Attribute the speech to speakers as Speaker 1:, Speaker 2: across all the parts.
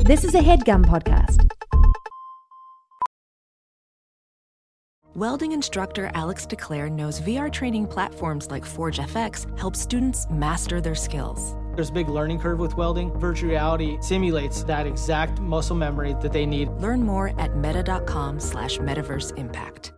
Speaker 1: This is a headgum podcast.
Speaker 2: Welding instructor Alex DeClaire knows VR training platforms like Forge FX help students master their skills.
Speaker 3: There's a big learning curve with welding. Virtual reality simulates that exact muscle memory that they need.
Speaker 2: Learn more at meta.com slash metaverse impact.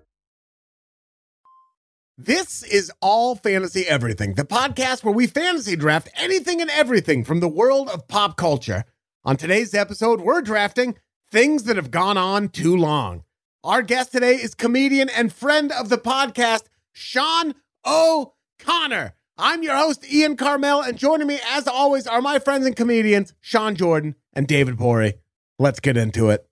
Speaker 4: This is All Fantasy Everything, the podcast where we fantasy draft anything and everything from the world of pop culture. On today's episode, we're drafting things that have gone on too long. Our guest today is comedian and friend of the podcast, Sean O'Connor. I'm your host, Ian Carmel, and joining me, as always, are my friends and comedians, Sean Jordan and David Pori. Let's get into it.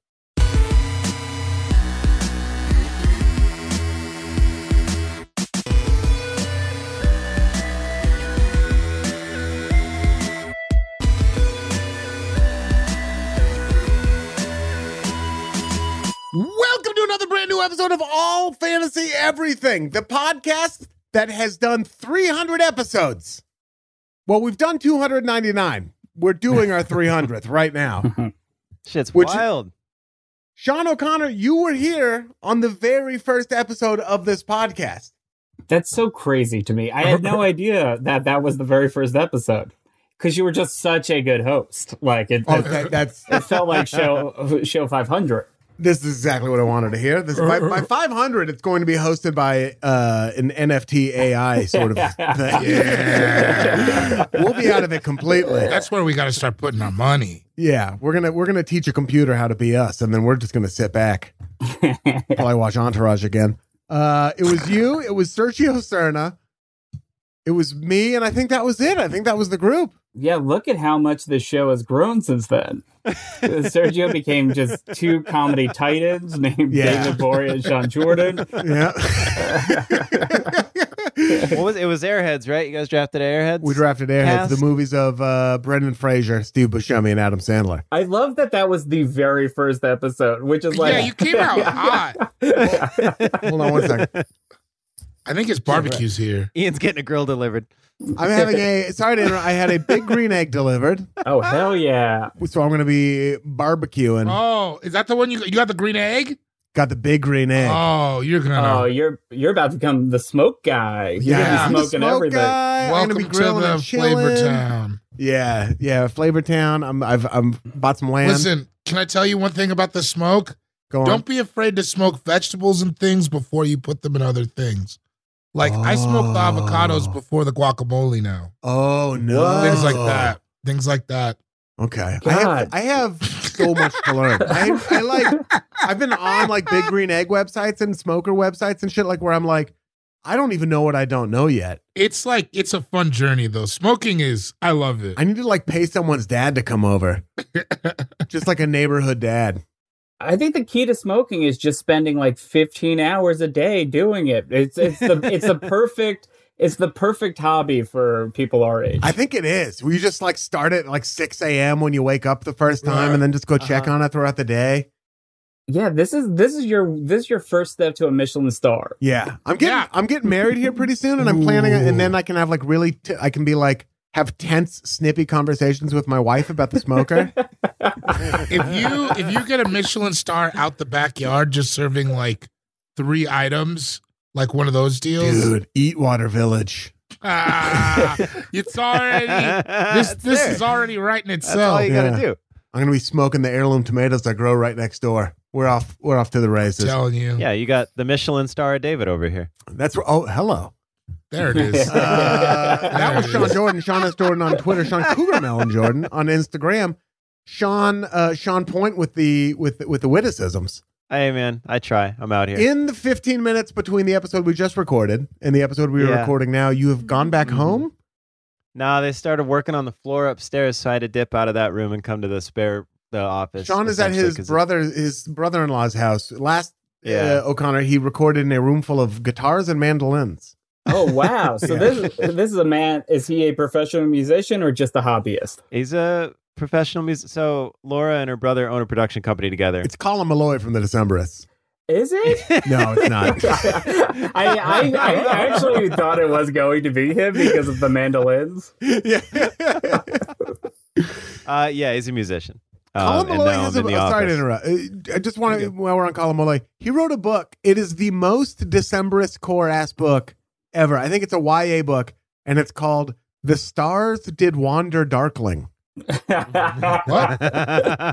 Speaker 4: Welcome to another brand new episode of All Fantasy Everything, the podcast that has done 300 episodes. Well, we've done 299. We're doing our 300th right now.
Speaker 5: Shit's
Speaker 4: Which-
Speaker 5: wild.
Speaker 4: Sean O'Connor, you were here on the very first episode of this podcast.
Speaker 6: That's so crazy to me. I had no idea that that was the very first episode because you were just such a good host. Like it,
Speaker 4: Oh,
Speaker 6: it,
Speaker 4: that, that's
Speaker 6: it felt like show show five hundred.
Speaker 4: this is exactly what I wanted to hear. This by, by 500, it's going to be hosted by uh, an NFT AI sort of thing.
Speaker 6: Yeah.
Speaker 4: we'll be out of it completely.
Speaker 7: That's where we got to start putting our money.
Speaker 4: Yeah, we're gonna we're gonna teach a computer how to be us, and then we're just gonna sit back while I watch Entourage again. Uh, it was you. It was Sergio Serna. It was me, and I think that was it. I think that was the group.
Speaker 6: Yeah, look at how much this show has grown since then. Uh, Sergio became just two comedy titans named
Speaker 4: Yeah.
Speaker 6: David Bory and Sean Jordan.
Speaker 4: Yeah,
Speaker 5: What was it? Was Airheads, right? You guys drafted Airheads.
Speaker 4: we drafted Airheads,
Speaker 5: Cast.
Speaker 4: the movies of uh, Brendan Fraser, Steve Buscemi, and Adam Sandler.
Speaker 6: I love that that was the very first episode, which is like
Speaker 7: yeah, you came out hot.
Speaker 4: Hold on one second.
Speaker 7: I think it's barbecues here.
Speaker 5: Ian's getting a grill delivered.
Speaker 4: I'm having a sorry to interrupt. I had a big green egg delivered,
Speaker 6: oh hell yeah.
Speaker 4: so I'm gonna be barbecuing.
Speaker 7: Oh, is that the one you you got the green egg?
Speaker 4: Got the big green egg.
Speaker 7: Oh, you're
Speaker 6: Oh,
Speaker 7: gonna.
Speaker 6: you're you're about to become the smoke guy. You're
Speaker 7: Yeah.
Speaker 6: gonna
Speaker 4: I'm
Speaker 6: be
Speaker 4: the
Speaker 6: smoking
Speaker 4: smoke
Speaker 6: everything.
Speaker 4: guy. I'm
Speaker 7: Welcome
Speaker 4: gonna
Speaker 7: to
Speaker 4: be grilling
Speaker 7: the
Speaker 4: and chilling.
Speaker 7: Flavor Town.
Speaker 4: Yeah, yeah, Flavor Town. I'm I've I'm bought some land.
Speaker 7: Listen, can I tell you one thing about the smoke?
Speaker 4: Go on.
Speaker 7: Don't be afraid to smoke vegetables and things before you put them in other things. Like I smoked the
Speaker 4: Oh.
Speaker 7: avocados before the guacamole. Now
Speaker 4: oh no,
Speaker 7: things like that. Things like that.
Speaker 4: Okay, I
Speaker 6: God.
Speaker 4: have I have so much to learn. I, I like I've been on like Big Green Egg websites and smoker websites and shit like where I'm like I don't even know what I don't know yet.
Speaker 7: It's like it's a fun journey though. Smoking is. I love it.
Speaker 4: I need to like pay someone's dad to come over, just like a neighborhood dad.
Speaker 6: I think the key to smoking is just spending like 15 hours a day doing it. It's it's the it's the perfect it's the perfect hobby for people our age.
Speaker 4: I think it is. Will you just like start it at like 6 a.m. when you wake up the first time and then just go check on it throughout the day?
Speaker 6: yeah, this is this is your this is your first step to a Michelin star.
Speaker 4: Yeah, I'm getting
Speaker 7: Yeah.
Speaker 4: I'm getting married here pretty soon, and I'm planning,
Speaker 7: Ooh.
Speaker 4: and then I can have like really, t- I can be like have tense, snippy conversations with my wife about the smoker.
Speaker 7: if you if you get a Michelin star out the backyard just serving like three items, like one of those deals,
Speaker 4: Dude, Eatwater Village.
Speaker 7: ah, it's already this
Speaker 5: this
Speaker 7: this is already right in
Speaker 5: That's all
Speaker 7: itself.
Speaker 5: you
Speaker 4: Yeah.
Speaker 5: gotta do.
Speaker 4: I'm gonna be smoking the heirloom tomatoes that grow right next door. We're off. We're off to the
Speaker 7: I'm
Speaker 4: races.
Speaker 7: telling you,
Speaker 5: Yeah, you got the Michelin star David over here.
Speaker 4: That's where. Oh, hello.
Speaker 7: there it is.
Speaker 4: Uh, that was
Speaker 7: There it
Speaker 4: Sean
Speaker 7: is.
Speaker 4: Jordan. Sean S. Jordan on Twitter. Sean Cougarmelon Jordan on Instagram. Sean uh, Sean Point with the with with the witticisms.
Speaker 5: Hey man, I try. I'm out here.
Speaker 4: In the 15 minutes between the episode we just recorded and the episode we are
Speaker 5: Yeah. Mm-hmm.
Speaker 4: recording now, you have gone back
Speaker 6: Mhm.
Speaker 4: home.
Speaker 5: nah, they started working on the floor upstairs, so I had to dip out of that room and come to the spare the office.
Speaker 4: Sean is at
Speaker 5: essentially,
Speaker 4: his
Speaker 5: 'cause
Speaker 4: brother his brother-in-law's house. Last
Speaker 5: Yeah.
Speaker 4: uh, O'Connor, he recorded in a room full of guitars and mandolins.
Speaker 6: Oh wow. So this is this is a man is he a professional musician or just a hobbyist?
Speaker 5: He's a professional music. So Laura and her brother own a production company together.
Speaker 4: It's Colin Malloy from the Decemberists.
Speaker 6: Is it?
Speaker 4: No, it's not.
Speaker 6: I, I I actually thought it was going to be him because of the mandolins.
Speaker 4: yeah.
Speaker 5: Uh, yeah, he's a musician. Um, and
Speaker 4: Kalamaloi
Speaker 5: now
Speaker 4: has
Speaker 5: I'm in
Speaker 4: a.
Speaker 5: the
Speaker 4: uh, sorry to
Speaker 5: office.
Speaker 4: interrupt. Uh, I just want to. While we're on Kalamaloi, he wrote a book. It is the most Decemberist core ass book ever. I think it's a YA book, and it's called "The Stars Did Wander Darkling."
Speaker 7: What?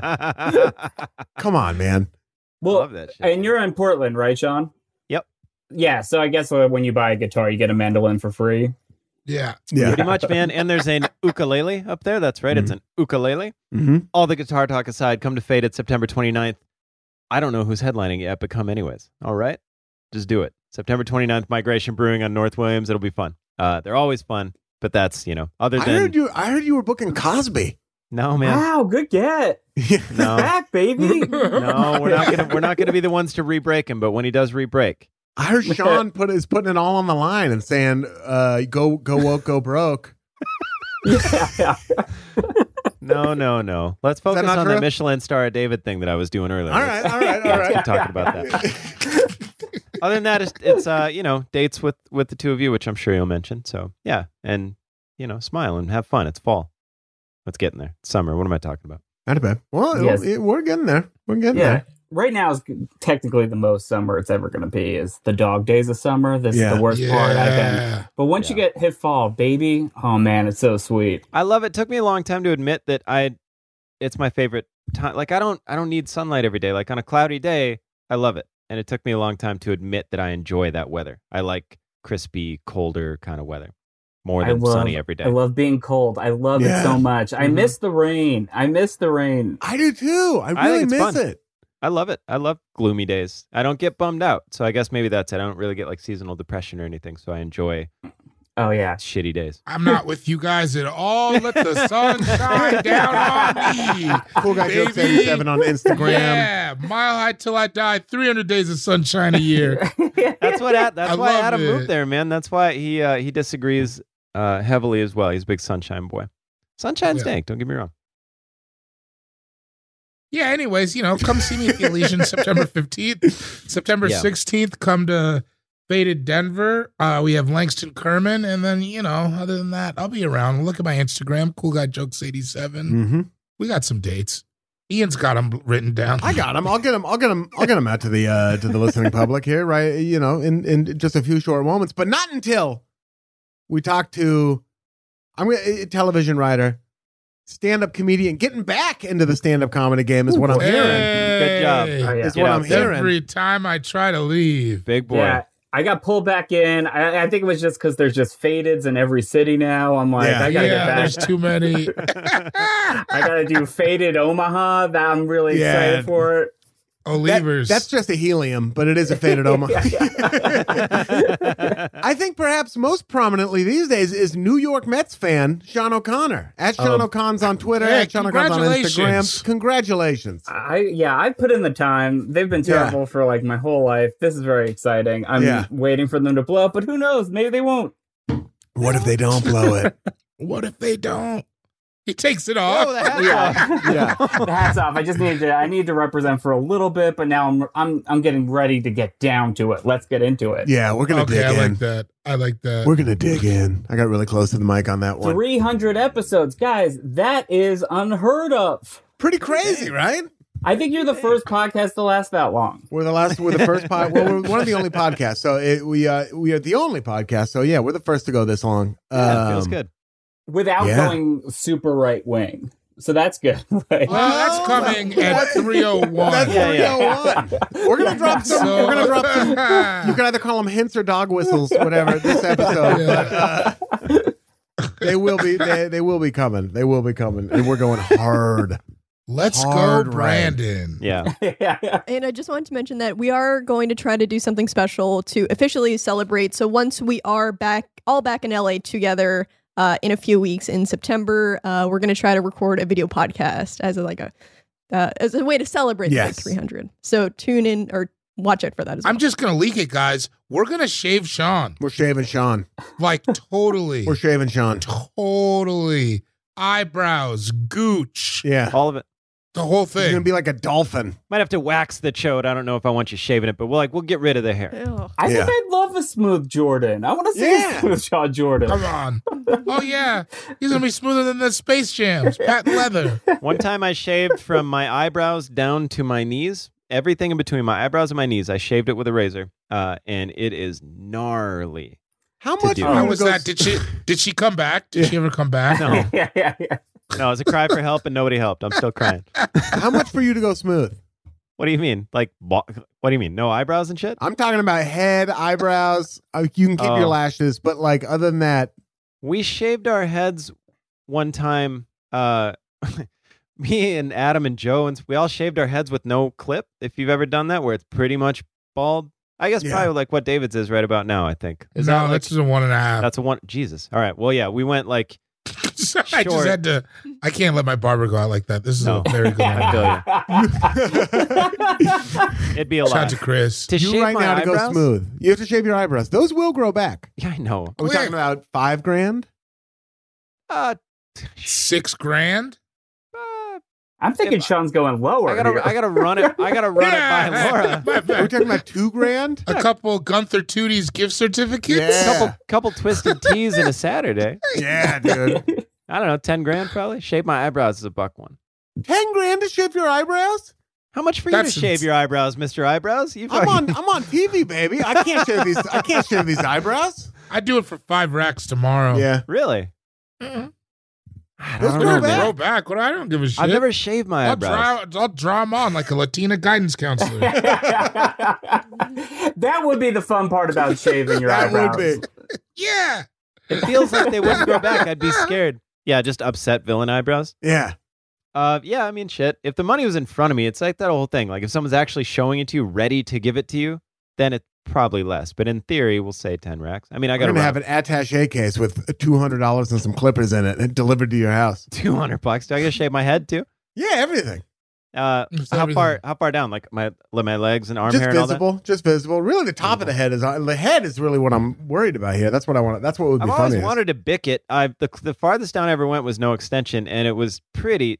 Speaker 4: Come on, man.
Speaker 6: well,
Speaker 5: Love that shit.
Speaker 6: and you're in Portland, right, Sean?
Speaker 5: Yep.
Speaker 6: Yeah, so I guess uh, when you buy a guitar, you get a mandolin for free.
Speaker 7: Yeah.
Speaker 4: Yeah.
Speaker 5: Pretty much, man. And there's an ukulele up there. That's right. It's an ukulele.
Speaker 4: Mm-hmm.
Speaker 5: All the guitar talk aside, come to Faded September 29th. I don't know who's headlining yet, but come anyways. All right. Just do it. September 29th, Migration Brewing on North Williams. It'll be fun. Uh, they're always fun, but that's, you know, other
Speaker 4: I
Speaker 5: than.
Speaker 4: heard you. I heard you were booking Cosby.
Speaker 5: no, man.
Speaker 6: Wow, good get.
Speaker 4: Yeah.
Speaker 5: No.
Speaker 6: Back, baby.
Speaker 5: No, we're not gonna we're not gonna be the ones to re-break him, but when he does re-break,
Speaker 4: I heard Sean put is putting it all on the line and saying, uh, "Go go woke, go broke."
Speaker 6: Yeah.
Speaker 5: no, no, no. Let's
Speaker 4: that
Speaker 5: focus
Speaker 4: not
Speaker 5: on that
Speaker 4: true?
Speaker 5: Michelin star David thing that I was doing earlier.
Speaker 4: All
Speaker 5: Let's-
Speaker 4: right, all right, all
Speaker 5: Let's
Speaker 4: right.
Speaker 5: keep talking about that. other than that it's, it's uh you know dates with with the two of you which i'm sure you'll mention so yeah and you know smile and have fun it's fall let's get in there It's summer what am i talking about
Speaker 4: Not bad. Well, it-
Speaker 6: Yes.
Speaker 4: it- we're getting there. We're getting
Speaker 6: yeah.
Speaker 4: there.
Speaker 6: Right now is technically the most summer it's ever going to be. Is the dog days of summer? This
Speaker 4: Yeah.
Speaker 6: is the worst part I've been.
Speaker 7: Yeah.
Speaker 6: But once you get hit fall, baby, oh man, it's so sweet.
Speaker 5: i love it took me a long time to admit that i it's my favorite time like i don't i don't need sunlight every day like on a cloudy day i love it and it took me a long time to admit that i enjoy that weather i like crispy colder kind of weather more
Speaker 6: I
Speaker 5: than
Speaker 6: love-
Speaker 5: sunny every day Mm-hmm.
Speaker 6: I love being cold. I love
Speaker 4: Yeah.
Speaker 6: it so much. I
Speaker 4: Mhm.
Speaker 6: miss the rain. I miss the rain.
Speaker 4: I do too. I
Speaker 5: I
Speaker 4: really
Speaker 5: think it's
Speaker 4: miss
Speaker 5: fun.
Speaker 4: it.
Speaker 5: I love it. I love gloomy days. I don't get bummed out. So I guess maybe that's it. I don't really get like seasonal depression or anything. So I enjoy
Speaker 6: Oh yeah.
Speaker 5: shitty days.
Speaker 7: I'm not with you guys at all. Let the sun shine down on me.
Speaker 4: Cool guy jokes
Speaker 7: Baby.
Speaker 4: eighty seven on Instagram.
Speaker 7: Yeah, mile high till I die. 300 days of sunshine a year.
Speaker 5: That's what. Ad- that's
Speaker 7: I
Speaker 5: why
Speaker 7: love
Speaker 5: Adam
Speaker 7: it.
Speaker 5: moved there, man. That's why he uh, he disagrees uh, heavily as well. He's a big sunshine boy. Sunshine's
Speaker 7: Yeah.
Speaker 5: dank. Don't get me wrong.
Speaker 7: Yeah. Anyways, you know, come see me at the Elysian September 15th, September
Speaker 5: Yeah.
Speaker 7: 16th. Come to Faded Denver. Uh, we have Langston Kerman, and then you know, other than that, I'll be around. Look at my Instagram, Cool Guy Jokes 87.
Speaker 4: Mm-hmm.
Speaker 7: We got some dates. Ian's got them written down.
Speaker 4: I got him. I'll get him. I'll get him. I'll get him out to the uh, to the listening public here, right? You know, in in just a few short moments, but not until we talk to I'm gonna a television writer, stand up comedian, getting back into the stand up comedy game is what I'm
Speaker 7: Hey.
Speaker 4: hearing.
Speaker 5: Good job.
Speaker 6: Oh, yeah.
Speaker 4: Is
Speaker 5: Get
Speaker 4: what
Speaker 5: out
Speaker 4: I'm
Speaker 5: there.
Speaker 4: hearing.
Speaker 7: Every time I try to leave,
Speaker 5: Big boy.
Speaker 6: Yeah. I got pulled back in. I, I think it was just because there's just fadeds in every city now. I'm like,
Speaker 4: Yeah.
Speaker 6: I gotta
Speaker 7: yeah, there's
Speaker 6: get back.
Speaker 7: too many.
Speaker 6: I gotta do faded Omaha. That I'm really
Speaker 4: Yeah.
Speaker 6: excited for it.
Speaker 4: That-
Speaker 7: Olivers.
Speaker 4: that's just a helium, but it is a faded Omaha. I think perhaps most prominently these days is New York Mets fan Sean O'Connor at Sean
Speaker 6: Oh.
Speaker 4: O'Conn's on Twitter,
Speaker 7: Hey,
Speaker 4: at Sean O'Conn's on
Speaker 7: congratulations.
Speaker 4: Instagram. Congratulations!
Speaker 6: I yeah, I put in the time. They've been
Speaker 4: Yeah.
Speaker 6: terrible for like my whole life. This is very exciting. I'm
Speaker 4: Yeah.
Speaker 6: waiting for them to blow up, but who knows? Maybe they won't.
Speaker 4: What if they don't blow it?
Speaker 7: What if they don't? He takes it
Speaker 5: Oh,
Speaker 7: off.
Speaker 5: the hat's off.
Speaker 4: Yeah.
Speaker 6: The hats off. I just need to. I need to represent for a little bit, but now I'm I'm I'm getting ready to get down to it. Let's get into it.
Speaker 4: Yeah, we're gonna
Speaker 7: okay,
Speaker 4: dig
Speaker 7: I
Speaker 4: in.
Speaker 7: like that. I like that.
Speaker 4: We're gonna dig in. I got really close to the mic on that one.
Speaker 6: 300 episodes, guys. That is unheard of.
Speaker 4: Pretty crazy, right?
Speaker 6: I think you're the first podcast to last that long.
Speaker 4: We're the last. We're the first pod. Well, we're one of the only podcasts. So it, we uh, we are the only podcast. So yeah, we're the first to go this long.
Speaker 5: Yeah, it feels
Speaker 4: Um,
Speaker 5: good.
Speaker 6: without
Speaker 4: Yeah.
Speaker 6: going super right wing. So that's good. Like-
Speaker 7: Well, that's
Speaker 4: Oh,
Speaker 7: coming at
Speaker 4: that's-
Speaker 7: 301.
Speaker 4: That's
Speaker 5: Yeah,
Speaker 4: where we go on. We're gonna drop some.
Speaker 7: so,
Speaker 4: We're gonna drop some. You can either call them hints or dog whistles, whatever. This episode, but, uh, they will be. They, they will be coming. They will be coming, and we're going hard.
Speaker 7: Let's go,
Speaker 4: Hard ride.
Speaker 7: Brandon.
Speaker 5: Yeah.
Speaker 6: yeah.
Speaker 8: And I just wanted to mention that we are going to try to do something special to officially celebrate. So once we are back, all back in LA together uh, in a few weeks in September, uh, we're going to try to record a video podcast as a, like a uh, as a way to celebrate the
Speaker 4: Yes.
Speaker 8: big 300. So tune in or watch out for that as well.
Speaker 7: I'm just gonna leak it, guys. We're gonna shave Sean.
Speaker 4: We're shaving Sean.
Speaker 7: Like totally.
Speaker 4: We're shaving Sean.
Speaker 7: totally. Eyebrows, gooch,
Speaker 4: Yeah.
Speaker 5: All of it.
Speaker 7: The whole
Speaker 4: You're
Speaker 7: thing.
Speaker 4: gonna be like a dolphin.
Speaker 5: Might have to wax the chode. I don't know if I want you shaving it, but we'll like we'll get rid of the hair.
Speaker 6: I think
Speaker 4: Yeah.
Speaker 6: I'd love a smooth Jordan. I want to see
Speaker 4: Yeah.
Speaker 6: a smooth jaw Jordan.
Speaker 7: Come on. Oh yeah, he's gonna be smoother than the Space Jams. Patent leather.
Speaker 5: One time I shaved from my eyebrows down to my knees. Everything in between my eyebrows and my knees, I shaved it with a razor, uh, and it is gnarly.
Speaker 4: How
Speaker 5: To
Speaker 4: much
Speaker 5: do.
Speaker 4: room
Speaker 7: How was
Speaker 4: goes-
Speaker 7: that? Did she? Did she come back? Did she ever come back?
Speaker 5: No,
Speaker 6: yeah, yeah, yeah.
Speaker 5: no, it's a cry for help, and nobody helped. I'm still crying.
Speaker 4: How much for you to go smooth?
Speaker 5: What do you mean? Like, bo- what do you mean? No eyebrows and shit?
Speaker 4: I'm talking about head, eyebrows. Uh, you can keep your
Speaker 5: Oh.
Speaker 4: lashes, but like other than that,
Speaker 5: We shaved our heads one time. Uh, me and Adam and Joe, and we all shaved our heads with no clip. If you've ever done that, where it's pretty much bald. I guess
Speaker 4: Yeah.
Speaker 5: probably like what David's is right about now. I think is
Speaker 7: no,
Speaker 5: that like,
Speaker 7: that's just a one and a half.
Speaker 5: that's a one. Jesus. All right. Well, yeah, we went like
Speaker 7: I just
Speaker 5: short.
Speaker 7: had to. I can't let my barber go out like that. This is
Speaker 5: No.
Speaker 7: a very good
Speaker 5: I
Speaker 7: one.
Speaker 5: feel you. It'd be a
Speaker 7: Shout out
Speaker 5: lot.
Speaker 7: to Chris.
Speaker 5: To
Speaker 4: you
Speaker 5: shave
Speaker 4: right
Speaker 5: my
Speaker 4: now to go
Speaker 5: eyebrows?
Speaker 4: smooth. You have to shave your eyebrows. Those will grow back.
Speaker 5: Yeah, I know.
Speaker 4: Are we
Speaker 7: Quick.
Speaker 4: talking about five grand?
Speaker 5: Uh,
Speaker 7: Six grand.
Speaker 5: uh,
Speaker 6: I'm thinking
Speaker 5: If I-
Speaker 6: Sean's going lower.
Speaker 5: I gotta,
Speaker 6: here.
Speaker 5: I gotta run it. I gotta run it by Laura.
Speaker 7: My
Speaker 4: Are we
Speaker 7: bad.
Speaker 4: talking about two grand?
Speaker 7: A couple Gunther Tooties gift certificates.
Speaker 4: Yeah.
Speaker 5: Couple, couple twisted tees in a Saturday.
Speaker 4: yeah, dude.
Speaker 5: I don't know, ten grand probably. Shave my eyebrows is a buck one.
Speaker 4: Ten grand to shave your eyebrows?
Speaker 5: How much for
Speaker 7: That's
Speaker 5: you to shave
Speaker 7: ins-
Speaker 5: your eyebrows, Mister Eyebrows? You
Speaker 4: I'm
Speaker 5: fucking-
Speaker 4: on I'm on TV, baby. I can't shave these I can't shave these eyebrows.
Speaker 7: I do it for five racks tomorrow.
Speaker 4: Yeah.
Speaker 5: really?
Speaker 7: Mhm.
Speaker 5: I
Speaker 4: Let's
Speaker 5: don't
Speaker 4: go
Speaker 5: know,
Speaker 7: Grow
Speaker 5: man.
Speaker 7: back.
Speaker 4: back.
Speaker 7: Grow back. What I don't give a shit.
Speaker 5: I've never shaved my
Speaker 7: I'll
Speaker 5: eyebrows.
Speaker 7: draw, I'll draw them on like a Latina guidance counselor.
Speaker 6: that would be the fun part about shaving your
Speaker 4: That
Speaker 6: eyebrows.
Speaker 4: would be.
Speaker 7: yeah.
Speaker 5: It feels like they wouldn't grow back. I'd be scared. Yeah, just upset villain eyebrows.
Speaker 4: Yeah.
Speaker 5: Uh, yeah, I mean, shit. If the money was in front of me, it's like that whole thing. Like, if someone's actually showing it to you, ready to give it to you, then it's probably less. But in theory, we'll say 10 racks. I mean, I
Speaker 4: I'm
Speaker 5: got to
Speaker 4: gonna have
Speaker 5: have
Speaker 4: an attache case with two hundred dollars and some clippers in it and delivered to your house.
Speaker 5: 200 bucks. Do I got to shave my head too?
Speaker 4: Yeah, everything.
Speaker 5: Uh,
Speaker 7: It's
Speaker 5: how
Speaker 7: everything.
Speaker 5: far? How far down? Like my like my legs and arm
Speaker 4: just
Speaker 5: hair and all that.
Speaker 4: visible, just visible. Really, the top of the head is the head is really what I'm worried about here. That's what I want. That's what would be
Speaker 5: I've
Speaker 4: funny.
Speaker 5: always wanted to bick it. I the the farthest down I ever went was no extension, and it was pretty,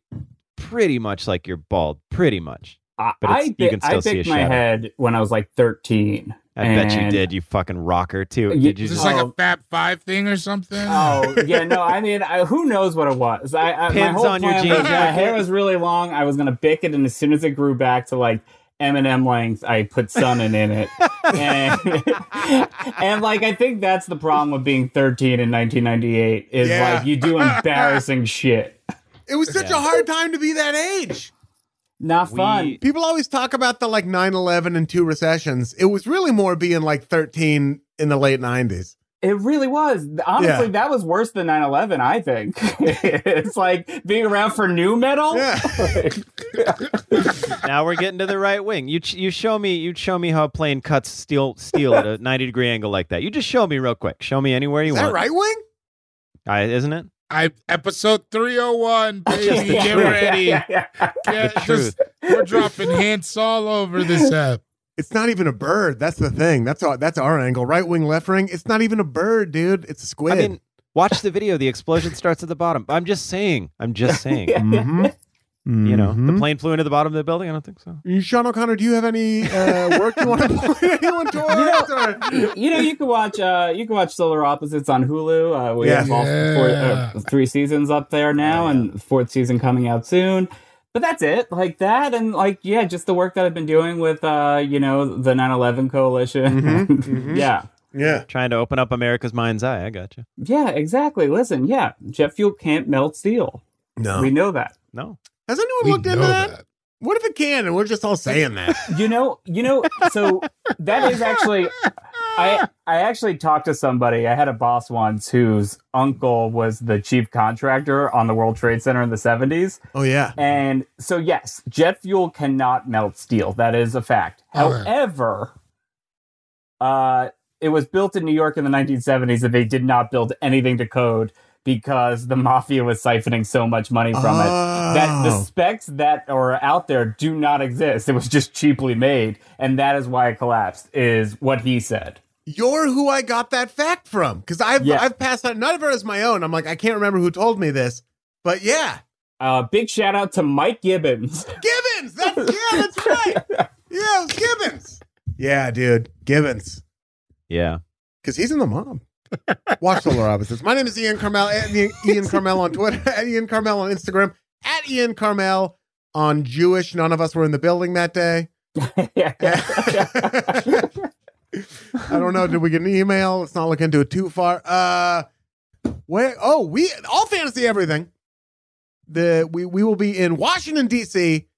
Speaker 5: pretty much like you're bald, pretty much.
Speaker 6: I,
Speaker 5: But it's-
Speaker 6: I,
Speaker 5: you
Speaker 6: bi-
Speaker 5: can
Speaker 6: I
Speaker 5: still see
Speaker 6: bicked
Speaker 5: a
Speaker 6: my
Speaker 5: shadow.
Speaker 6: head when I was like 13.
Speaker 5: I bet you
Speaker 6: And-
Speaker 5: did. You fucking rocker too.
Speaker 6: You-
Speaker 5: Did you
Speaker 7: Is
Speaker 5: just
Speaker 7: this like a
Speaker 6: Oh.
Speaker 7: Fab Five thing or something?
Speaker 6: Oh yeah, no. I mean, I, who knows what it was? I, I my
Speaker 5: Pins
Speaker 6: whole
Speaker 5: on your
Speaker 6: plan
Speaker 5: jean
Speaker 6: was my
Speaker 5: jacket.
Speaker 6: hair was really long. I was gonna bick it, and as soon as it grew back to like Eminem length, I put sunnin in it, and, and like I think that's the problem with being 13 in 1998 is
Speaker 4: Yeah.
Speaker 6: like you do embarrassing shit.
Speaker 4: it was such
Speaker 5: Yeah.
Speaker 4: a hard time to be that age.
Speaker 6: Not
Speaker 5: We-
Speaker 6: fun.
Speaker 4: People always talk about the like 9-11 and two recessions. It was really more being like thirteen in the late nineties.
Speaker 6: It really was. Honestly,
Speaker 4: Yeah.
Speaker 6: that was worse than 9 11, I think. it's like being around for new metal.
Speaker 4: Yeah.
Speaker 5: now we're getting to the right wing. You ch- you show me you show me how a plane cuts steel steel at a ninety degree angle like that. You just show me real quick. Show me anywhere you
Speaker 4: Is that
Speaker 5: want.
Speaker 4: right wing?
Speaker 5: I, isn't it?
Speaker 7: I episode three hundred one, baby.
Speaker 5: the
Speaker 7: Get
Speaker 5: truth.
Speaker 7: ready.
Speaker 5: The
Speaker 7: Get- just-
Speaker 5: truth.
Speaker 7: we're dropping hints all over this app.
Speaker 4: It's not even a bird. That's the thing. That's our that's our angle. Right wing, left wing. It's not even a bird, dude. It's a
Speaker 5: I
Speaker 4: squid.
Speaker 5: mean, watch the video. The explosion starts at the bottom. I'm just saying. I'm just saying.
Speaker 4: Mhm.
Speaker 5: You know, the
Speaker 4: Mhm.
Speaker 5: plane flew into the bottom of the building. I don't think so.
Speaker 4: You- Sean O'Connor, do you have any uh, work you want to point anyone towards? or-
Speaker 6: you know, you can watch uh, you can watch Solar Opposites on Hulu. Uh, we
Speaker 4: Yeah.
Speaker 6: have all
Speaker 7: Yeah.
Speaker 6: four, uh, three seasons up there now, and fourth season coming out soon. But that's it, like that, and like yeah, just the work that I've been doing with uh, you know the 9/11 Coalition.
Speaker 4: Mhm, mhm.
Speaker 6: yeah,
Speaker 4: Yeah.
Speaker 5: Trying to open up America's mind's eye. I got you.
Speaker 6: yeah, exactly. Listen, yeah, jet fuel can't melt steel.
Speaker 4: No.
Speaker 6: We know that.
Speaker 5: No.
Speaker 4: Has anyone
Speaker 7: We
Speaker 4: looked into
Speaker 7: know
Speaker 4: that?
Speaker 7: that.
Speaker 4: What if it can? And we're just all saying that.
Speaker 6: You know, you know. So that is actually, I I actually talked to somebody. I had a boss once whose uncle was the chief contractor on the World Trade Center in the seventies,
Speaker 4: oh yeah.
Speaker 6: and so yes, jet fuel cannot melt steel. That is a fact.
Speaker 7: Okay.
Speaker 6: However, uh, it was built in New York in the nineteen seventies, and they did not build anything to code because the mafia was siphoning so much money from it that the
Speaker 4: Oh.
Speaker 6: specs that are out there do not exist. It was just cheaply made, and that is why it collapsed. Is what he said.
Speaker 4: You're who I got that fact from. Because I've
Speaker 6: Yeah.
Speaker 4: I've passed that none of it is my own. I'm like, I can't remember who told me this. But yeah.
Speaker 6: Uh, big shout out to Mike Gibbons.
Speaker 4: Gibbons. That's yeah, that's right. Yeah, it was Gibbons. Yeah, dude, Gibbons,
Speaker 5: Yeah.
Speaker 4: because he's in the mob. Watch Solar Opposites. My name is Ian Carmel. At Ian, Ian Carmel on Twitter. At Ian Carmel on Instagram. At Ian Carmel on Jewish. None of us were in the building that day. I don't know. Did we get an email? Let's not look into it too far. Uh, where? Oh, we all fantasy everything. The we we will be in Washington D.C.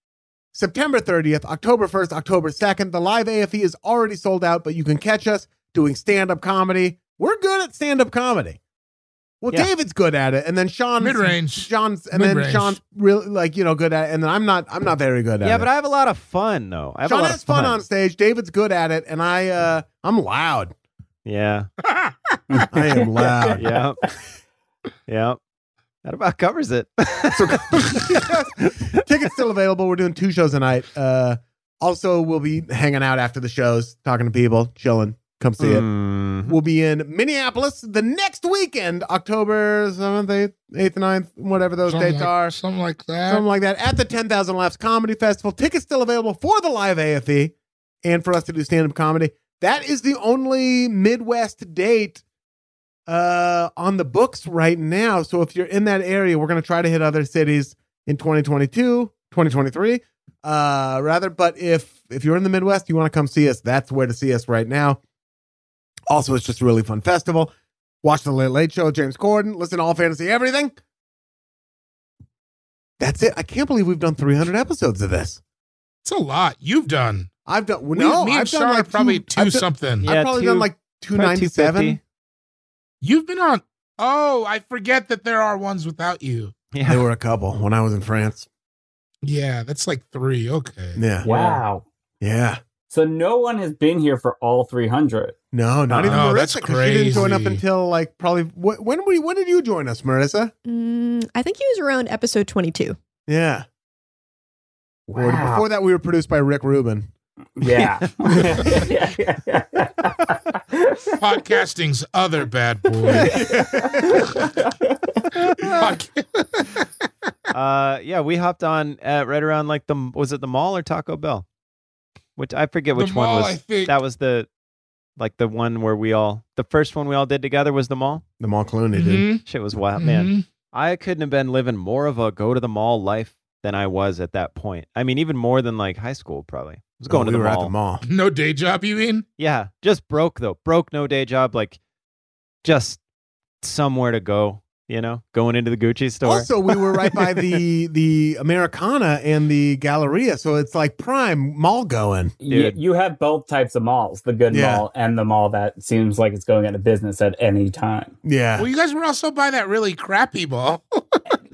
Speaker 4: September 30th, October 1st, October 2nd. The live AFE is already sold out, but you can catch us doing stand up comedy. We're good at stand up comedy. Well,
Speaker 5: Yeah.
Speaker 4: David's good at it, and then Sean
Speaker 7: Mid-range.
Speaker 4: John's, and then
Speaker 7: Mid-range.
Speaker 4: Sean's really like you know good at it, and then I'm not. I'm not very good at it.
Speaker 5: Yeah, but I have a lot of fun though. I have a
Speaker 4: Sean
Speaker 5: lot
Speaker 4: has
Speaker 5: of fun.
Speaker 4: fun on stage. David's good at it, and I uh I'm loud.
Speaker 5: Yeah.
Speaker 4: I am loud.
Speaker 5: Yeah. yeah. That about covers it.
Speaker 4: Tickets still available. We're doing two shows a night. Uh also we'll be hanging out after the shows, talking to people, chilling. Come see it.
Speaker 5: Mm.
Speaker 4: We'll be in Minneapolis the next weekend, October 7th, 8th, 9th, whatever those
Speaker 7: Something
Speaker 4: dates
Speaker 7: like-
Speaker 4: are.
Speaker 7: Something like that.
Speaker 4: Something like that. At the 10,000 Laughs Comedy Festival. Tickets still available for the live AFE and for us to do stand up comedy. That is the only Midwest date uh, on the books right now. So if you're in that area, we're going to try to hit other cities in 2022, 2023, uh, rather. But if if you're in the Midwest, you want to come see us, that's where to see us right now. Also, it's just a really fun festival. Watch the Late Late Show with James Corden. Listen to All Fantasy Everything. That's it. I can't believe we've done 300 episodes of this.
Speaker 7: It's a lot you've done.
Speaker 4: I've done
Speaker 7: We-
Speaker 4: no.
Speaker 7: me and
Speaker 4: I've done
Speaker 7: Sean
Speaker 4: like
Speaker 7: are probably two,
Speaker 4: I've done-
Speaker 7: something.
Speaker 5: Yeah.
Speaker 4: I've probably done
Speaker 5: two-
Speaker 4: like
Speaker 5: probably
Speaker 4: 297.
Speaker 5: 250.
Speaker 7: You've been on. Oh, I forget that there are ones without you.
Speaker 4: There
Speaker 5: Yeah.
Speaker 4: were a couple when I was in France.
Speaker 7: Yeah, that's like three. Okay.
Speaker 4: Yeah,
Speaker 6: wow.
Speaker 4: yeah.
Speaker 6: So no one has been here for all 300.
Speaker 4: No, not even
Speaker 7: No,
Speaker 4: Marissa.
Speaker 7: Oh, that's
Speaker 4: 'cause She didn't join up
Speaker 7: crazy.
Speaker 4: until like probably wh- when were you, when did you join us, Marissa?
Speaker 8: Mm, I think he was around episode 22.
Speaker 4: Yeah. Or
Speaker 6: Wow.
Speaker 4: Before that, we were produced by Rick Rubin.
Speaker 6: Yeah.
Speaker 7: Podcasting's other bad boy. Podca-
Speaker 5: Uh, yeah, we hopped on at right around like the was it the mall or Taco Bell? Which I forget which
Speaker 7: the
Speaker 5: one
Speaker 7: mall,
Speaker 5: was.
Speaker 7: I think.
Speaker 5: That was the like the one where we all the first one we all did together was the mall.
Speaker 4: The Mall Clooney dude.
Speaker 7: Mhm,
Speaker 5: Shit was wild, Oh, man.
Speaker 7: mhm.
Speaker 5: I couldn't have been living more of a go to the mall life than I was at that point. I mean, even more than like high school probably. I was going
Speaker 4: Oh, we
Speaker 5: to the
Speaker 4: were
Speaker 5: mall.
Speaker 4: at the mall.
Speaker 7: No day job, you mean?
Speaker 5: Yeah, just broke though. Broke, no day job, like just somewhere to go. You know, going into the Gucci store.
Speaker 4: Also, we were right by the the Americana and the Galleria, so it's like prime mall going.
Speaker 6: you,
Speaker 5: Dude.
Speaker 6: you have both types of malls, the good
Speaker 4: Yeah.
Speaker 6: mall and the mall that seems like it's going out of business at any time.
Speaker 4: Yeah,
Speaker 7: Well, you guys were also by that really crappy ball.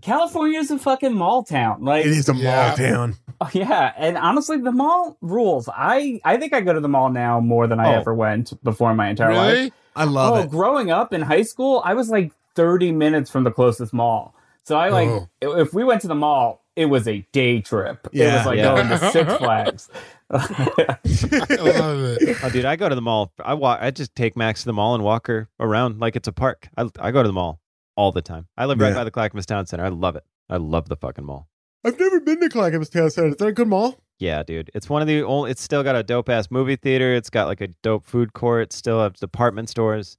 Speaker 6: California is a fucking mall town. Like
Speaker 4: it is a
Speaker 7: Yeah.
Speaker 4: mall town.
Speaker 6: Oh, yeah, and honestly, the mall rules. I I think I go to the mall now more than I
Speaker 5: Oh.
Speaker 6: ever went before in my entire life.
Speaker 7: really?
Speaker 4: I love
Speaker 6: oh,
Speaker 4: it.
Speaker 6: growing up in high school, I was like thirty minutes from the closest mall. So I like
Speaker 7: Oh.
Speaker 6: i- if we went to the mall, it was a day trip. it
Speaker 4: Yeah.
Speaker 6: was like
Speaker 5: Yeah.
Speaker 6: going to Six Flags.
Speaker 7: I love it.
Speaker 5: oh, dude, I go to the mall. I walk. I just take Max to the mall and walk her around like it's a park. I I go to the mall all the time. I live right
Speaker 4: Yeah.
Speaker 5: by the Clackamas Town Center. I love it. I love the fucking mall.
Speaker 4: I've never been to Clackamas Town Center. Is that a good mall?
Speaker 5: Yeah, dude. It's one of the only. It's still got a dope ass movie theater. It's got like a dope food court. It's still has department stores.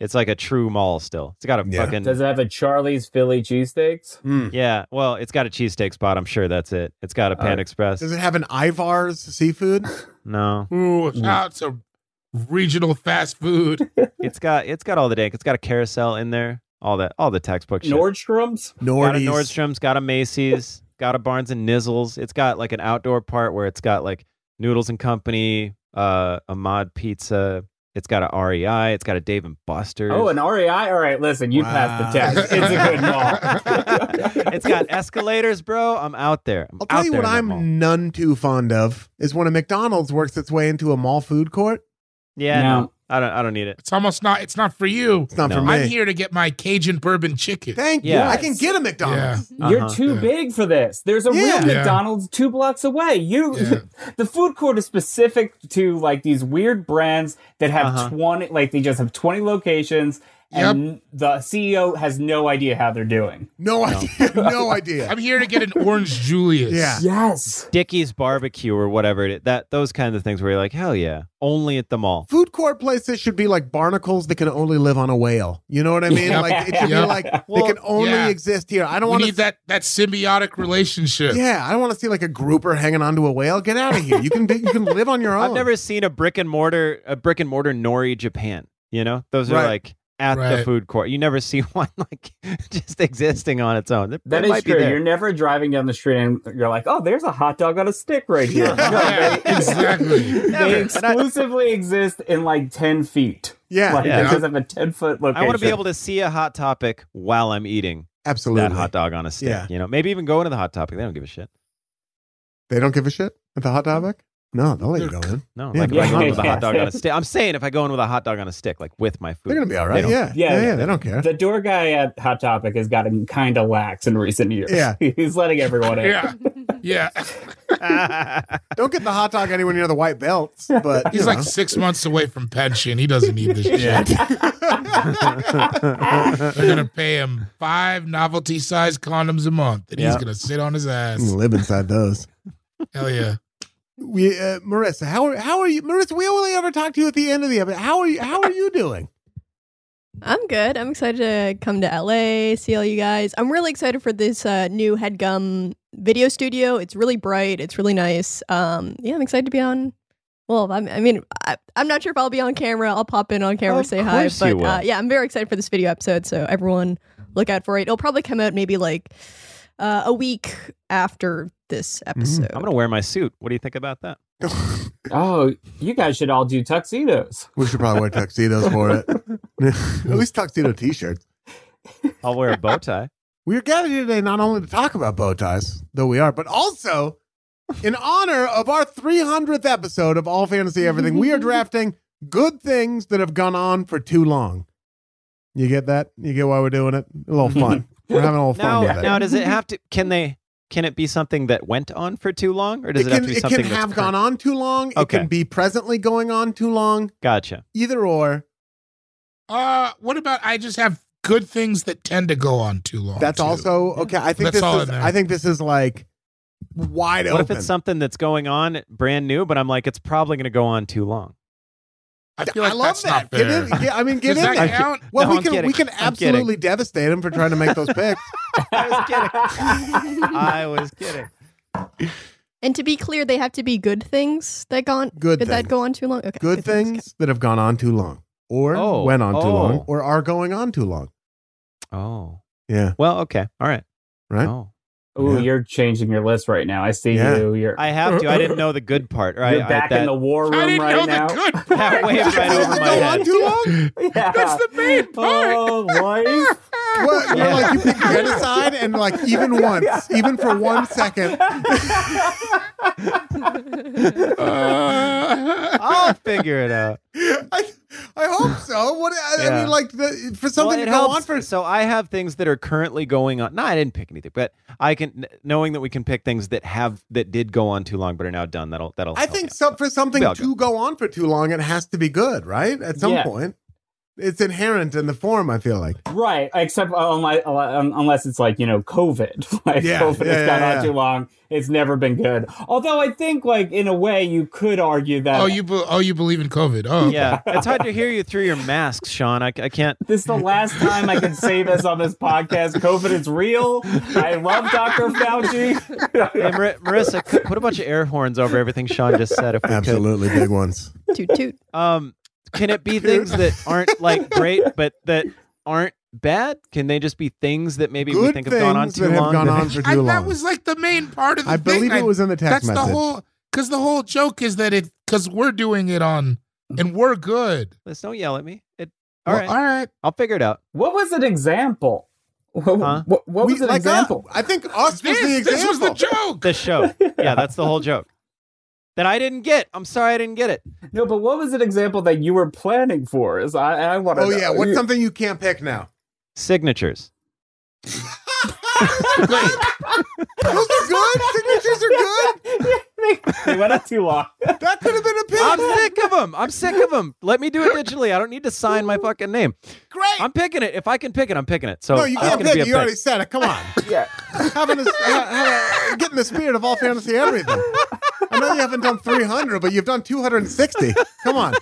Speaker 5: It's like a true mall still. It's got a
Speaker 4: Yeah.
Speaker 5: fucking.
Speaker 6: Does it have a Charlie's Philly cheesesteaks?
Speaker 7: Hmm.
Speaker 5: yeah, well, it's got a cheesesteak spot. I'm sure that's it. It's got a Pan
Speaker 6: right.
Speaker 5: Express.
Speaker 4: Does it have an Ivar's seafood?
Speaker 5: No,
Speaker 7: Ooh,
Speaker 5: Mm.
Speaker 7: shouts of regional fast food.
Speaker 5: it's got it's got all the dank. It's got a carousel in there. All that, all the textbook shit.
Speaker 6: Nordstrom's?
Speaker 5: got a
Speaker 4: Nordy's.
Speaker 5: Nordstrom's, got a Macy's, got a Barnes and Nizzles. It's got like an outdoor part where it's got like Noodles and Company, uh, Ahmad Pizza. It's got a REI. It's got a Dave and Buster's.
Speaker 6: Oh, an REI. All right, listen, you passed the
Speaker 4: Wow.
Speaker 6: test. It's a good mall.
Speaker 5: it's got escalators, bro. I'm out there. I'm
Speaker 4: I'll tell
Speaker 5: out
Speaker 4: you
Speaker 5: there
Speaker 4: what
Speaker 5: in that
Speaker 4: I'm
Speaker 5: mall.
Speaker 4: none too fond of is when a McDonald's works its way into a mall food court.
Speaker 5: Yeah,
Speaker 6: No.
Speaker 5: no. I don't. I don't need it.
Speaker 7: It's almost not. It's not for you.
Speaker 4: It's not
Speaker 5: No.
Speaker 4: for me.
Speaker 7: I'm here to get my Cajun bourbon chicken.
Speaker 4: Thank you.
Speaker 5: Yeah.
Speaker 4: I can get a McDonald's.
Speaker 6: You're
Speaker 5: Uh-huh.
Speaker 6: too
Speaker 7: Yeah.
Speaker 6: big for this. There's a
Speaker 4: Yeah.
Speaker 6: real
Speaker 7: Yeah.
Speaker 6: McDonald's two blocks away. You,
Speaker 7: Yeah.
Speaker 6: the food court is specific to like these weird brands that have
Speaker 5: Uh-huh.
Speaker 6: twenty, like they just have twenty locations, and the CEO has no idea how they're doing.
Speaker 4: No idea. No idea.
Speaker 7: I'm here to get an orange Julius.
Speaker 4: Yeah.
Speaker 6: Yes.
Speaker 5: Dickie's barbecue or whatever. it- That those kind of things where you're like, hell yeah, only at the mall.
Speaker 4: Food court places should be like barnacles that can only live on a whale. You know what I mean? Like it should
Speaker 7: Yeah.
Speaker 4: be like they
Speaker 5: Well,
Speaker 4: can only
Speaker 7: yeah.
Speaker 4: exist here. I don't
Speaker 7: We
Speaker 4: want to
Speaker 7: need that that symbiotic relationship.
Speaker 4: Yeah, I don't want to see like a grouper hanging onto a whale. Get out of here. You can be, you can live on your own.
Speaker 5: I've never seen a brick and mortar a brick and mortar nori Japan. You know, those are
Speaker 4: Right.
Speaker 5: like at the
Speaker 7: Right.
Speaker 5: food court. You never see one like just existing on its own. It-
Speaker 6: That
Speaker 5: it
Speaker 6: is
Speaker 5: might be
Speaker 6: true.
Speaker 5: there.
Speaker 6: You're never driving down the street and you're like, oh, there's a hot dog on a stick right here.
Speaker 4: Yeah.
Speaker 6: No,
Speaker 7: Yeah, exactly.
Speaker 5: Never.
Speaker 6: they
Speaker 5: And I-
Speaker 6: exclusively exist in like 10 feet.
Speaker 4: Yeah,
Speaker 6: Like,
Speaker 5: Yeah.
Speaker 6: they just have a 10 foot location.
Speaker 5: I want to be able to see a hot topic while I'm eating
Speaker 4: absolutely.
Speaker 5: that hot dog on a stick.
Speaker 4: Yeah.
Speaker 5: You know, maybe even go into the hot topic. They don't give a shit.
Speaker 4: They don't give a shit at the hot topic. No, they'll let you go
Speaker 7: They're
Speaker 4: in.
Speaker 5: No,
Speaker 4: Yeah,
Speaker 5: like
Speaker 4: but
Speaker 5: if I go in
Speaker 4: yeah,
Speaker 5: with a
Speaker 6: yeah.
Speaker 5: hot dog on a stick. I'm saying if I go in with a hot dog on a stick, like with my food,
Speaker 4: They're gonna be all right.
Speaker 5: They don't-
Speaker 4: Yeah.
Speaker 6: Yeah,
Speaker 4: yeah, yeah,
Speaker 6: yeah.
Speaker 4: They don't care.
Speaker 6: The door guy at Hot Topic has gotten kind of lax in recent years.
Speaker 4: Yeah.
Speaker 6: He's letting everyone in.
Speaker 7: Yeah. Yeah.
Speaker 4: Don't get the hot dog anywhere near the white belts. But
Speaker 7: He's
Speaker 4: you
Speaker 7: like
Speaker 4: know.
Speaker 7: six months away from pension. He doesn't need this shit. They're gonna pay him five novelty sized condoms a month, and he's
Speaker 5: Yeah.
Speaker 7: gonna sit on his
Speaker 4: You
Speaker 7: ass.
Speaker 4: can live inside those.
Speaker 7: Hell yeah!
Speaker 4: We, uh, Marissa, how are how are you, Marissa? We only ever talk to you at the end of the episode. How are you? How are you doing?
Speaker 8: I'm good. I'm excited to come to LA, see all you guys. I'm really excited for this uh, new Headgum video studio. It's really bright. It's really nice. Um, yeah, I'm excited to be on. Well, I'm, I mean, I, I'm not sure if I'll be on camera. I'll pop in on camera,
Speaker 5: Of
Speaker 8: say hi.
Speaker 5: course
Speaker 8: But
Speaker 5: you will.
Speaker 8: Uh, yeah, I'm very excited for this video episode. So everyone, look out for it. It'll probably come out maybe like uh, a week after this episode.
Speaker 5: Mm-hmm. I'm gonna wear my suit. What do you think about that?
Speaker 6: Oh, you guys should all do tuxedos.
Speaker 4: We should probably wear tuxedos for it. at least tuxedo t-shirts.
Speaker 5: I'll wear a bow tie.
Speaker 4: We are gathered here today not only to talk about bow ties, though we are, but also in honor of our 300th episode of All Fantasy Everything,
Speaker 5: Mm-hmm.
Speaker 4: we are drafting good things that have gone on for too long. You get that? You get why we're doing it? A little fun. we're having a little fun
Speaker 5: Now,
Speaker 4: with it.
Speaker 5: now, does it have to? Can they? Can it be something that went on for too long, or does it, have to be
Speaker 4: it
Speaker 5: something
Speaker 4: can have
Speaker 5: that's
Speaker 4: gone
Speaker 5: current?
Speaker 4: on too long. It
Speaker 5: Okay.
Speaker 4: can be presently going on too long.
Speaker 5: Gotcha.
Speaker 4: Either or,
Speaker 7: Uh, what about I just have good things that tend to go on too long?
Speaker 4: that's
Speaker 7: too.
Speaker 4: also okay. I think
Speaker 7: That's all
Speaker 4: this is.
Speaker 7: in there.
Speaker 4: I think this is like wide
Speaker 5: What if
Speaker 4: open.
Speaker 5: it's something that's going on brand new, but I'm like, it's probably gonna go on too long.
Speaker 7: I feel like
Speaker 4: I love
Speaker 7: that's
Speaker 4: that.
Speaker 7: not fair.
Speaker 4: Get in, get, I mean, get
Speaker 7: Does
Speaker 4: in
Speaker 7: that
Speaker 4: there.
Speaker 7: count?
Speaker 4: Well,
Speaker 5: No,
Speaker 4: we
Speaker 5: I'm
Speaker 4: can
Speaker 5: kidding.
Speaker 4: we can
Speaker 5: I'm kidding.
Speaker 4: absolutely devastate him for trying to make those picks.
Speaker 5: I was kidding. I was kidding.
Speaker 8: And to be clear, they have to be good things that gone
Speaker 4: Good
Speaker 8: that
Speaker 4: things.
Speaker 8: go on too long. Okay,
Speaker 4: Good things that have gone on too long, or
Speaker 5: Oh,
Speaker 4: went on too
Speaker 5: oh.
Speaker 4: long, or are going on too long.
Speaker 5: Oh,
Speaker 4: Yeah,
Speaker 5: well, okay, all right,
Speaker 4: right.
Speaker 5: Oh,
Speaker 6: Ooh,
Speaker 4: Yeah.
Speaker 6: you're changing your list right now. I see
Speaker 4: Yeah.
Speaker 6: you. You're,
Speaker 5: I have to. I didn't know the good part. Right,
Speaker 6: you're
Speaker 5: I-
Speaker 6: back in
Speaker 5: that-
Speaker 6: the war room
Speaker 7: I didn't
Speaker 6: right
Speaker 7: know
Speaker 6: now.
Speaker 7: the good part.
Speaker 5: that wave right over my
Speaker 4: Go
Speaker 5: head.
Speaker 4: on too long.
Speaker 6: Yeah.
Speaker 7: That's the main part.
Speaker 6: Oh, life.
Speaker 4: What, you're
Speaker 5: Yeah.
Speaker 4: like you pick genocide and like even once, even for one second.
Speaker 7: Uh,
Speaker 5: I'll figure it out.
Speaker 4: I, I hope so. What I, I
Speaker 5: Yeah.
Speaker 4: mean, like the, for
Speaker 5: Well,
Speaker 4: something
Speaker 5: it
Speaker 4: to go
Speaker 5: helps.
Speaker 4: on for.
Speaker 5: So I have things that are currently going on. No, I didn't pick anything, but I can kn- knowing that we can pick things that have that did go on too long but are now done. That'll that'll.
Speaker 4: I
Speaker 5: help
Speaker 4: think
Speaker 5: out.
Speaker 4: so, for something
Speaker 5: We all
Speaker 4: to go on for too long, it has to be good, right? At some
Speaker 6: Yeah.
Speaker 4: point, it's inherent in the form. I feel like.
Speaker 6: Right, except uh, unless, unless it's like you know COVID. Like
Speaker 4: Yeah,
Speaker 6: COVID
Speaker 4: yeah,
Speaker 6: has gone
Speaker 4: yeah,
Speaker 6: on
Speaker 4: yeah.
Speaker 6: too long. It's never been good. Although I think like in a way you could argue that
Speaker 7: oh, you be- oh you believe in COVID? Oh, okay.
Speaker 5: Yeah, it's hard to hear you through your masks, Sean. I, I can't.
Speaker 6: this is the last time I can say this on this podcast. COVID is real. I love Dr. Fauci.
Speaker 5: Hey, Mar- Marissa, c- put a bunch of air horns over everything Sean just said. If we
Speaker 4: Absolutely big ones.
Speaker 8: Toot toot.
Speaker 5: could. Um, can it be things that aren't like great, but that aren't bad? Can they just be things that maybe we
Speaker 4: Good
Speaker 5: think have gone on
Speaker 4: things
Speaker 5: too
Speaker 4: that have
Speaker 5: long?
Speaker 4: gone
Speaker 5: that-
Speaker 4: on for
Speaker 7: I,
Speaker 4: too long.
Speaker 7: That was like the main part of the
Speaker 4: I
Speaker 7: thing.
Speaker 4: believe
Speaker 7: I-
Speaker 4: it was in the text
Speaker 7: that's
Speaker 4: message.
Speaker 7: the whole because the whole joke is that it because we're doing it on and we're good.
Speaker 5: Let's don't yell at me. It. all
Speaker 7: Well,
Speaker 5: right,
Speaker 7: all right.
Speaker 5: I'll figure it out.
Speaker 6: what was an example? What,
Speaker 5: Huh?
Speaker 6: what, what was
Speaker 4: We-
Speaker 6: an
Speaker 4: like, uh,
Speaker 6: example?
Speaker 4: I think us
Speaker 7: This,
Speaker 4: was the example.
Speaker 7: this was the joke.
Speaker 5: the show. Yeah, that's the whole joke. That I didn't get. I'm sorry I didn't get it.
Speaker 6: no, but what was an example that you were planning for? Is I, I want to.
Speaker 4: Oh yeah, what's something you can't pick now?
Speaker 5: Signatures.
Speaker 7: Wait,
Speaker 4: Those are good signatures are good.
Speaker 6: they went up too long.
Speaker 4: That could have been a pick.
Speaker 5: I'm sick of them. I'm sick of them. Let me do it digitally. I don't need to sign my fucking name.
Speaker 4: Great.
Speaker 5: I'm picking it. If I can pick it, I'm picking it. So
Speaker 4: no, you
Speaker 5: that's
Speaker 4: can't
Speaker 5: gonna be
Speaker 4: pick.
Speaker 5: a
Speaker 4: You already said it. Come on.
Speaker 6: Yeah.
Speaker 4: Having a, ha- ha- getting the spirit of all fantasy everything. I know you haven't done 300, but you've done 260. Come on.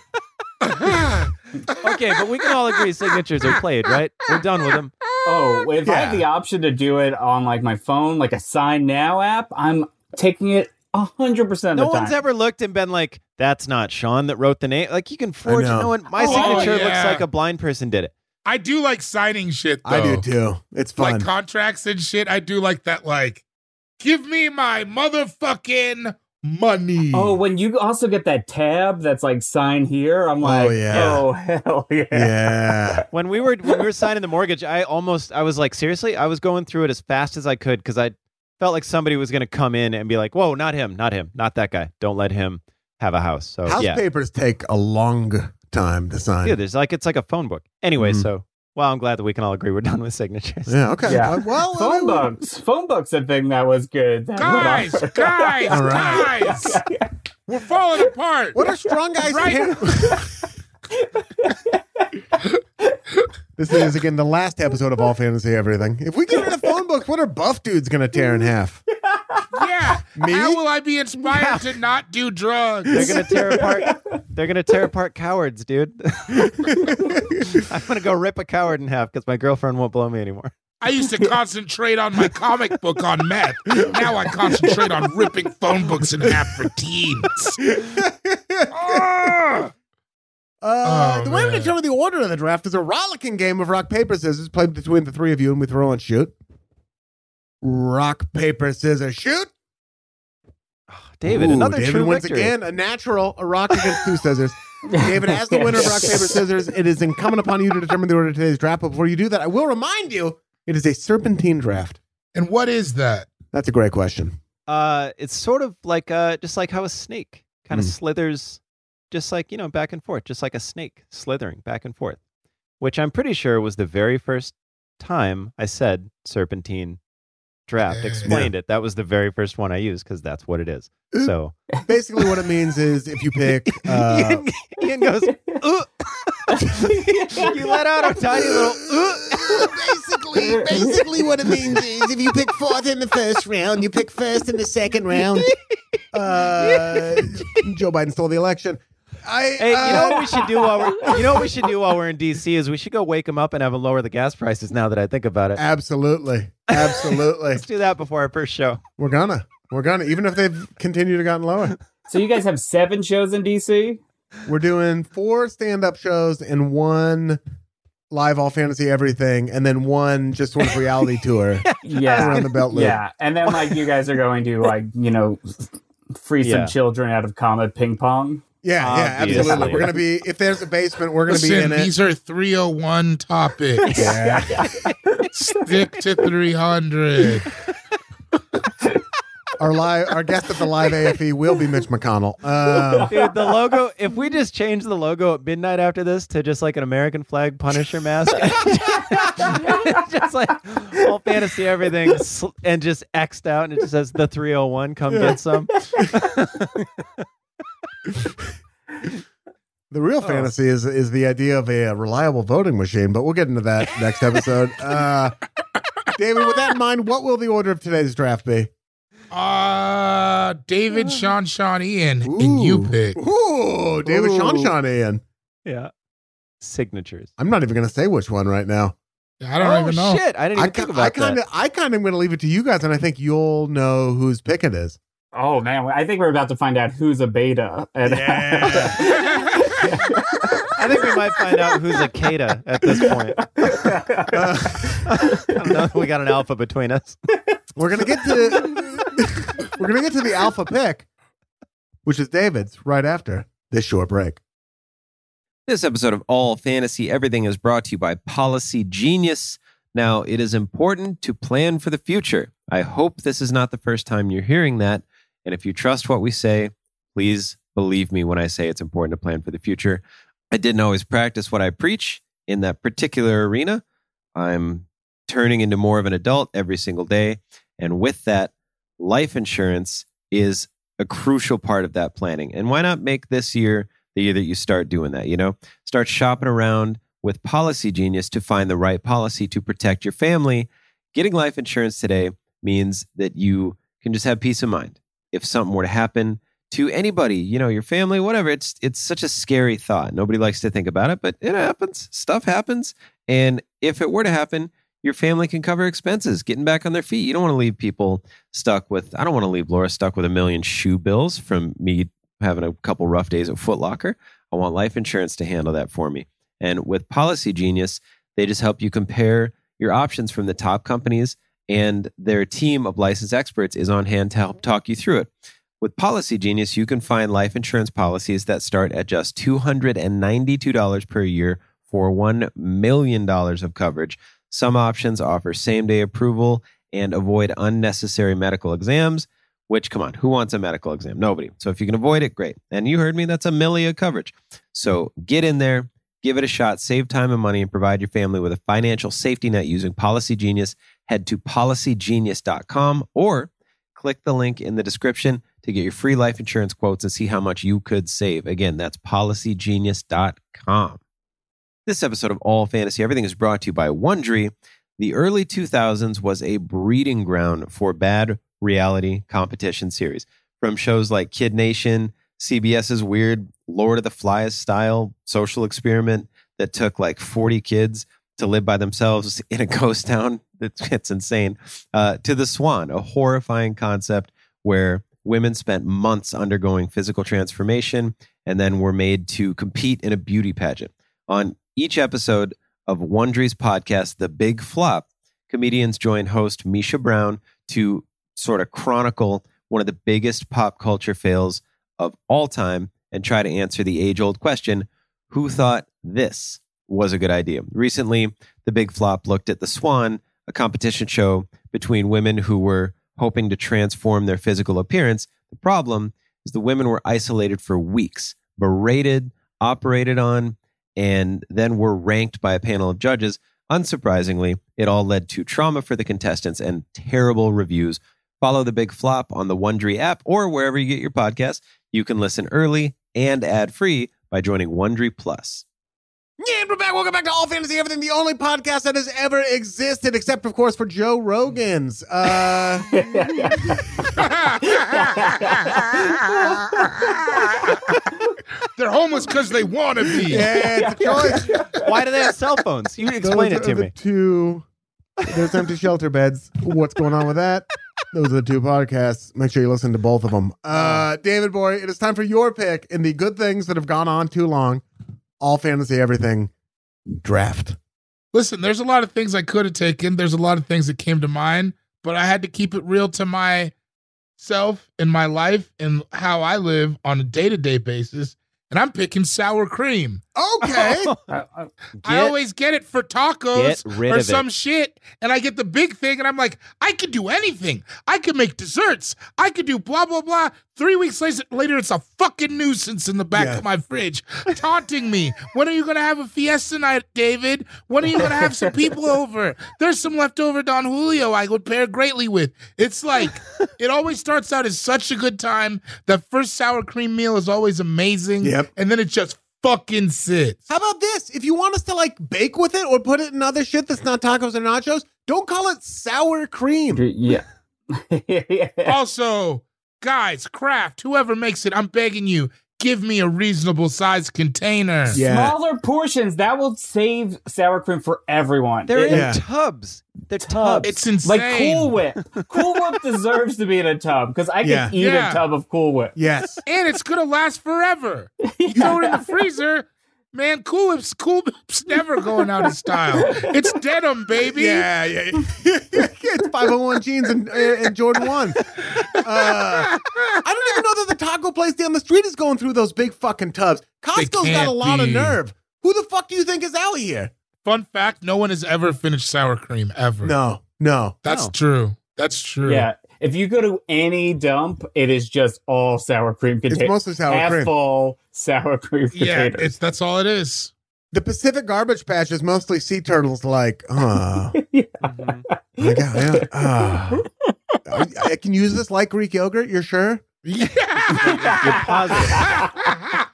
Speaker 5: Okay, but we can all agree signatures are played, right? We're done with them.
Speaker 6: Oh, if I had
Speaker 4: Yeah.
Speaker 6: the option to do it on like my phone, like a Sign Now app, I'm taking it hundred percent of
Speaker 5: No
Speaker 6: the
Speaker 5: one's
Speaker 6: time.
Speaker 5: ever looked and been like, "That's not Sean that wrote the name." Like you can forge.
Speaker 4: know.
Speaker 5: No one. My
Speaker 7: Oh,
Speaker 5: signature
Speaker 7: yeah.
Speaker 5: looks like a blind person did it.
Speaker 7: I do like signing shit. Though.
Speaker 4: I
Speaker 5: Oh.
Speaker 4: do too. It's fun.
Speaker 7: Like contracts and shit. I do like that. Like, give me my motherfucking money.
Speaker 6: Oh, when you also get that tab that's like sign here, I'm like, oh,
Speaker 4: yeah.
Speaker 6: hell yeah.
Speaker 4: yeah.
Speaker 5: When we were when we were signing the mortgage, I almost I was like, seriously, I was going through it as fast as I could because I felt like somebody was going to come in and be like, "Whoa, not him, not him, not that guy. Don't let him have a house." So
Speaker 4: House
Speaker 5: yeah,
Speaker 4: papers take a long time to sign.
Speaker 5: yeah, there's like it's like a phone book. Anyway,
Speaker 4: Mhm.
Speaker 5: so well, I'm glad that we can all agree we're done with signatures.
Speaker 4: Yeah, okay.
Speaker 6: Yeah.
Speaker 4: Uh, well, I mean,
Speaker 6: Phone books. Phone books a thing that was good. That
Speaker 7: guys,
Speaker 6: went off.
Speaker 7: guys,
Speaker 4: All right.
Speaker 7: guys, we're falling apart.
Speaker 4: What are strong guys
Speaker 7: Right.
Speaker 4: this is again the last episode of All Fantasy Everything. If we get rid of phone books, what are buff dudes gonna tear in half?
Speaker 7: yeah.
Speaker 4: Me?
Speaker 7: How will I be inspired to not do
Speaker 5: They're
Speaker 7: drugs?
Speaker 5: gonna tear apart. They're gonna tear apart cowards, dude. I'm gonna go rip a coward in half because my girlfriend won't blow me anymore.
Speaker 7: I used to concentrate on my comic book on meth. Now I concentrate on ripping phone books in half for teens. Ah!
Speaker 4: Uh,
Speaker 7: Oh,
Speaker 4: the way we
Speaker 7: man.
Speaker 4: determine the order of the draft is a rollicking game of rock paper scissors played between the three of you, and we throw and shoot. Rock paper scissors shoot.
Speaker 5: David,
Speaker 4: Ooh,
Speaker 5: another
Speaker 4: David
Speaker 5: true
Speaker 4: wins
Speaker 5: victory.
Speaker 4: again. A natural, a rock against two scissors. David, as the winner of rock paper scissors, it is incumbent upon you to determine the order of today's draft. But before you do that, I will remind you it is a serpentine draft.
Speaker 7: And what is that?
Speaker 4: That's a great question.
Speaker 5: Uh, it's sort of like uh, just like how a snake kind of
Speaker 4: Hmm.
Speaker 5: slithers, just like you know, back and forth, just like a snake slithering back and forth, which I'm pretty sure was the very first time I said serpentine draft.
Speaker 7: Yeah.
Speaker 5: Explained it. That was the very first one I used because that's what it is.
Speaker 4: Oop.
Speaker 5: So
Speaker 4: Basically, what it means is if you pick, uh,
Speaker 5: Ian, Ian goes, "Ooh." you let out a tiny little. "Uh." "Ooh."
Speaker 4: basically, basically, what it means is if you pick fourth in the first round, you pick first in the second round. Uh, Joe Biden stole the election. I,
Speaker 5: Hey, you know
Speaker 4: uh,
Speaker 5: what we should do while we're you know what we should do while we're in DC is we should go wake him up and have him lower the gas prices. Now that I think about it,
Speaker 4: absolutely, absolutely,
Speaker 5: let's do that before our first show.
Speaker 4: we're gonna, we're gonna, even if they've continued to gotten lower.
Speaker 6: So you guys have seven shows in DC?
Speaker 4: We're doing four stand-up shows and one live all fantasy everything, and then one just sort of reality tour
Speaker 6: Yeah.
Speaker 4: around the belt loop.
Speaker 6: yeah. And then like you guys are going to like, you know, free
Speaker 5: Yeah.
Speaker 6: some children out of combat ping pong.
Speaker 4: Yeah, yeah,
Speaker 5: Obviously.
Speaker 4: absolutely. We're gonna be if there's a basement, we're gonna be
Speaker 7: Listen,
Speaker 4: in it.
Speaker 7: these are 301 topics.
Speaker 4: Yeah.
Speaker 7: Stick to 300.
Speaker 4: our live, our guest at the live AFE will be Mitch McConnell. Um,
Speaker 5: Dude, the logo. If we just change the logo at midnight after this to just like an American flag Punisher mask, just like all fantasy everything, sl- and just xed out, and it just says the 301. Come get some.
Speaker 4: the real
Speaker 5: Oh.
Speaker 4: fantasy is is the idea of a, reliable voting machine, but we'll get into that next episode. Uh, David, with that in mind, what will the order of today's draft be?
Speaker 7: Uh, David, Sean, Sean, Ian, and you
Speaker 4: Ooh.
Speaker 7: pick.
Speaker 4: Ooh, David
Speaker 6: Ooh.
Speaker 4: Sean Sean Ian.
Speaker 5: Yeah. Signatures.
Speaker 4: I'm not even gonna say which one right now.
Speaker 7: I don't
Speaker 5: oh,
Speaker 7: even know.
Speaker 5: shit. I didn't
Speaker 4: I,
Speaker 5: even think
Speaker 4: ki-
Speaker 5: about
Speaker 4: I kind
Speaker 5: that.
Speaker 4: of, I kind of am going to leave it to you guys, and I think you'll know whose pick it is.
Speaker 6: Oh man, I think we're about to find out who's a beta. And
Speaker 5: I think we might find out who's a Kata at this point. I don't know if we got an alpha between us.
Speaker 4: We're gonna get to we're gonna get to the alpha pick, which is David's right after this short break.
Speaker 9: This episode of All Fantasy Everything is brought to you by Policy Genius. Now, it is important to plan for the future. I hope this is not the first time you're hearing that. And if you trust what we say, please believe me when I say it's important to plan for the future. I didn't always practice what I preach in that particular arena. I'm turning into more of an adult every single day. And with that, life insurance is
Speaker 5: a crucial part of that planning. And why not make this year the year that you start doing that? You know, start shopping around with Policy Genius to find the right policy to protect your family. Getting life insurance today means that you can just have peace of mind. If something were to happen to anybody, you know, your family, whatever, it's it's such a scary thought. Nobody likes to think about it, but it happens. Stuff happens. And if it were to happen, your family can cover expenses, getting back on their feet. You don't want to leave people stuck with I don't want to leave Laura stuck with a million shoe bills from me having a couple rough days at Foot Locker. I want life insurance to handle that for me. And with Policy Genius, they just help you compare your options from the top companies, and their team of licensed experts is on hand to help talk you through it. With Policy Genius, you can find life insurance policies that start at just $292 per year for $1 million of coverage. Some options offer same day approval and avoid unnecessary medical exams, which, come on, who wants a medical exam? Nobody. So if you can avoid it, great. And you heard me, that's a million coverage. So get in there, give it a shot, save time and money, and provide your family with a financial safety net using Policy Genius. Head to policygenius.com or click the link in the description to get your free life insurance quotes and see how much you could save. Again, that's policygenius.com. This episode of All Fantasy Everything is brought to you by Wondry. The early 2000s was a breeding ground for bad reality competition series. From shows like Kid Nation, CBS's weird Lord of the Flies style social experiment that took like 40 kids to live by themselves in a ghost town, it's, it's insane, uh, to The Swan, a horrifying concept where women spent months undergoing physical transformation and then were made to compete in a beauty pageant. On each episode of Wondry's podcast, The Big Flop, comedians join host Misha Brown to sort of chronicle one of the biggest pop culture fails of all time and try to answer the age old question who thought this was a good idea? Recently, The Big Flop looked at The Swan, a competition show between women who were hoping to transform their physical appearance. The problem is the women were isolated for weeks, berated, operated on, and then were ranked by a panel of judges. Unsurprisingly, it all led to trauma for the contestants and terrible reviews. Follow the big flop on the Wondery app or wherever you get your podcast. You can listen early and ad free by joining Wondery Plus.
Speaker 4: Yeah, and we're back. Welcome back to All Fantasy Everything, the only podcast that has ever existed, except of course for Joe Rogan's. Uh,
Speaker 7: They're homeless because they want to be.
Speaker 4: yeah, it's a choice.
Speaker 3: Why do they have cell phones? You explain
Speaker 4: Those
Speaker 3: it to
Speaker 4: are the
Speaker 3: me.
Speaker 4: Two. There's empty shelter beds. What's going on with that? Those are the two podcasts. Make sure you listen to both of them. Uh, David Bory, it is time for your pick in the good things that have gone on too long. All fantasy, everything. Draft.
Speaker 7: Listen, there's a lot of things I could have taken. There's a lot of things that came to mind, but I had to keep it real to myself and my life and how I live on a day to day basis. And I'm picking sour cream.
Speaker 4: Okay.
Speaker 6: I- I-
Speaker 7: I
Speaker 3: Get-
Speaker 7: always get it for tacos
Speaker 3: get rid
Speaker 7: or
Speaker 3: of
Speaker 7: some
Speaker 3: it.
Speaker 7: shit, and I get the big thing, and I'm like, I could do anything. I could make desserts. I could do blah blah blah. Three weeks later, later it's a fucking nuisance in the back
Speaker 4: Yeah.
Speaker 7: of my fridge, taunting me. when are you gonna have a fiesta night, David? When are you gonna have some people over? There's some leftover Don Julio I would pair greatly with. It's like it always starts out as such a good time. That first sour cream meal is always amazing.
Speaker 4: Yep.
Speaker 7: And then it just fucking sits.
Speaker 4: How about this? If you want us to like bake with it or put it in other shit that's not tacos or nachos, don't call it sour cream.
Speaker 6: yeah. yeah.
Speaker 7: also, guys, Kraft, whoever makes it, I'm begging you, give me a reasonable size container.
Speaker 4: Yeah.
Speaker 6: Smaller portions that will save sour cream for everyone.
Speaker 3: They're
Speaker 6: It-
Speaker 3: in
Speaker 4: Yeah.
Speaker 3: tubs. They're
Speaker 6: Tubs.
Speaker 3: tubs.
Speaker 7: It's insane.
Speaker 6: like Cool Whip. Cool Whip deserves to be in a tub because I could
Speaker 4: Yeah.
Speaker 6: eat
Speaker 7: Yeah.
Speaker 6: a tub of Cool Whip.
Speaker 4: Yes.
Speaker 7: And it's gonna last forever. You throw it in the freezer, man. Cool Whip's Cool Whip's never going out of style. It's denim, baby.
Speaker 4: Yeah, yeah. it's 501 jeans and, uh, and Jordan 1. Uh, I don't even know that the taco place down the street is going through those big fucking tubs. Costco's got
Speaker 7: can't
Speaker 4: a lot of
Speaker 7: be.
Speaker 4: nerve. Who the fuck do you think is out here?
Speaker 7: Fun fact: No one has ever finished sour cream ever.
Speaker 4: No, no.
Speaker 7: that's
Speaker 3: No.
Speaker 7: true. That's true.
Speaker 6: Yeah. If you go to any dump, it is just all sour cream
Speaker 4: It's
Speaker 6: containers.
Speaker 4: mostly sour
Speaker 6: half
Speaker 4: cream.
Speaker 6: full sour cream
Speaker 7: yeah.
Speaker 6: containers.
Speaker 7: It's that's all it is.
Speaker 4: The Pacific garbage patch is mostly sea turtles like, oh,
Speaker 3: Mhm.
Speaker 5: Mm-hmm.
Speaker 4: Uh, my God. Yeah, ah. I, I can use this like Greek yogurt, you're sure?
Speaker 7: Yeah.
Speaker 5: You're positive.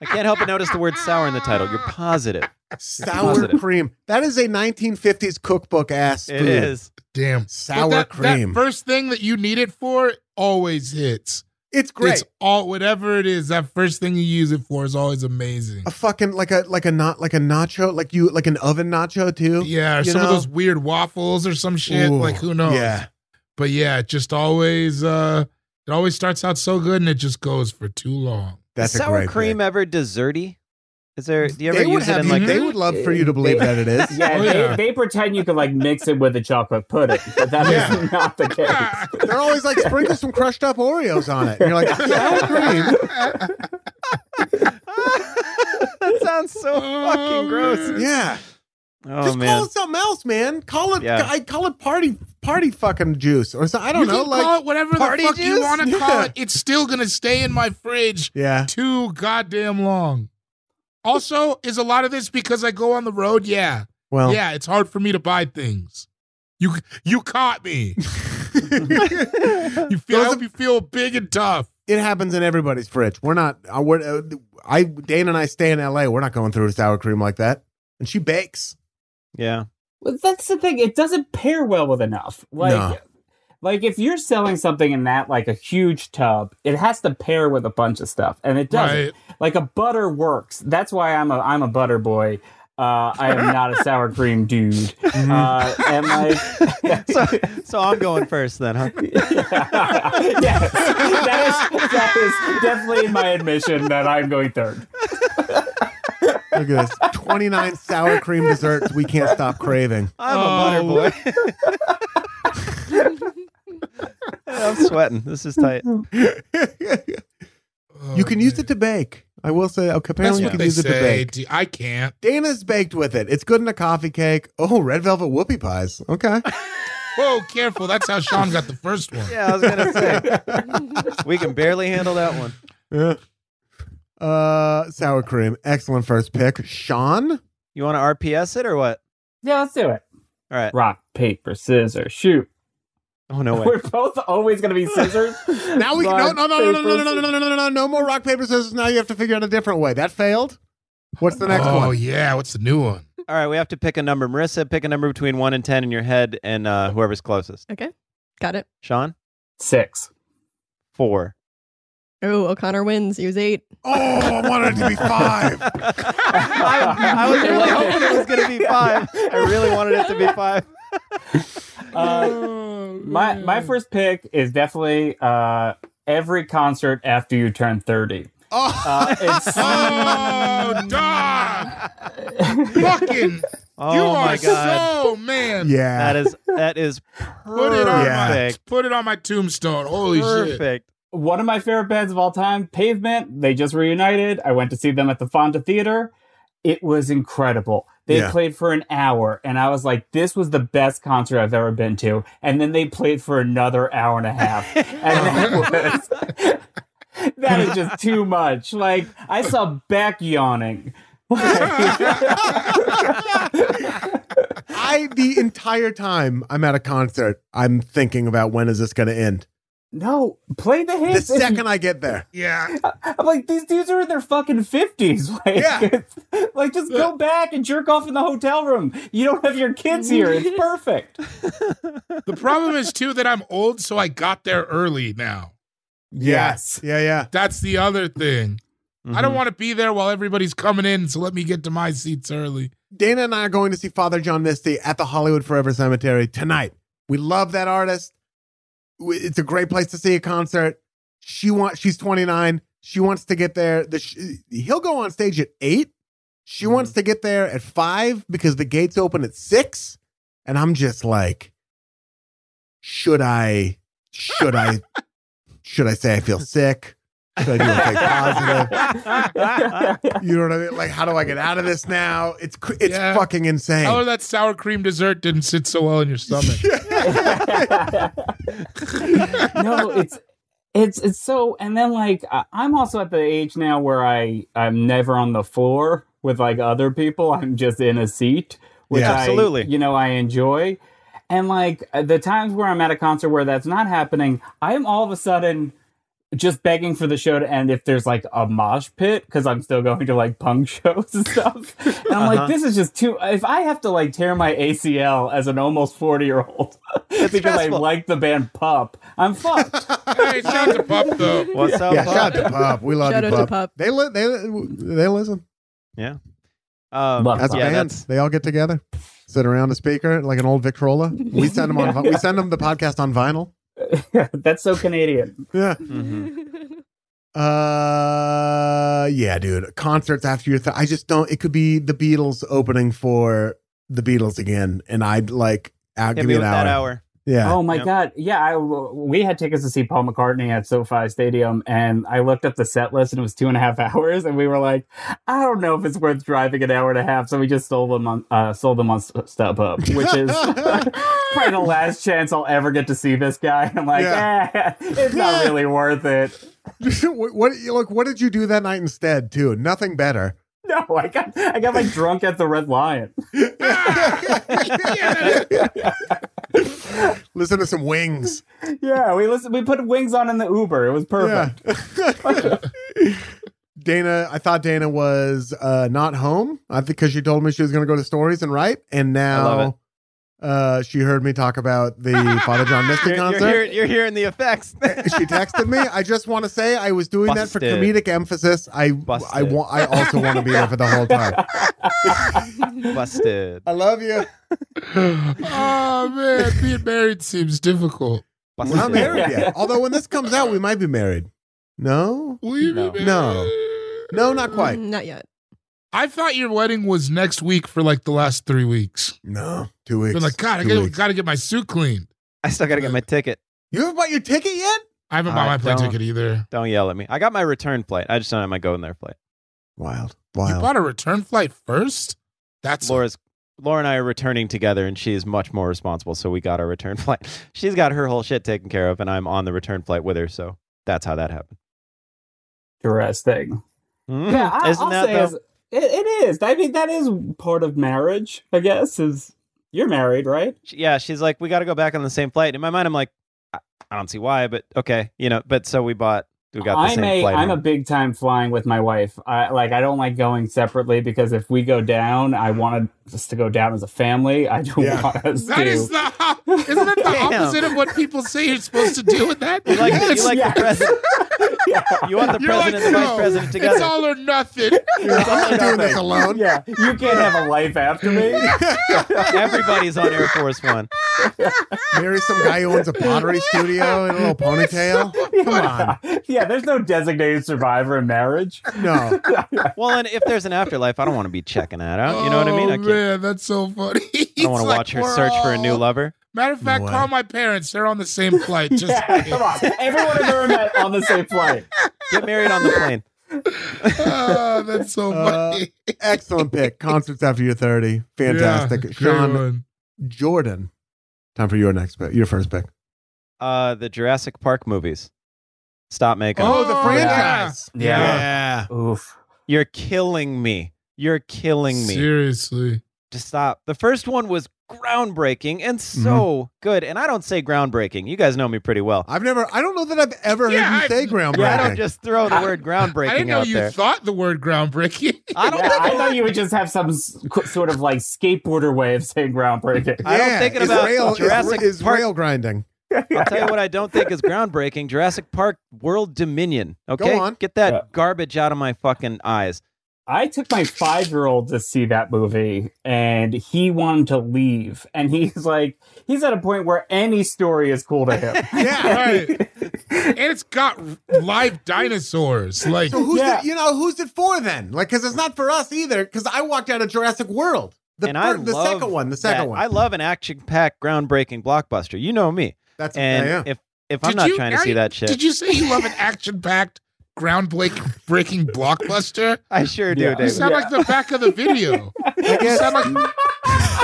Speaker 5: I can't help but notice the word sour in the title. You're positive.
Speaker 4: Sour
Speaker 5: Positive.
Speaker 4: cream. That is a 1950s cookbook ass
Speaker 5: It
Speaker 4: food.
Speaker 5: is.
Speaker 7: Damn.
Speaker 4: Sour
Speaker 7: But that,
Speaker 4: cream.
Speaker 7: That first thing that you need it for always hits.
Speaker 4: it's great.
Speaker 7: It's all whatever it is. That first thing you use it for is always amazing.
Speaker 4: a fucking like a like a not like a nacho like you like an oven nacho too.
Speaker 7: Yeah, or
Speaker 4: you
Speaker 7: some of
Speaker 4: know?
Speaker 7: those weird waffles or some shit.
Speaker 4: Ooh,
Speaker 7: like who knows?
Speaker 4: Yeah.
Speaker 7: But yeah, it just always uh it always starts out so good and it just goes for too long.
Speaker 4: That's
Speaker 5: is
Speaker 4: a
Speaker 5: sour
Speaker 4: great
Speaker 5: cream
Speaker 4: bit.
Speaker 5: ever desserty? Is there? Do you ever
Speaker 4: They would
Speaker 5: use it
Speaker 4: have
Speaker 5: in
Speaker 4: you,
Speaker 5: like?
Speaker 4: they would love for you to believe that it is.
Speaker 6: Yeah,
Speaker 7: Oh,
Speaker 6: they,
Speaker 7: yeah.
Speaker 6: they pretend you can like mix it with a chocolate pudding, but that is
Speaker 4: Yeah.
Speaker 6: not the case.
Speaker 7: Sour
Speaker 4: They're always like sprinkle some crushed up Oreos on it. And you're like sour cream.
Speaker 5: that sounds so fucking gross.
Speaker 4: Yeah.
Speaker 5: Mm. Oh
Speaker 4: Just
Speaker 5: man.
Speaker 4: call it something else, man. Call it
Speaker 5: Yeah.
Speaker 4: I call it party party fucking juice or so, I don't
Speaker 7: you
Speaker 4: know
Speaker 7: can
Speaker 4: like
Speaker 7: call it whatever the fuck
Speaker 4: party
Speaker 7: you
Speaker 4: juice?
Speaker 7: want to
Speaker 4: Yeah.
Speaker 7: call it. It's still gonna stay in my fridge
Speaker 4: yeah.
Speaker 7: too goddamn long. Also, is a lot of this because I go on the road? Yeah,
Speaker 4: Well,
Speaker 7: yeah. It's hard for me to buy things. You you caught me. you feel? I
Speaker 4: Those
Speaker 7: hope you feel big and tough.
Speaker 4: it happens in everybody's fridge. We're not I we're, uh, I Dane and I stay in LA. We're not going through sour cream like that. And she bakes.
Speaker 5: yeah.
Speaker 6: Well, that's the thing; it doesn't pair well with enough. Like,
Speaker 4: No.
Speaker 6: like if you're selling something in that like a huge tub, it has to pair with a bunch of stuff, and it doesn't.
Speaker 7: Right.
Speaker 6: Like a butter works. That's why I'm a I'm a butter boy. Uh, I am not a sour cream dude. Uh, and like,
Speaker 5: So, so I'm going first then, huh?
Speaker 6: yes, that is that is definitely my admission that I'm going third.
Speaker 4: Look at this. 29 sour cream desserts we can't stop craving.
Speaker 5: I'm
Speaker 7: Oh.
Speaker 5: a butter boy. I'm sweating. This is tight.
Speaker 4: you can use it to bake. I will say, okay,
Speaker 7: That's
Speaker 4: apparently you
Speaker 7: what
Speaker 4: can
Speaker 7: they
Speaker 4: use it to
Speaker 7: say.
Speaker 4: bake.
Speaker 7: dude. I can't.
Speaker 4: Dana's baked with it. It's good in a coffee cake. Oh, red velvet whoopie pies. Okay.
Speaker 7: Whoa, careful! That's how Sean got the first one.
Speaker 5: Yeah, I was gonna say we can barely handle that one.
Speaker 4: Yeah. Uh, sour cream. Excellent first pick. Sean?
Speaker 5: You want to RPS it or what?
Speaker 6: Yeah, let's do it.
Speaker 5: All right.
Speaker 6: Rock, paper, scissors, shoot.
Speaker 5: Oh no way.
Speaker 6: We're both always gonna be scissors.
Speaker 4: Now we no
Speaker 6: Rock,
Speaker 4: no no no no no no
Speaker 6: paper,
Speaker 4: no no no no no no more rock paper scissors. Now you have to figure out a different way. That failed. What's the next
Speaker 7: oh,
Speaker 4: one?
Speaker 7: yeah, what's the new one?
Speaker 5: All right, we have to pick a number. Marissa, pick a number between one and ten in your head, and uh, whoever's closest.
Speaker 8: Okay. Got it.
Speaker 5: Sean,
Speaker 6: Six.
Speaker 5: four.
Speaker 8: Oh, O'Connor wins. He was eight.
Speaker 4: Oh, I wanted it to be five.
Speaker 5: I, I was really hoping it was gonna be five. I really wanted it to be five.
Speaker 6: Uh, my my first pick is definitely uh, every concert after you turn thirty.
Speaker 4: Oh,
Speaker 6: Uh, it's,
Speaker 7: Oh, dog! Fucking,
Speaker 5: Oh
Speaker 7: you
Speaker 5: my
Speaker 7: are
Speaker 5: god,
Speaker 7: so man.
Speaker 4: yeah.
Speaker 5: that is that is
Speaker 7: Put it on
Speaker 5: perfect.
Speaker 7: my put it on my tombstone. Holy shit!
Speaker 5: Perfect.
Speaker 6: one of my favorite bands of all time, Pavement. They just reunited. I went to see them at the Fonda Theater. It was incredible. They
Speaker 4: Yeah.
Speaker 6: played for an hour, and I was like, "This was the best concert I've ever been to." And then they played for another hour and a half, and that was that is just too much. Like I saw Beck yawning.
Speaker 4: I the entire time I'm at a concert, I'm thinking about when is this going to end.
Speaker 6: no, play the
Speaker 4: The
Speaker 6: hits.
Speaker 4: second I get there,
Speaker 7: Yeah,
Speaker 6: I'm like, these dudes are in their fucking fifties. Like,
Speaker 4: Yeah.
Speaker 6: like just go back and jerk off in the hotel room. You don't have your kids here. It's perfect.
Speaker 7: the problem is too that I'm old, so I got there early now.
Speaker 6: Yes.
Speaker 4: yeah, yeah.
Speaker 7: That's the other thing. I don't
Speaker 5: Mhm.
Speaker 7: want to be there while everybody's coming in, so let me get to my seats early.
Speaker 4: Dana and I are going to see Father John Misty at the Hollywood Forever Cemetery tonight. We love that artist. We- It's a great place to see a concert. She wants. She's 29. She wants to get there. The sh- he'll go on stage at eight. She wants to get there at five because the gates open at six. And I'm just like, should I? Should I? should I say I feel sick? Should I do a fake positive?
Speaker 5: Mm-hmm.
Speaker 4: You know what I mean? Like, how do I get out of this now? It's cr- it's
Speaker 7: Yeah.
Speaker 4: fucking insane.
Speaker 7: Oh, that sour cream dessert didn't sit so well in your stomach.
Speaker 6: no, it's it's it's so. And then like I- I'm also at the age now where I I'm never on the floor with like other people. I'm just in a seat, which
Speaker 4: Yeah.
Speaker 6: I,
Speaker 5: Absolutely.
Speaker 6: you know I enjoy. And like uh, the times where I'm at a concert where that's not happening, I'm all of a sudden just begging for the show to end if there's like a mosh pit because I'm still going to like punk shows and stuff. And I'm
Speaker 5: Uh-huh.
Speaker 6: like, this is just too. If I have to like tear my ACL as an almost 40 year old because I
Speaker 5: stressful.
Speaker 6: like the band Pup, I'm fucked.
Speaker 7: Hey, shout out to Pup though.
Speaker 5: What's up?
Speaker 4: yeah,
Speaker 5: Pop?
Speaker 4: shout out to Pop. We love
Speaker 8: Shout
Speaker 4: you,
Speaker 8: out to
Speaker 4: Pop.
Speaker 8: Pup.
Speaker 4: They li- they they listen.
Speaker 5: Um,
Speaker 6: Love
Speaker 4: That's
Speaker 5: yeah,
Speaker 4: a band.
Speaker 5: that's-
Speaker 4: They all get together, sit around a speaker like an old Victrola. We send them on. vi- We send them the podcast on vinyl.
Speaker 6: That's so Canadian.
Speaker 4: Yeah.
Speaker 5: mhm.
Speaker 4: Mm-hmm. Uh, yeah, dude. Concerts after your. Th- I just don't. It could be the Beatles opening for the Beatles again, and I'd like out
Speaker 5: Hit
Speaker 4: give me
Speaker 5: me
Speaker 4: an
Speaker 5: with
Speaker 4: hour.
Speaker 5: that hour.
Speaker 4: Yeah.
Speaker 6: oh my
Speaker 5: yeah.
Speaker 6: god, yeah. I we had tickets to see Paul McCartney at SoFi Stadium, and I looked up the set list, and it was two and a half hours, and we were like, I don't know if it's worth driving an hour and a half, so we just sold them on uh, sold them on S- StubHub, which is probably the last chance I'll ever get to see this guy. I'm like,
Speaker 4: Yeah.
Speaker 6: eh, it's not
Speaker 4: Yeah.
Speaker 6: really worth it.
Speaker 4: what, what look? What did you do that night instead? Too nothing better.
Speaker 6: No, I got I got like drunk at the Red Lion.
Speaker 4: Listen to some wings.
Speaker 6: Yeah, we listened, we put wings on in the Uber. It was perfect.
Speaker 4: Yeah. Dana, I thought Dana was uh, not home. I think because she told me she was going to go to stories and write, and now uh, she heard me talk about the Father John Misty
Speaker 5: You're, you're,
Speaker 4: concert.
Speaker 5: hearing- you're hearing the effects.
Speaker 4: she texted me. I just want to say I was doing that for
Speaker 5: Busted.
Speaker 4: comedic emphasis. I I
Speaker 5: Busted.
Speaker 4: want. I also want to be there for the whole time.
Speaker 5: Busted.
Speaker 4: I love you.
Speaker 7: oh man, being married seems difficult.
Speaker 4: We're not
Speaker 5: Busted.
Speaker 4: married yet. Although when this comes out, we might be married. No,
Speaker 7: Will you
Speaker 5: No.
Speaker 7: be married?
Speaker 4: No. no, not quite.
Speaker 5: Mm.
Speaker 8: Mm, Not yet.
Speaker 7: I thought your wedding was next week for like the last three weeks.
Speaker 4: No, two weeks.
Speaker 7: Been like, God, I
Speaker 4: Two
Speaker 7: gotta,
Speaker 4: weeks.
Speaker 7: gotta get my suit cleaned.
Speaker 5: I still got to get my ticket.
Speaker 4: You haven't bought your ticket yet?
Speaker 7: I haven't bought
Speaker 5: I
Speaker 7: my plane
Speaker 5: don't-
Speaker 7: ticket either.
Speaker 5: Don't yell at me. I got my return flight. I just don't have my go in there flight.
Speaker 4: Wild,
Speaker 7: You
Speaker 4: wild.
Speaker 7: bought a return flight first? That's
Speaker 5: Laura's Laura and I are returning together, and she is much more responsible. So we got our return flight. She's got her whole shit taken care of, and I'm on the return flight with her. So that's how that happened. Mm.
Speaker 6: Interesting.
Speaker 7: Hmm?
Speaker 6: Yeah, I,
Speaker 5: Isn't
Speaker 6: I'll
Speaker 5: that
Speaker 6: say
Speaker 5: though?
Speaker 6: is- it, it is. I mean, that is part of marriage. I guess is you're married, right?
Speaker 5: she- yeah, she's like, we got to go back on the same flight. In my mind, I'm like, I, I don't see why, but okay, you know. But so we bought, we got the
Speaker 6: I'm
Speaker 5: same
Speaker 6: a
Speaker 5: flight.
Speaker 6: am a
Speaker 5: home.
Speaker 6: big time flying with my wife. I like I don't like going separately because if we go down, I want us to go down as a family. I don't
Speaker 4: Yeah.
Speaker 6: want us
Speaker 7: That
Speaker 6: to.
Speaker 7: is the isn't that the
Speaker 5: Damn.
Speaker 7: opposite of what people say you're supposed to do with that?
Speaker 5: You like, the- you
Speaker 7: Yes.
Speaker 5: like
Speaker 6: yeah.
Speaker 5: the president.
Speaker 6: yeah.
Speaker 5: You want the
Speaker 7: You're
Speaker 5: president and
Speaker 7: like,
Speaker 5: the vice
Speaker 7: no,
Speaker 5: president
Speaker 7: It's
Speaker 5: together.
Speaker 7: all or nothing.
Speaker 4: I'm not doing this alone.
Speaker 6: yeah, you can't have a life after me.
Speaker 5: Everybody's on Air Force One.
Speaker 4: Marry some guy who owns a pottery studio and a little ponytail. Come on.
Speaker 6: yeah, there's no designated survivor in marriage.
Speaker 4: No.
Speaker 5: Well, and if there's an afterlife, I don't want to be checking that out. You know what I mean?
Speaker 7: Oh,
Speaker 5: I, can't,
Speaker 7: man, that's so funny.
Speaker 5: I don't want to watch her search for a new lover.
Speaker 7: Matter of fact,
Speaker 4: No way.
Speaker 7: call my parents. They're on the same flight. Just
Speaker 6: Yeah, come on. Everyone I've ever met on the same flight.
Speaker 5: Get married on the plane.
Speaker 7: Oh, that's so
Speaker 4: Uh,
Speaker 7: funny.
Speaker 4: Excellent pick. Concerts after you're 30. Fantastic.
Speaker 7: Yeah, great
Speaker 4: Sean
Speaker 7: one.
Speaker 4: Jordan. Time for your next pick. Your first pick.
Speaker 5: Uh, the Jurassic Park movies. Stop making. 'em.
Speaker 7: Oh, the franchise.
Speaker 6: Yeah.
Speaker 4: Yeah.
Speaker 6: Oof.
Speaker 5: You're killing me. You're killing me.
Speaker 7: Seriously.
Speaker 5: Just stop. The first one was groundbreaking and so good. And I don't say groundbreaking. You guys know me pretty well.
Speaker 4: I've never, I don't know that I've ever heard
Speaker 7: Yeah,
Speaker 4: you
Speaker 7: I-
Speaker 4: say groundbreaking.
Speaker 5: I don't just throw the
Speaker 6: I-
Speaker 5: word
Speaker 7: I didn't
Speaker 5: groundbreaking
Speaker 7: know
Speaker 5: out
Speaker 7: you
Speaker 5: there.
Speaker 7: thought the word groundbreaking.
Speaker 5: I don't
Speaker 6: Yeah,
Speaker 5: think.
Speaker 6: I thought you would just have some s- qu- sort of like skateboarder way of saying groundbreaking.
Speaker 5: I don't think about
Speaker 4: Israel,
Speaker 5: Jurassic
Speaker 4: Is,
Speaker 5: Park.
Speaker 4: Israel grinding.
Speaker 5: I'll tell you what I don't think is groundbreaking: Jurassic Park World Dominion. Okay,
Speaker 4: on.
Speaker 5: get that
Speaker 6: Yeah.
Speaker 5: garbage out of my fucking eyes.
Speaker 6: I took my five year old to see that movie and he wanted to leave. And he's like, he's at a point where any story is cool to him.
Speaker 4: Yeah.
Speaker 7: right. And it's got live dinosaurs. Like,
Speaker 4: So who's
Speaker 6: Yeah.
Speaker 4: it, you know, who's it for then? Like, because it's not for us either. Because I walked out of Jurassic World. The,
Speaker 5: and I
Speaker 4: fir- the
Speaker 5: love
Speaker 4: second one. The second
Speaker 5: that.
Speaker 4: one.
Speaker 5: I love an action-packed, groundbreaking blockbuster. You know me.
Speaker 4: That's
Speaker 5: And
Speaker 4: yeah, yeah.
Speaker 5: if if
Speaker 7: Did
Speaker 5: I'm not
Speaker 7: you-
Speaker 5: trying to
Speaker 7: now
Speaker 5: see
Speaker 7: you-
Speaker 5: that shit,
Speaker 7: did you say you love an action packed, groundbreaking blockbuster?
Speaker 5: I sure do,
Speaker 6: Yeah.
Speaker 7: You
Speaker 5: David.
Speaker 7: sound like the back of the video. You sound like,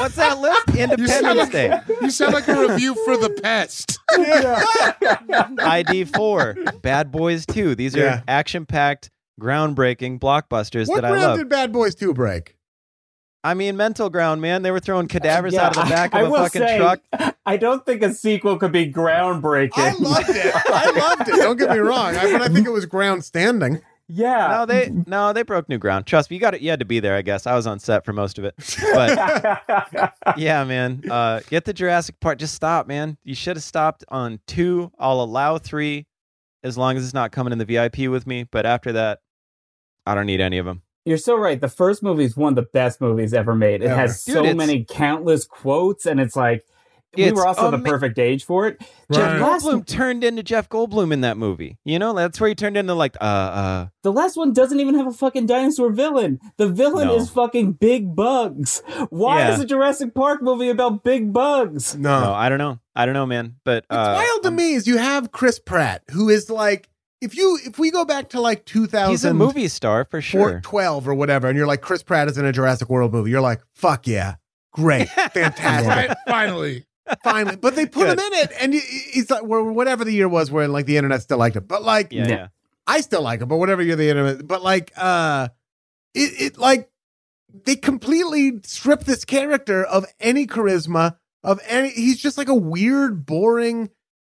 Speaker 5: What's that list?
Speaker 7: you sound
Speaker 5: Independence
Speaker 7: like,
Speaker 5: Day,
Speaker 7: you sound like a review for The Pest.
Speaker 5: ID Four, Bad Boys Two. These are
Speaker 4: Yeah.
Speaker 5: action-packed, groundbreaking blockbusters
Speaker 4: What
Speaker 5: that I
Speaker 4: round
Speaker 5: love.
Speaker 4: did Bad Boys 2 break?
Speaker 5: I mean, mental ground, man. They were throwing cadavers out of the
Speaker 6: Yeah,
Speaker 5: back
Speaker 6: I
Speaker 5: of a
Speaker 6: will
Speaker 5: fucking
Speaker 6: say,
Speaker 5: truck.
Speaker 6: I don't think a sequel could be groundbreaking.
Speaker 4: I loved it. I loved it. Don't get me wrong. I, but I think it was ground standing.
Speaker 6: yeah.
Speaker 5: No, they no, they broke new ground. Trust me, you got it. You had to be there, I guess. I was on set for most of it, but yeah, man. Uh, get the Jurassic part. Just stop, man. You should have stopped on two. I'll allow three, as long as it's not coming in the VIP with me. But after that, I don't need any of them.
Speaker 6: You're so right. The first movie is one of the best movies ever made. It
Speaker 4: Ever.
Speaker 6: has
Speaker 5: Dude,
Speaker 6: so
Speaker 5: it's-
Speaker 6: many countless quotes, and it's like we
Speaker 5: It's
Speaker 6: were also
Speaker 5: ama-
Speaker 6: the perfect age for it.
Speaker 5: Jeff
Speaker 7: Right.
Speaker 6: Last-
Speaker 5: Goldblum turned into Jeff Goldblum in that movie. You know, that's where he turned into like uh uh.
Speaker 6: The last one doesn't even have a fucking dinosaur villain. The villain
Speaker 5: No.
Speaker 6: is fucking big bugs. Why
Speaker 5: Yeah.
Speaker 6: is a Jurassic Park movie about big bugs?
Speaker 4: No.
Speaker 5: no, I don't know. I don't know, man. But
Speaker 4: What's
Speaker 5: uh,
Speaker 4: wild to
Speaker 5: I'm-
Speaker 4: me is you have Chris Pratt, who is like, if you if we go back to like 2000,
Speaker 5: he's a movie star for sure.
Speaker 4: 12 or whatever, and you're like Chris Pratt is in a Jurassic World movie, you're like, fuck yeah, great, fantastic.
Speaker 7: Fi- Finally.
Speaker 4: finally. But they put
Speaker 5: Good.
Speaker 4: him in it, and he- he's like, well, whatever the year was when like the internet still liked him, but like
Speaker 5: Yeah,
Speaker 6: Yeah.
Speaker 5: yeah.
Speaker 4: I still like him, but whatever you're the internet, but like uh, it it like they completely strip this character of any charisma of any. He's just like a weird, boring.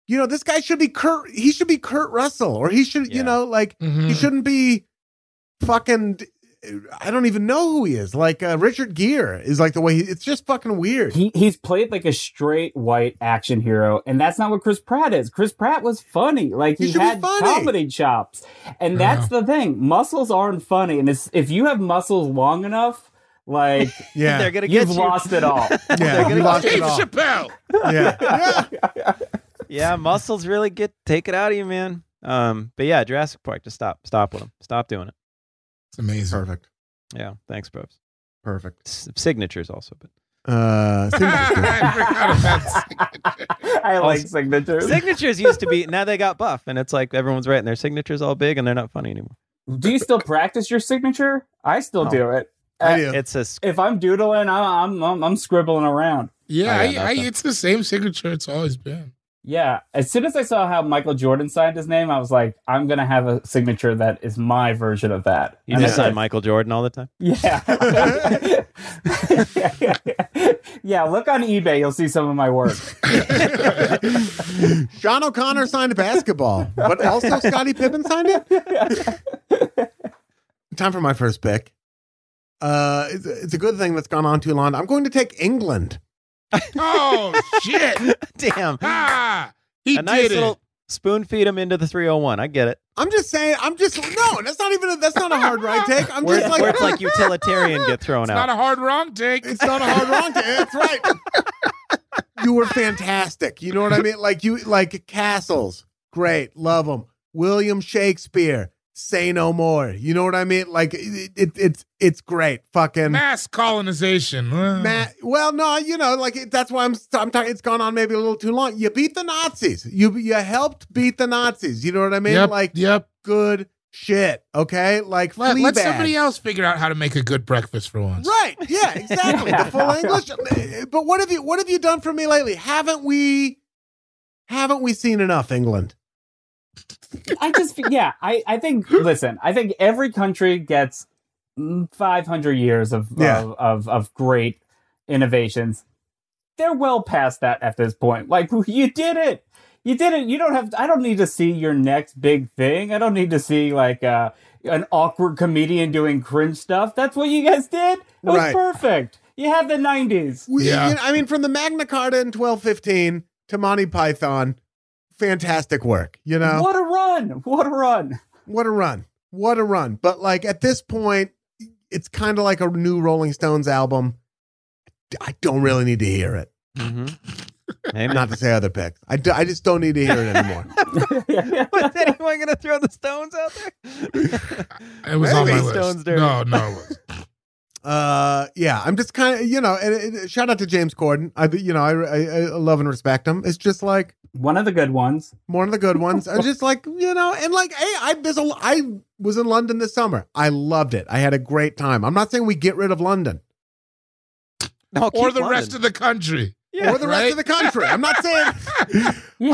Speaker 4: You know, this guy should be Kurt. He should be Kurt Russell, or he should,
Speaker 5: Yeah. Hmm.
Speaker 4: you know, like
Speaker 7: Mhm.
Speaker 4: he shouldn't be fucking. I don't even know who he is. Like uh, Richard Gere is like the way he, it's just fucking weird.
Speaker 6: He he's played like a straight white action hero, and that's not what Chris Pratt is. Chris Pratt was funny, like
Speaker 4: He
Speaker 6: he,
Speaker 4: should be
Speaker 6: had
Speaker 4: funny.
Speaker 6: comedy chops, and that's the thing. Muscles aren't funny, and it's, if you have muscles long enough, like
Speaker 4: Yeah,
Speaker 5: They're gonna
Speaker 6: you've
Speaker 5: get you.
Speaker 6: lost it all.
Speaker 4: yeah, you lost
Speaker 7: Dave
Speaker 4: it all.
Speaker 7: Chappelle.
Speaker 4: Yeah. yeah.
Speaker 5: yeah, muscles really get take it out of you, man. Um, but yeah, Jurassic Park, just stop, stop with them, stop doing it.
Speaker 7: It's amazing.
Speaker 4: Perfect.
Speaker 5: Yeah, thanks, bros.
Speaker 4: Perfect.
Speaker 5: S- signatures also, but
Speaker 4: Uh,
Speaker 7: I forgot about that.
Speaker 6: I like signatures.
Speaker 5: signatures used to be. Now they got buff, and it's like everyone's writing their signatures all big, and they're not funny anymore.
Speaker 6: do you still practice your signature? I still
Speaker 5: No.
Speaker 6: do it. Uh,
Speaker 4: I do.
Speaker 5: It's a s-
Speaker 6: If I'm doodling, I'm I'm, I'm, I'm scribbling around.
Speaker 7: Yeah,
Speaker 4: Oh,
Speaker 5: I
Speaker 7: I,
Speaker 5: got
Speaker 7: I,
Speaker 5: nothing.
Speaker 7: it's the same signature it's always been.
Speaker 6: Yeah. As soon as I saw how Michael Jordan signed his name, I was like, I'm gonna have a signature that is my version of that.
Speaker 5: you
Speaker 6: And
Speaker 5: just
Speaker 6: I-
Speaker 5: sign Michael Jordan all the time.
Speaker 6: Yeah. yeah. Look on eBay, you'll see some of my work.
Speaker 4: Sean O'Connor signed basketball, but also Scottie Pippen signed it. Time for my first pick. Uh, it's, it's a good thing that's gone on too long. I'm going to take England.
Speaker 7: Oh shit!
Speaker 5: Damn,
Speaker 7: Ah, he
Speaker 5: a nice
Speaker 7: did it.
Speaker 5: little spoon feed him into the 301. I get it.
Speaker 4: I'm just saying. I'm just no. That's not even. A, that's not a hard right take. I'm
Speaker 5: Where,
Speaker 4: just
Speaker 5: where it's like
Speaker 4: like.
Speaker 5: utilitarian get thrown
Speaker 7: It's
Speaker 5: out.
Speaker 7: not a hard wrong take.
Speaker 4: It's not a hard wrong take. That's right. You were fantastic. You know what I mean? Like you like Castles. Great. Love them. William Shakespeare. Say no more. You know what I mean? Like it, it, it's it's great. Fucking
Speaker 7: Mass colonization. Uh,
Speaker 4: Matt. Well, no, you know, like it, that's why I'm. I'm talking. It's gone on maybe a little too long. You beat the Nazis. You you helped beat the Nazis. You know what I mean?
Speaker 7: Yep.
Speaker 4: Like
Speaker 7: yep.
Speaker 4: good shit. Okay. Like
Speaker 7: Let, let
Speaker 4: Fleabag.
Speaker 7: somebody else figure out how to make a good breakfast for once.
Speaker 4: Right. Yeah. Exactly. The full English. But what have you What have you done for me lately? Haven't we? Haven't we seen enough England?
Speaker 6: I just yeah, I I think listen, I think every country gets 500 years of
Speaker 4: Yeah.
Speaker 6: of, of of great innovations. They're well past that at this point. Like you did it. You did it. You don't have I don't need to see your next big thing. I don't need to see like uh an awkward comedian doing cringe stuff. That's what you guys did. It was
Speaker 4: Right.
Speaker 6: perfect. You had the 90s.
Speaker 4: We,
Speaker 7: Yeah.
Speaker 4: you know, I mean, from the Magna Carta in 1215 to Monty Python, fantastic work. You know.
Speaker 6: What a run. What a run.
Speaker 4: What a run. What a run. But like at this point, it's kind of like a new Rolling Stones album. I don't really need to hear it.
Speaker 5: Mm-hmm. Amen.
Speaker 4: Not to say other picks. I, do- I just don't need to hear it anymore.
Speaker 5: Was anyone gonna throw the stones out there?
Speaker 7: It was on my
Speaker 5: Maybe
Speaker 7: list.
Speaker 5: Stone's dirty.
Speaker 7: no, no. It was.
Speaker 4: uh, yeah, I'm just kind of, you know, and it, it- shout out to James Corden. I, you know, I, I, I love and respect him. It's just like
Speaker 6: One of the good ones.
Speaker 4: one of the good ones. I just like, you know, and like, hey, I, there's a, I was in London this summer. I loved it. I had a great time. I'm not saying we get rid of London.
Speaker 5: No,
Speaker 7: or
Speaker 5: keep
Speaker 7: the
Speaker 5: running.
Speaker 7: rest of the country.
Speaker 5: Yeah,
Speaker 4: or the rest
Speaker 7: right?
Speaker 4: of the country. I'm not saying I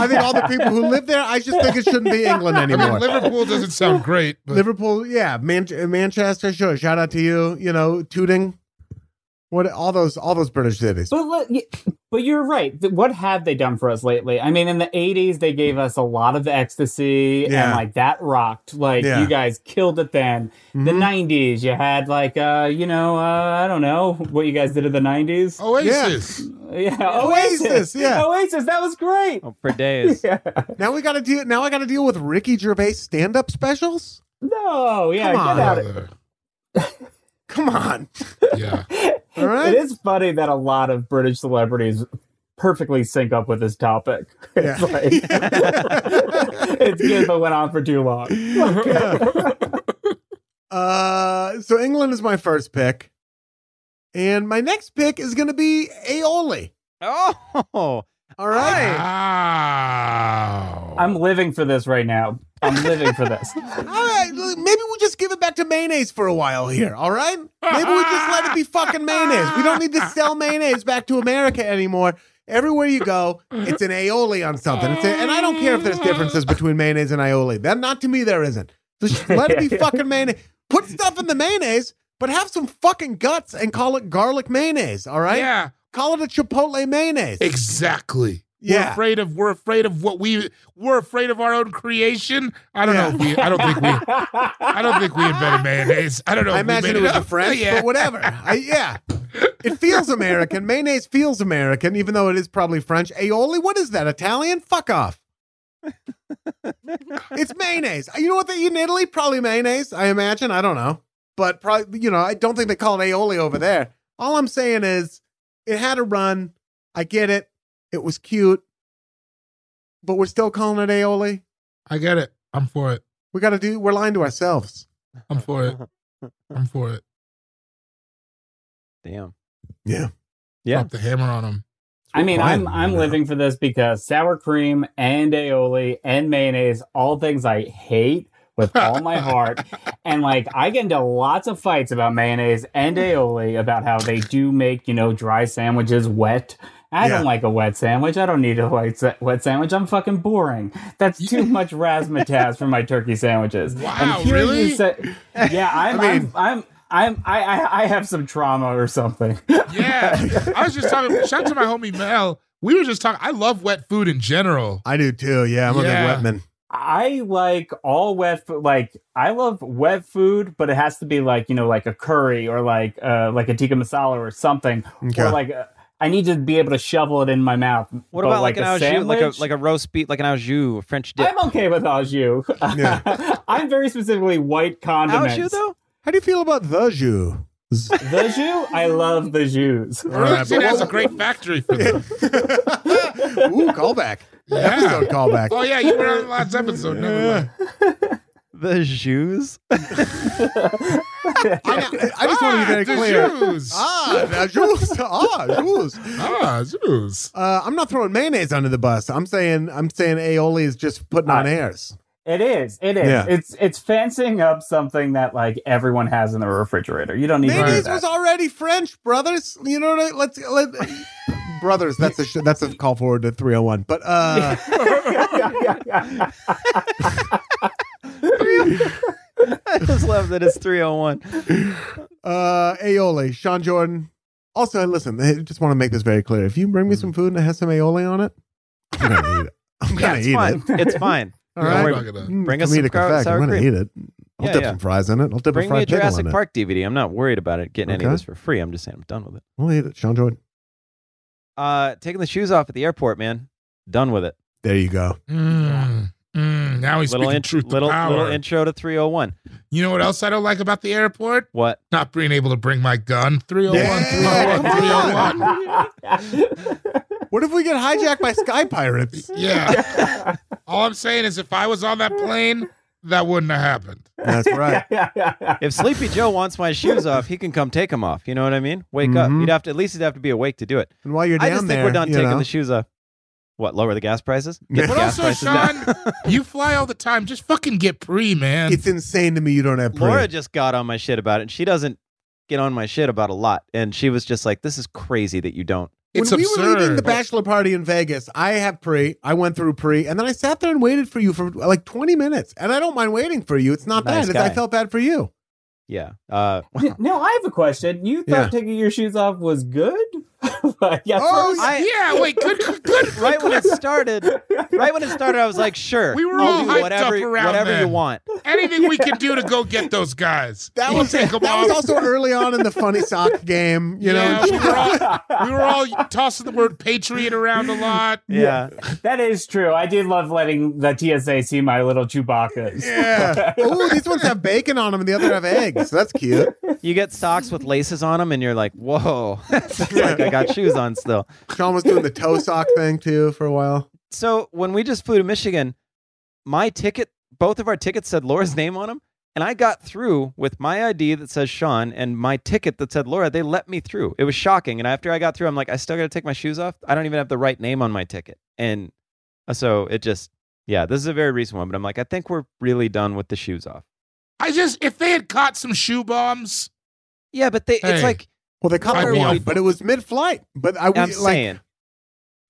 Speaker 4: think all the people who live there. I just think it shouldn't be England
Speaker 7: I
Speaker 4: anymore.
Speaker 7: mean, Liverpool doesn't sound great, but
Speaker 4: Liverpool, yeah, Man- Manchester. Sure, shout out to you. You know, Tooting, What all those all those British cities?
Speaker 6: But let- y- but you're right. Th- What have they done for us lately? I mean, in the '80s, they gave us a lot of ecstasy, and
Speaker 4: Yeah.
Speaker 6: like that rocked. Like
Speaker 4: Yeah.
Speaker 6: you guys killed it then. The
Speaker 4: Mhm.
Speaker 6: '90s, you had like uh, you know, uh, I don't know what you guys did in the '90s.
Speaker 7: Oasis.
Speaker 6: yeah,
Speaker 4: Oh, Oasis, yeah.
Speaker 6: Oasis. That was great.
Speaker 5: Oh, for days.
Speaker 6: Yeah.
Speaker 4: Now we got to deal. Now I got to deal with Ricky Gervais stand-up specials.
Speaker 6: No, yeah,
Speaker 4: Come on.
Speaker 6: get out of
Speaker 7: Brother.
Speaker 4: Come on,
Speaker 7: Yeah.
Speaker 4: all right.
Speaker 6: It is funny that a lot of British celebrities perfectly sync up with this topic. It's
Speaker 4: Yeah.
Speaker 6: like it's good, but went on for too long.
Speaker 4: Uh, so England is my first pick, and my next pick is going to be aioli.
Speaker 5: Oh,
Speaker 4: All right.
Speaker 7: Wow.
Speaker 6: I'm living for this right now. I'm living for this.
Speaker 4: All right, l- maybe we just give it back to mayonnaise for a while here, all right? Maybe we just let it be fucking mayonnaise. We don't need to sell mayonnaise back to America anymore. Everywhere you go, it's an aioli on something. It's a, and I don't care if there's differences between mayonnaise and aioli. That not to me there isn't. Just let it be fucking mayonnaise. Put stuff in the mayonnaise, but have some fucking guts and call it garlic mayonnaise, all right?
Speaker 7: Yeah.
Speaker 4: Call it a chipotle mayonnaise.
Speaker 7: Exactly. We're
Speaker 4: yeah.
Speaker 7: afraid of we're afraid of what we we're afraid of our own creation. I don't
Speaker 4: Yeah.
Speaker 7: know if we I don't think we I don't think we invented mayonnaise. I don't know.
Speaker 4: I
Speaker 7: if we
Speaker 4: imagine
Speaker 7: made
Speaker 4: it was
Speaker 7: up.
Speaker 4: the French,
Speaker 7: yeah.
Speaker 4: but whatever. I, yeah. It feels American. Mayonnaise feels American, even though it is probably French. Aioli, what is that? Italian? Fuck off. it's mayonnaise. You know what they eat in Italy? Probably mayonnaise, I imagine. I don't know. But probably, you know, I don't think they call it aioli over there. All I'm saying is it had a run. I get it. It was cute. But we're still calling it aioli.
Speaker 7: I get it. I'm for it.
Speaker 4: We got to do, we're lying to ourselves.
Speaker 7: I'm for it. I'm for it.
Speaker 5: damn.
Speaker 4: Yeah.
Speaker 5: Yeah.
Speaker 7: Drop the hammer on him.
Speaker 6: I mean, I'm
Speaker 4: Fine.
Speaker 6: I'm living for this because sour cream and aioli and mayonnaise, all things I hate with all my heart. And like I get into lots of fights about mayonnaise and aioli about how they do make, you know, dry sandwiches wet. I
Speaker 4: Yeah.
Speaker 6: don't like a wet sandwich. I don't need a wet, sa- wet sandwich. I'm fucking boring. That's too much razzmatazz for my turkey sandwiches.
Speaker 7: Wow, really?
Speaker 6: say, yeah, I'm,
Speaker 4: I mean-
Speaker 6: I'm, I'm, I'm, I, I, I have some trauma or something.
Speaker 7: Yeah. I was just talking shout out to my homie Mel. We were just talking I love wet food in general.
Speaker 4: I do too. Yeah. I'm
Speaker 7: Yeah.
Speaker 4: a big wetman.
Speaker 6: I like all wet food. Like I love wet food, but it has to be like you know, like a curry or like uh, like a tikka masala or something,
Speaker 4: Okay.
Speaker 6: or like uh, I need to be able to shovel it in my mouth.
Speaker 5: What
Speaker 6: But,
Speaker 5: about like, an au jus, like a
Speaker 6: sandwich?
Speaker 5: like a roast beef, like an au jus, a French dip?
Speaker 6: I'm okay with au jus.
Speaker 4: Yeah.
Speaker 6: I'm very specifically white condiments.
Speaker 5: au jus though?
Speaker 4: How do you feel about the jus?
Speaker 6: The jus, I love the jus.
Speaker 7: Arlington has a great factory for them.
Speaker 4: Ooh, callback. Episode callback.
Speaker 7: Oh yeah, you were on the last episode. Never mind.
Speaker 5: The jus?
Speaker 4: I, I just want to be very
Speaker 7: the
Speaker 4: clear.
Speaker 7: Jews.
Speaker 4: Ah, the juice. Ah, juice.
Speaker 7: Ah, Zeus.
Speaker 4: Uh, I'm not throwing mayonnaise under the bus. I'm saying I'm saying aioli is just putting on
Speaker 6: Uh,
Speaker 4: airs.
Speaker 6: It is. It is.
Speaker 4: Yeah.
Speaker 6: It's it's fencing up something that like everyone has in the refrigerator. You don't need to do
Speaker 4: Mayonnaise
Speaker 6: that.
Speaker 4: was already French, brothers. You know what? I, let's let brothers. That's a sh- that's a call forward to 301. But uh,
Speaker 5: I just love that it's 301.
Speaker 4: uh, aioli, Sean Jordan. Also, listen. I just want to make this very clear. If you bring me some food and it has some aioli on it, I'm gonna eat it. I'm
Speaker 5: Mm-hmm. Yeah,
Speaker 4: gonna
Speaker 5: it's
Speaker 4: eat
Speaker 5: fine.
Speaker 4: it.
Speaker 5: It's fine.
Speaker 4: All
Speaker 7: Yeah,
Speaker 4: right.
Speaker 7: I'm
Speaker 5: Don't
Speaker 7: not
Speaker 5: worry.
Speaker 7: gonna-
Speaker 5: Bring us
Speaker 4: Comedic
Speaker 5: some car-
Speaker 4: effect.
Speaker 5: sour
Speaker 4: I'm gonna eat
Speaker 5: cream.
Speaker 4: it. I'll
Speaker 5: Yeah,
Speaker 4: dip
Speaker 5: yeah.
Speaker 4: some fries in it. I'll dip a
Speaker 5: Bring me a
Speaker 4: fried pickle in
Speaker 5: Jurassic
Speaker 4: it.
Speaker 5: Park DVD. I'm not worried about it getting any of
Speaker 4: Okay.
Speaker 5: this for free. I'm just saying I'm done with it.
Speaker 4: I'll eat it. Sean Jordan.
Speaker 5: Uh, taking the shoes off at the airport, man. Done with it.
Speaker 4: There you go.
Speaker 7: Mm, mm, now he's
Speaker 5: little
Speaker 7: speaking
Speaker 5: in-
Speaker 7: truth
Speaker 5: little
Speaker 7: to power.
Speaker 5: little intro to 301.
Speaker 7: you know what else I don't like about the airport?
Speaker 5: What?
Speaker 7: Not being able to bring my gun. 301,
Speaker 4: Yeah,
Speaker 7: 301, 301.
Speaker 4: What if we get hijacked by sky pirates?
Speaker 7: Yeah. All I'm saying is if I was on that plane, that wouldn't have happened.
Speaker 4: That's right.
Speaker 5: If Sleepy Joe wants my shoes off, he can come take them off. You know what I mean? Wake up.
Speaker 4: Mhm.
Speaker 5: You'd have to at least he'd have to be awake to do it.
Speaker 4: And while you're down
Speaker 5: I just
Speaker 4: there,
Speaker 5: think we're done
Speaker 4: you
Speaker 5: taking
Speaker 4: know,
Speaker 5: the shoes off. What? Lower the gas prices?
Speaker 4: Yeah.
Speaker 5: Get the
Speaker 7: But
Speaker 5: gas
Speaker 7: also,
Speaker 5: prices down.
Speaker 7: Sean, you fly all the time. Just fucking get pre, man.
Speaker 4: it's insane to me you don't have pre.
Speaker 5: Laura just got on my shit about it. And she doesn't get on my shit about a lot. And she was just like, "This is crazy that you don't."
Speaker 7: It's
Speaker 4: when
Speaker 7: absurd.
Speaker 4: we were leaving the bachelor party in Vegas, I have pre. I went through pre, and then I sat there and waited for you for like 20 minutes. And I don't mind waiting for you. It's not
Speaker 5: Nice
Speaker 4: bad. It's-
Speaker 5: guy.
Speaker 4: I felt bad for you.
Speaker 5: Yeah. Uh,
Speaker 6: N- No, I have a question. You
Speaker 4: Yeah.
Speaker 6: thought taking your shoes off was good? Like, at
Speaker 7: Oh
Speaker 6: first-
Speaker 5: I-
Speaker 7: yeah, wait, good, good, good.
Speaker 5: right when it started, right when it started, I was like, sure,
Speaker 7: We were
Speaker 5: I'll
Speaker 7: all
Speaker 5: do
Speaker 7: hyped
Speaker 5: whatever,
Speaker 7: up around
Speaker 5: whatever you
Speaker 7: then.
Speaker 5: want.
Speaker 7: Anything we can do to go get those guys.
Speaker 4: That was
Speaker 7: Take 'em
Speaker 4: that was
Speaker 7: off.
Speaker 4: also early on in the funny sock game. You
Speaker 7: yeah,
Speaker 4: know,
Speaker 7: we, were all, we were all tossing the word patriot around a lot.
Speaker 5: Yeah.
Speaker 6: that is true. I did love letting the TSA see my little Chewbacca's.
Speaker 4: yeah. Oh, these ones have bacon on them, and the other have eggs. That's cute.
Speaker 5: You get socks with laces on them, and you're like, whoa. it's like I got shoes on still.
Speaker 4: Sean was doing the toe sock thing too for a while.
Speaker 5: So when we just flew to Michigan, my ticket, both of our tickets said Laura's name on them. And I got through with my ID that says Sean and my ticket that said Laura. They let me through. It was shocking. And after I got through, I'm like, I still got to take my shoes off. I don't even have the right name on my ticket. And uh, so it just, yeah, this is a very recent one. But I'm like, I think we're really done with the shoes off.
Speaker 7: I just, if they had caught some shoe bombs,
Speaker 5: Yeah, but they,
Speaker 7: Hey.
Speaker 5: it's like,
Speaker 4: Well, they
Speaker 7: I'd
Speaker 4: caught
Speaker 7: be
Speaker 4: one,
Speaker 7: awful.
Speaker 4: but it was mid-flight. But I
Speaker 5: I'm
Speaker 4: was like,
Speaker 5: saying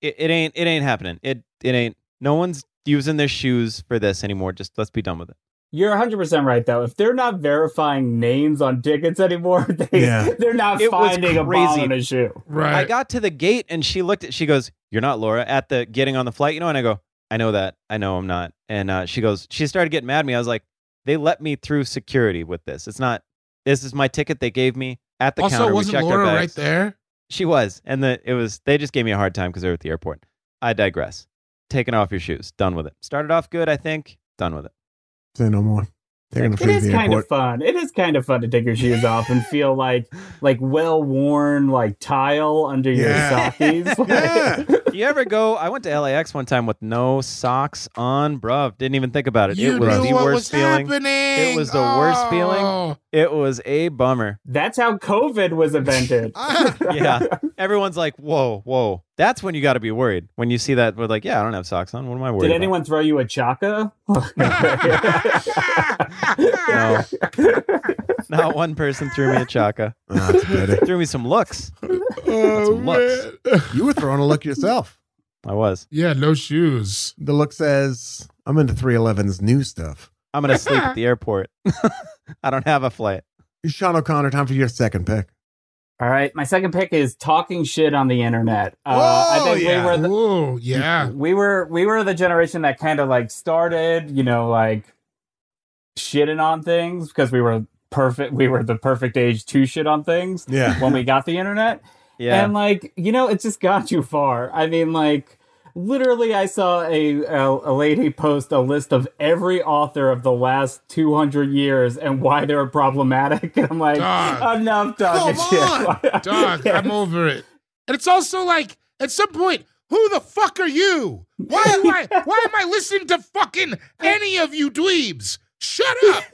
Speaker 5: it, it ain't it ain't happening. It it ain't no one's using their shoes for this anymore. Just let's be done with it.
Speaker 6: You're 100% right, though. If they're not verifying names on tickets anymore, they,
Speaker 4: Yeah.
Speaker 6: they're not
Speaker 5: It was
Speaker 6: finding a ball
Speaker 5: crazy.
Speaker 6: in a shoe.
Speaker 7: right?
Speaker 5: I got to the gate and she looked at she goes, You're not Laura at the getting on the flight, you know, and I go, I know that. I know I'm not. And uh, she goes, she started getting mad at me. I was like, they let me through security with this. It's not this is my ticket they gave me at the
Speaker 7: also,
Speaker 5: counter. we
Speaker 7: wasn't
Speaker 5: checked
Speaker 7: Laura
Speaker 5: our
Speaker 7: right
Speaker 5: bags.
Speaker 7: there?
Speaker 5: She was. And the it was they just gave me a hard time because they were at the airport. I digress. Taking off your shoes. Done with it. Started off good, I think. Done with it.
Speaker 4: say no more. Taking them
Speaker 6: It
Speaker 4: through
Speaker 6: is
Speaker 4: the
Speaker 6: kind
Speaker 4: airport.
Speaker 6: of fun. It is kind of fun to take your shoes off and feel like like well worn like tile under
Speaker 4: Yeah.
Speaker 6: your sockies.
Speaker 4: yeah.
Speaker 5: you ever go? I went to LAX one time with no socks on, bruv. Didn't even think about it.
Speaker 7: you
Speaker 5: it was
Speaker 7: knew
Speaker 5: the
Speaker 7: what
Speaker 5: worst
Speaker 7: was
Speaker 5: feeling.
Speaker 7: happening.
Speaker 5: It was the worst feeling.
Speaker 7: Oh.
Speaker 5: It was a bummer.
Speaker 6: That's how COVID was invented.
Speaker 4: Ah,
Speaker 5: Yeah. Everyone's like, whoa, whoa. That's when you got to be worried. When you see that, we're like, yeah, I don't have socks on. What am I worried
Speaker 6: Did
Speaker 5: about?
Speaker 6: anyone throw you a chaka?
Speaker 7: Oh.
Speaker 5: No. Not one person threw me a chaka.
Speaker 4: Ah, that's better.
Speaker 5: Threw me some looks.
Speaker 7: Oh,
Speaker 5: some looks.
Speaker 7: man.
Speaker 4: You were throwing a look yourself.
Speaker 5: I was.
Speaker 7: Yeah, no shoes.
Speaker 4: The look says, "I'm into 311's new stuff."
Speaker 5: I'm going to sleep at the airport. I don't have a flight.
Speaker 4: Sean O'Connor, time for your second pick.
Speaker 6: All right, my second pick is talking shit on the internet. Uh,
Speaker 4: Whoa, Oh, yeah.
Speaker 6: we were the,
Speaker 7: Ooh, yeah.
Speaker 6: we were we were the generation that kind of like started, you know, like shitting on things because we were perfect. We were the perfect age to shit on things
Speaker 4: Yeah.
Speaker 6: when we got the internet.
Speaker 5: Yeah.
Speaker 6: And like, you know, it just got too far. I mean, like, literally, I saw a, a, a lady post a list of every author of the last 200 years and why they were problematic. And I'm like,
Speaker 7: Dog.
Speaker 6: enough talking
Speaker 4: Come
Speaker 6: shit.
Speaker 7: Dog, I'm over it. And it's also like, at some point, who the fuck are you? Why am I why am I listening to fucking any of you dweebs? Shut up!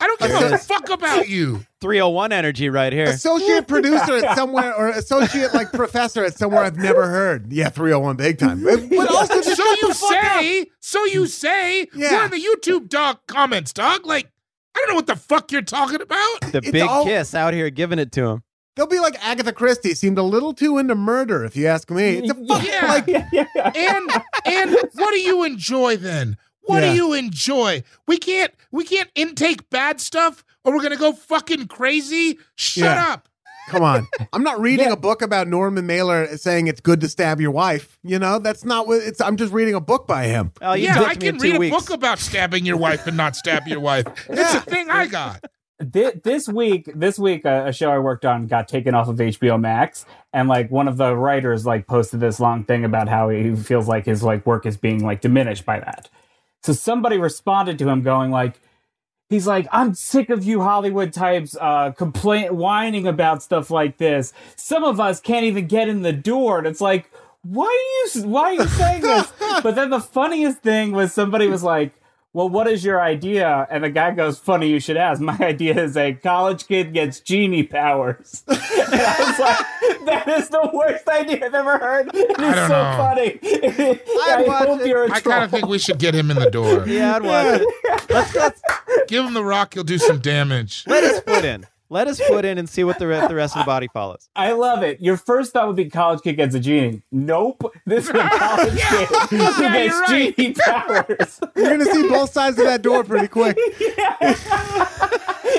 Speaker 7: I don't give a
Speaker 4: Yes.
Speaker 7: fuck about you.
Speaker 5: 301 energy right here.
Speaker 4: Associate producer at somewhere, or associate like professor at somewhere I've never heard. Yeah, 301 big time. But but also just
Speaker 7: So
Speaker 4: shut
Speaker 7: you
Speaker 4: the fuck up.
Speaker 7: say, so you say,
Speaker 4: Yeah.
Speaker 7: we're in the YouTube dog comments, dog. Like, I don't know what the fuck you're talking about.
Speaker 5: The
Speaker 4: It's
Speaker 5: big
Speaker 4: all-
Speaker 5: kiss out here giving it to him.
Speaker 4: They'll be like Agatha Christie seemed a little too into murder, if you ask me. It's a fuck,
Speaker 7: Yeah.
Speaker 4: like
Speaker 6: yeah.
Speaker 7: and and what do you enjoy then? What
Speaker 4: Yeah.
Speaker 7: do you enjoy? We can't we can't intake bad stuff or we're gonna go fucking crazy. Shut
Speaker 4: Yeah.
Speaker 7: up.
Speaker 4: Come on. I'm not reading
Speaker 6: Yeah.
Speaker 4: a book about Norman Mailer saying it's good to stab your wife. You know, that's not what it's. I'm just reading a book by him.
Speaker 5: Oh, you
Speaker 7: yeah,
Speaker 5: dicked
Speaker 7: I
Speaker 5: me in
Speaker 7: can
Speaker 5: two
Speaker 7: read a
Speaker 5: weeks.
Speaker 7: book about stabbing your wife and not stab your wife. That's
Speaker 4: Yeah.
Speaker 7: a thing I got.
Speaker 6: Thi- this week this week uh, a show i worked on got taken off of hbo max and like one of the writers like posted this long thing about how he feels like his like work is being like diminished by that so somebody responded to him going like he's like i'm sick of you hollywood types uh complain whining about stuff like this some of us can't even get in the door and it's like why are you why are you saying this but then the funniest thing was somebody was like well, what is your idea? And the guy goes, funny you should ask. My idea is a college kid gets genie powers. and I was like, that is the worst idea I've ever heard. It is so
Speaker 7: I don't know.
Speaker 6: funny. I,
Speaker 4: watch
Speaker 6: hope
Speaker 4: it.
Speaker 6: you're a
Speaker 7: I
Speaker 6: troll.
Speaker 7: kind of think we should get him in the door.
Speaker 5: Yeah, I'd watch it. Let's, let's
Speaker 7: Give him the rock, he'll do some damage.
Speaker 5: let us foot in. Let us foot in and see what the, re- the rest of the body follows.
Speaker 6: I love it. Your first thought would be college kid gets a genie. Nope. This is a college kid who
Speaker 7: Yeah,
Speaker 6: gets
Speaker 7: you're right.
Speaker 6: genie powers.
Speaker 4: You're going to see both sides of that door pretty quick.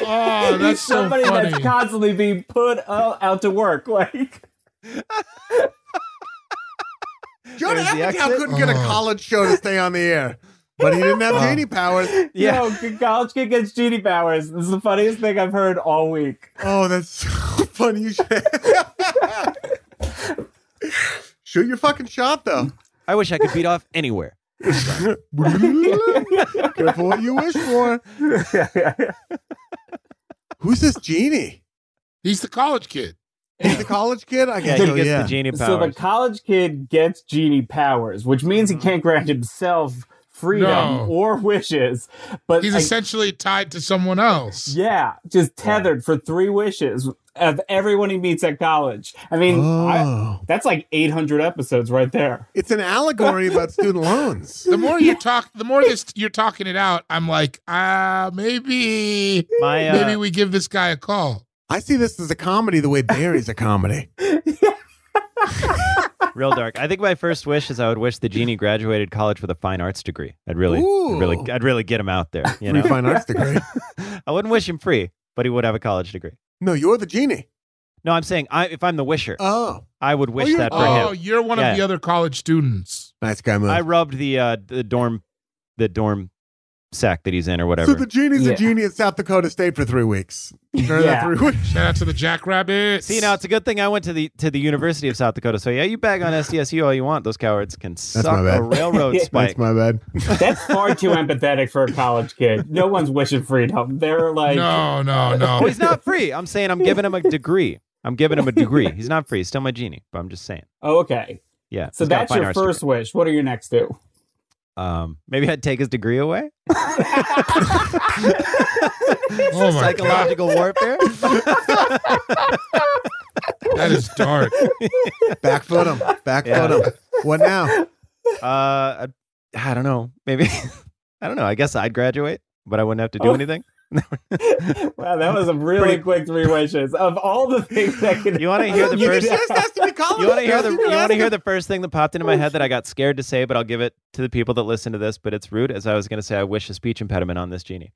Speaker 7: Oh, that's so
Speaker 6: somebody
Speaker 7: funny.
Speaker 6: that's constantly being put uh, out to work. Like,
Speaker 4: John
Speaker 5: There's the
Speaker 4: Apatow
Speaker 5: exit.
Speaker 4: couldn't get a college show to stay on the air, but he didn't have genie powers.
Speaker 5: Yeah.
Speaker 6: yo, good college kid gets genie powers. This is the funniest thing I've heard all week.
Speaker 4: Oh, that's so funny. You should. Shoot your fucking shot, though.
Speaker 5: I wish I could beat off anywhere.
Speaker 4: Careful what you wish for. Who's this genie?
Speaker 7: He's the college kid.
Speaker 4: He's the college kid. I
Speaker 5: Yeah,
Speaker 4: guess.
Speaker 5: he
Speaker 4: so,
Speaker 5: gets
Speaker 4: yeah.
Speaker 5: the genie powers.
Speaker 6: So the college kid gets genie powers, which means he can't grant himself freedom
Speaker 7: Mm-hmm. No.
Speaker 6: or wishes. But
Speaker 7: He's
Speaker 6: I-
Speaker 7: essentially tied to someone else.
Speaker 6: yeah, just tethered for three wishes of everyone he meets at college. I mean, I,
Speaker 4: Oh.
Speaker 6: that's like 800 episodes right there.
Speaker 4: It's an allegory about student loans.
Speaker 7: The more you talk, the more this you're talking it out. I'm like, ah, maybe,
Speaker 5: My, uh,
Speaker 7: maybe we give this guy a call.
Speaker 4: I see this as a comedy the way Barry's a comedy.
Speaker 5: Real dark. I think my first wish is I would wish the genie graduated college with a fine arts degree. I'd really, I'd
Speaker 4: Ooh.
Speaker 5: really, I'd really get him out there. You
Speaker 4: Free
Speaker 5: know,
Speaker 4: fine arts degree.
Speaker 5: I wouldn't wish him free, but he would have a college degree.
Speaker 4: No, you're the genie.
Speaker 5: No, I'm saying I, if I'm the wisher,
Speaker 4: Oh,
Speaker 5: I would wish
Speaker 4: you're-
Speaker 5: that for
Speaker 7: Oh,
Speaker 5: him.
Speaker 7: you're one
Speaker 5: Yeah.
Speaker 7: of the other college students.
Speaker 4: nice guy
Speaker 5: I
Speaker 4: move.
Speaker 5: rubbed the uh, the dorm, the dorm sack that he's in or whatever.
Speaker 4: So the genie's
Speaker 6: Yeah.
Speaker 4: a genie at South Dakota State for three weeks. During that
Speaker 6: Yeah.
Speaker 4: three weeks.
Speaker 7: Shout out to the Jackrabbits.
Speaker 5: See now, it's a good thing I went to the to the University of South Dakota. So yeah, you bag on SDSU all you want. Those cowards can suck
Speaker 4: my bad.
Speaker 5: a railroad
Speaker 6: That's
Speaker 5: spike.
Speaker 4: That's my bad.
Speaker 6: That's far too empathetic for a college kid. No one's wishing freedom. They're like,
Speaker 7: no, no,
Speaker 5: Well,
Speaker 7: no.
Speaker 5: he's not free. I'm saying I'm giving him a degree. I'm giving him a degree. He's not free. He's still my genie, but I'm just saying.
Speaker 6: oh, okay.
Speaker 5: Yeah.
Speaker 6: So
Speaker 5: he's got a
Speaker 6: that's
Speaker 5: fine
Speaker 6: your
Speaker 5: arts degree.
Speaker 6: first wish. What are your next two?
Speaker 5: Um, maybe I'd take his degree away.
Speaker 7: Oh my god,
Speaker 5: Psychological warfare.
Speaker 7: that is dark.
Speaker 4: Back foot him. Back
Speaker 5: Yeah.
Speaker 4: foot him. What now?
Speaker 5: Uh, I, I don't know. Maybe I don't know. I guess I'd graduate, but I wouldn't have to do
Speaker 6: Oh.
Speaker 5: anything.
Speaker 6: Wow, that was a really quick three wishes. Of all the things that could
Speaker 5: You want to hear the
Speaker 4: You
Speaker 5: first?
Speaker 4: just asked to be college
Speaker 5: You want to hear the?
Speaker 4: student.
Speaker 5: You want to hear the first thing that popped into
Speaker 6: Oh,
Speaker 5: my head that I got scared to say, but I'll give it to the people that listen to this. But it's rude, as I was going to say. I wish a speech impediment on this genie.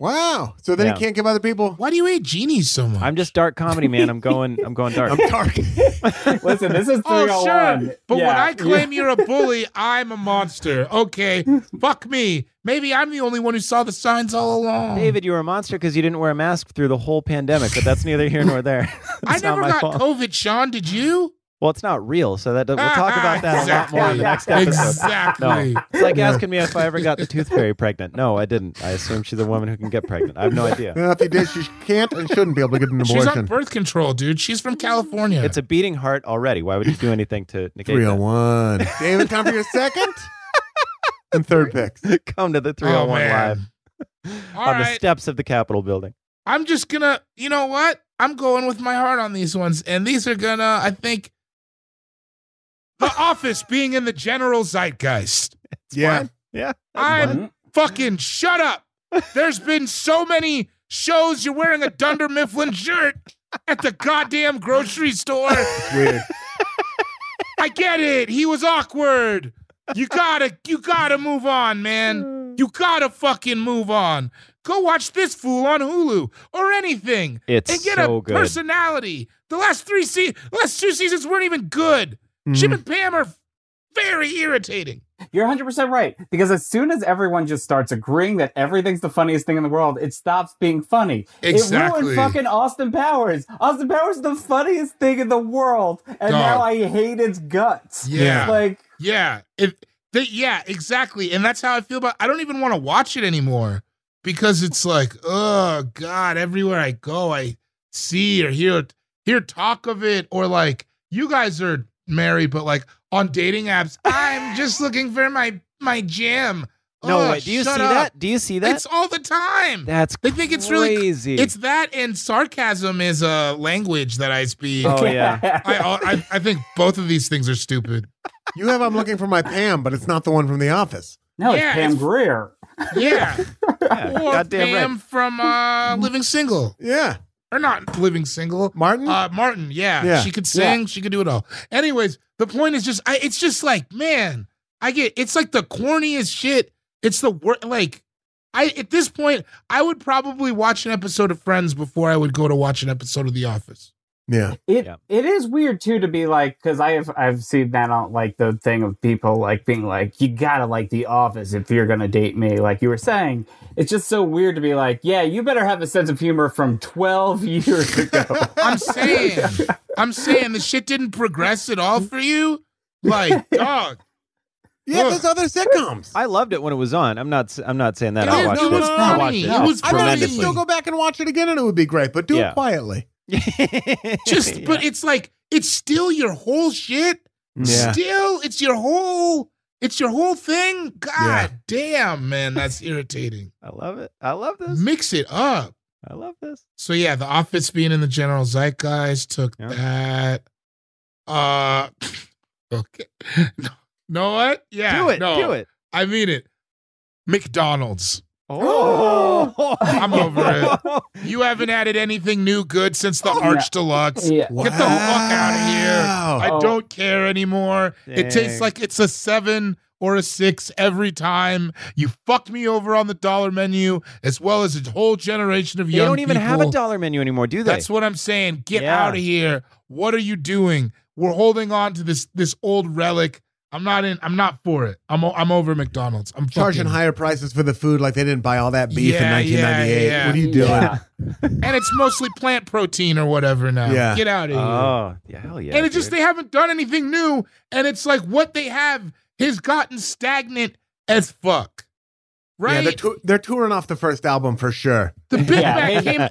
Speaker 4: Wow. So then
Speaker 5: Yeah.
Speaker 4: he can't give other people.
Speaker 7: Why do you hate genies so much?
Speaker 5: I'm just dark comedy, man. I'm going. I'm going dark.
Speaker 4: I'm dark.
Speaker 6: listen, this is
Speaker 7: Oh,
Speaker 6: 301.
Speaker 7: sure. But when
Speaker 6: Yeah.
Speaker 7: I claim you're a bully, I'm a monster. Okay. Fuck me. Maybe I'm the only one who saw the signs all along.
Speaker 5: David, you were a monster because you didn't wear a mask through the whole pandemic. But that's neither here nor there.
Speaker 7: I
Speaker 5: It's not
Speaker 7: never
Speaker 5: my
Speaker 7: got
Speaker 5: fault.
Speaker 7: COVID, Sean. Did you?
Speaker 5: Well, it's not real, so that we'll talk about that a lot
Speaker 7: exactly.
Speaker 5: more in the next episode.
Speaker 7: Exactly.
Speaker 5: No, it's like asking me if I ever got the tooth fairy pregnant. No, I didn't. I assume she's a woman who can get pregnant. I have no idea.
Speaker 4: Well, if he did, she can't and shouldn't be able to get an
Speaker 7: She's on
Speaker 4: abortion.
Speaker 7: birth control, dude. She's from California.
Speaker 5: It's a beating heart already. Why would you do anything to negate
Speaker 4: 301. David, time for your second and third picks.
Speaker 5: that? Come to the 301
Speaker 7: Oh, man.
Speaker 5: Live
Speaker 7: All
Speaker 5: on the
Speaker 7: right.
Speaker 5: steps of the Capitol building.
Speaker 7: I'm just gonna, you know what? I'm going with my heart on these ones, and these are gonna, I think, the office being in the general zeitgeist.
Speaker 4: yeah.
Speaker 5: Yeah.
Speaker 7: I'm
Speaker 6: Mhm.
Speaker 7: fucking shut up. There's been so many shows you're wearing a Dunder Mifflin shirt at the goddamn grocery store.
Speaker 4: Weird.
Speaker 7: I get it. He was awkward. You gotta, you gotta move on, man. You gotta fucking move on. Go watch this fool on Hulu or anything,
Speaker 5: It's
Speaker 7: and get
Speaker 5: so
Speaker 7: a
Speaker 5: good.
Speaker 7: personality. The last three se- the last two seasons weren't even good.
Speaker 5: Mm-hmm.
Speaker 7: Jim and Pam are very irritating.
Speaker 6: You're 100% right. Because as soon as everyone just starts agreeing that everything's the funniest thing in the world, it stops being funny. It
Speaker 7: Exactly.
Speaker 6: ruined fucking Austin Powers. Austin Powers is the funniest thing in the world. And
Speaker 7: Dog.
Speaker 6: now I hate its guts.
Speaker 7: Yeah.
Speaker 6: Like,
Speaker 7: Yeah. If they, yeah, exactly. And that's how I feel about I don't even want to watch it anymore because it's like, oh God, everywhere I go, I see or hear hear talk of it. Or like you guys are married, but like on dating apps, I'm just looking for my my jam.
Speaker 5: No,
Speaker 7: Ugh,
Speaker 5: wait. Do you see
Speaker 7: shut up.
Speaker 5: that? Do you see that?
Speaker 7: It's all the time.
Speaker 5: That's
Speaker 7: They think it's really-
Speaker 5: crazy.
Speaker 7: it's that and sarcasm is a language that I speak.
Speaker 5: Oh, yeah.
Speaker 7: I, I I think both of these things are stupid.
Speaker 4: You have I'm looking for my Pam, but it's not the one from The Office.
Speaker 6: no,
Speaker 7: Yeah,
Speaker 6: it's Pam
Speaker 7: it's-
Speaker 6: Greer.
Speaker 7: Yeah.
Speaker 5: Yeah,
Speaker 7: or
Speaker 5: goddamn
Speaker 7: Pam
Speaker 5: right.
Speaker 7: from uh, Living Single,
Speaker 4: Yeah.
Speaker 7: or not Living Single.
Speaker 5: Mm-hmm.
Speaker 4: Martin?
Speaker 7: Uh, Martin, yeah.
Speaker 4: Yeah.
Speaker 7: she could
Speaker 6: Yeah.
Speaker 7: sing, she could do it all. Anyways, the point is just, I, it's just like, man, I get, it's like the corniest shit. It's the worst, like, I at this point, I would probably watch an episode of Friends before I would go to watch an episode of The Office.
Speaker 4: Yeah.
Speaker 6: It
Speaker 5: Yeah.
Speaker 6: it is weird too to be like because I have I've seen that on like the thing of people like being like you gotta like The Office if you're gonna date me like you were saying it's just so weird to be like yeah you better have a sense of humor from twelve years ago
Speaker 7: I'm saying, I'm saying the shit didn't progress at all for you. Like, dog,
Speaker 4: Yeah,
Speaker 7: Ugh.
Speaker 4: those other sitcoms.
Speaker 5: I loved it when it was on. I'm not. s- I'm not saying that.
Speaker 7: It
Speaker 5: I
Speaker 7: is-
Speaker 5: watched
Speaker 7: it
Speaker 5: it.
Speaker 7: was
Speaker 5: I watched
Speaker 7: funny.
Speaker 5: it.
Speaker 4: I
Speaker 7: It was
Speaker 4: know you can
Speaker 7: Tremendously.
Speaker 4: still go back and watch it again and it would be great, but do
Speaker 5: Yeah.
Speaker 4: it quietly.
Speaker 7: just but it's like it's still your whole shit.
Speaker 4: Yeah.
Speaker 7: Still, it's your whole, it's your whole thing. God
Speaker 4: Yeah.
Speaker 7: damn, man, that's irritating.
Speaker 5: I love it. I love this.
Speaker 7: Mix it up.
Speaker 5: I love this.
Speaker 7: So yeah, the office being in the general zeitgeist took
Speaker 5: Yeah.
Speaker 7: that. Uh okay. No, know what? Yeah.
Speaker 5: do it.
Speaker 7: No,
Speaker 5: Do it.
Speaker 7: I mean it. McDonald's.
Speaker 5: Oh,
Speaker 7: I'm over You haven't added anything new good since the Arch Deluxe.
Speaker 6: yeah
Speaker 7: Get the fuck outta here. I
Speaker 6: Oh.
Speaker 7: don't care anymore. It tastes
Speaker 5: Dang.
Speaker 7: like it's a seven or a six every time. You fucked me over on the dollar menu, as well as a whole generation of
Speaker 5: They
Speaker 7: young
Speaker 5: don't even have a
Speaker 7: people.
Speaker 5: dollar menu anymore, do they?
Speaker 7: That's what I'm saying. Get
Speaker 5: Yeah.
Speaker 7: out of here. What are you doing? We're holding on to this this old relic. I'm not in. I'm not for it. I'm o- I'm over McDonald's. I'm
Speaker 4: Charging
Speaker 7: fucking-
Speaker 4: higher prices for the food like they didn't buy all that beef
Speaker 7: Yeah,
Speaker 4: in
Speaker 7: yeah,
Speaker 4: 1998.
Speaker 7: yeah.
Speaker 4: What are you doing?
Speaker 6: Yeah.
Speaker 7: and it's mostly plant protein or whatever now.
Speaker 4: Yeah.
Speaker 7: Get out of here.
Speaker 5: oh, yeah, hell yeah.
Speaker 7: and it just
Speaker 5: dude.
Speaker 7: they haven't done anything new. And it's like what they have has gotten stagnant as fuck. Right?
Speaker 4: Yeah, they're, tou- they're touring off the first album for sure.
Speaker 7: the Big
Speaker 6: Yeah,
Speaker 7: Mac
Speaker 6: they-
Speaker 7: came.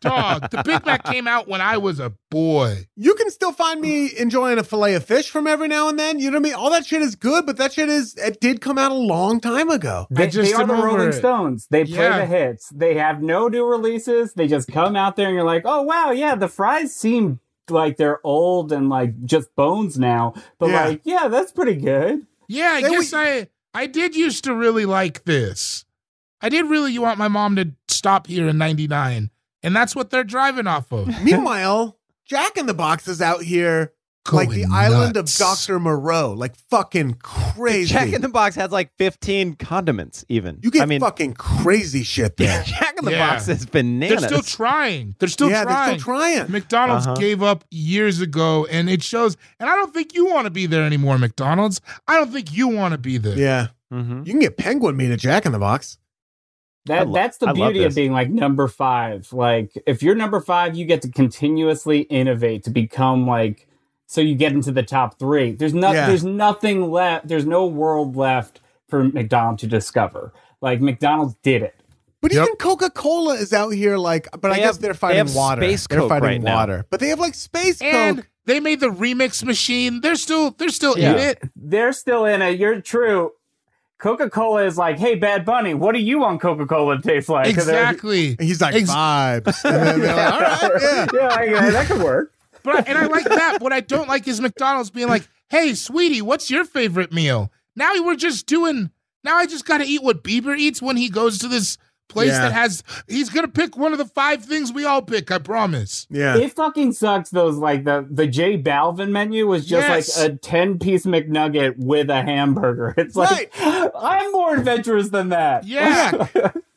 Speaker 7: Dog, the Big Mac came out when I was a boy.
Speaker 4: You can still find me enjoying a fillet of fish from every now and then. You know what I mean? All that shit is good, but that shit is it did come out a long time ago.
Speaker 7: They
Speaker 6: They,
Speaker 7: just
Speaker 6: they are
Speaker 7: am
Speaker 6: the
Speaker 7: over
Speaker 6: Rolling
Speaker 7: it.
Speaker 6: Stones. They play
Speaker 7: Yeah.
Speaker 6: the hits. They have no new releases. They just come out there and you're like, oh wow, yeah, the fries seem like they're old and like just bones now. But
Speaker 4: Yeah.
Speaker 6: like, yeah, that's pretty good.
Speaker 7: Yeah, I
Speaker 4: They
Speaker 7: guess
Speaker 4: were-
Speaker 7: I I did used to really like this. I did really you want my mom to stop here in 99. And that's what they're driving off of.
Speaker 4: Meanwhile, Jack in the Box is out here like the
Speaker 7: Going
Speaker 4: island of
Speaker 7: nuts.
Speaker 4: Dr. Moreau, like fucking crazy.
Speaker 5: Jack in the Box has like 15 condiments, even.
Speaker 4: you get
Speaker 5: I mean,
Speaker 4: fucking crazy shit there.
Speaker 5: Jack in the
Speaker 7: Yeah.
Speaker 5: Box is
Speaker 7: They're
Speaker 5: bananas.
Speaker 7: still trying. They're still
Speaker 4: yeah,
Speaker 7: trying.
Speaker 4: they're still trying.
Speaker 7: McDonald's
Speaker 5: Uh-huh.
Speaker 7: gave up years ago and it shows. And I don't think you want to be there anymore, McDonald's. I don't think you want to be there.
Speaker 4: Yeah.
Speaker 5: Mhm.
Speaker 4: You can get penguin meat at Jack in the Box.
Speaker 5: I
Speaker 6: That
Speaker 5: lo-
Speaker 6: that's the
Speaker 5: I love
Speaker 6: beauty of
Speaker 5: this.
Speaker 6: being like number five. Like if you're number five, you get to continuously innovate to become like so you get into the top three. There's not
Speaker 4: Yeah.
Speaker 6: there's nothing left. There's no world left for McDonald's to discover. Like McDonald's did it.
Speaker 4: But
Speaker 7: Yep.
Speaker 4: even Coca Cola is out here, like, but I
Speaker 5: They
Speaker 4: guess
Speaker 5: have-
Speaker 4: they're
Speaker 5: they
Speaker 4: fighting
Speaker 5: have
Speaker 4: water.
Speaker 5: Space
Speaker 4: they're
Speaker 5: Coke
Speaker 4: fighting
Speaker 5: right now.
Speaker 4: water, but they have like space
Speaker 7: And
Speaker 4: coke.
Speaker 7: they made the remix machine. They're still they're still
Speaker 5: Yeah.
Speaker 7: in it.
Speaker 6: they're still in it. You're true. Coca Cola is like, hey, Bad Bunny, what do you want Coca Cola to taste like? 'Cause they're-
Speaker 7: Exactly.
Speaker 4: And he's like
Speaker 7: Ex-
Speaker 4: vibes, and then they're like, all right, yeah.
Speaker 6: yeah, I- I- that could work.
Speaker 7: But and I like that. What I don't like is McDonald's being like, "Hey, sweetie, what's your favorite meal?" Now we're just doing. Now I just got to eat what Bieber eats when he goes to this place
Speaker 4: Yeah.
Speaker 7: that has. He's gonna pick one of the five things we all pick. I promise.
Speaker 4: yeah.
Speaker 6: It fucking sucks. Those like the the J Balvin menu was just
Speaker 7: Yes.
Speaker 6: like a ten piece McNugget with a hamburger. It's like I'm more adventurous than that.
Speaker 7: Yeah.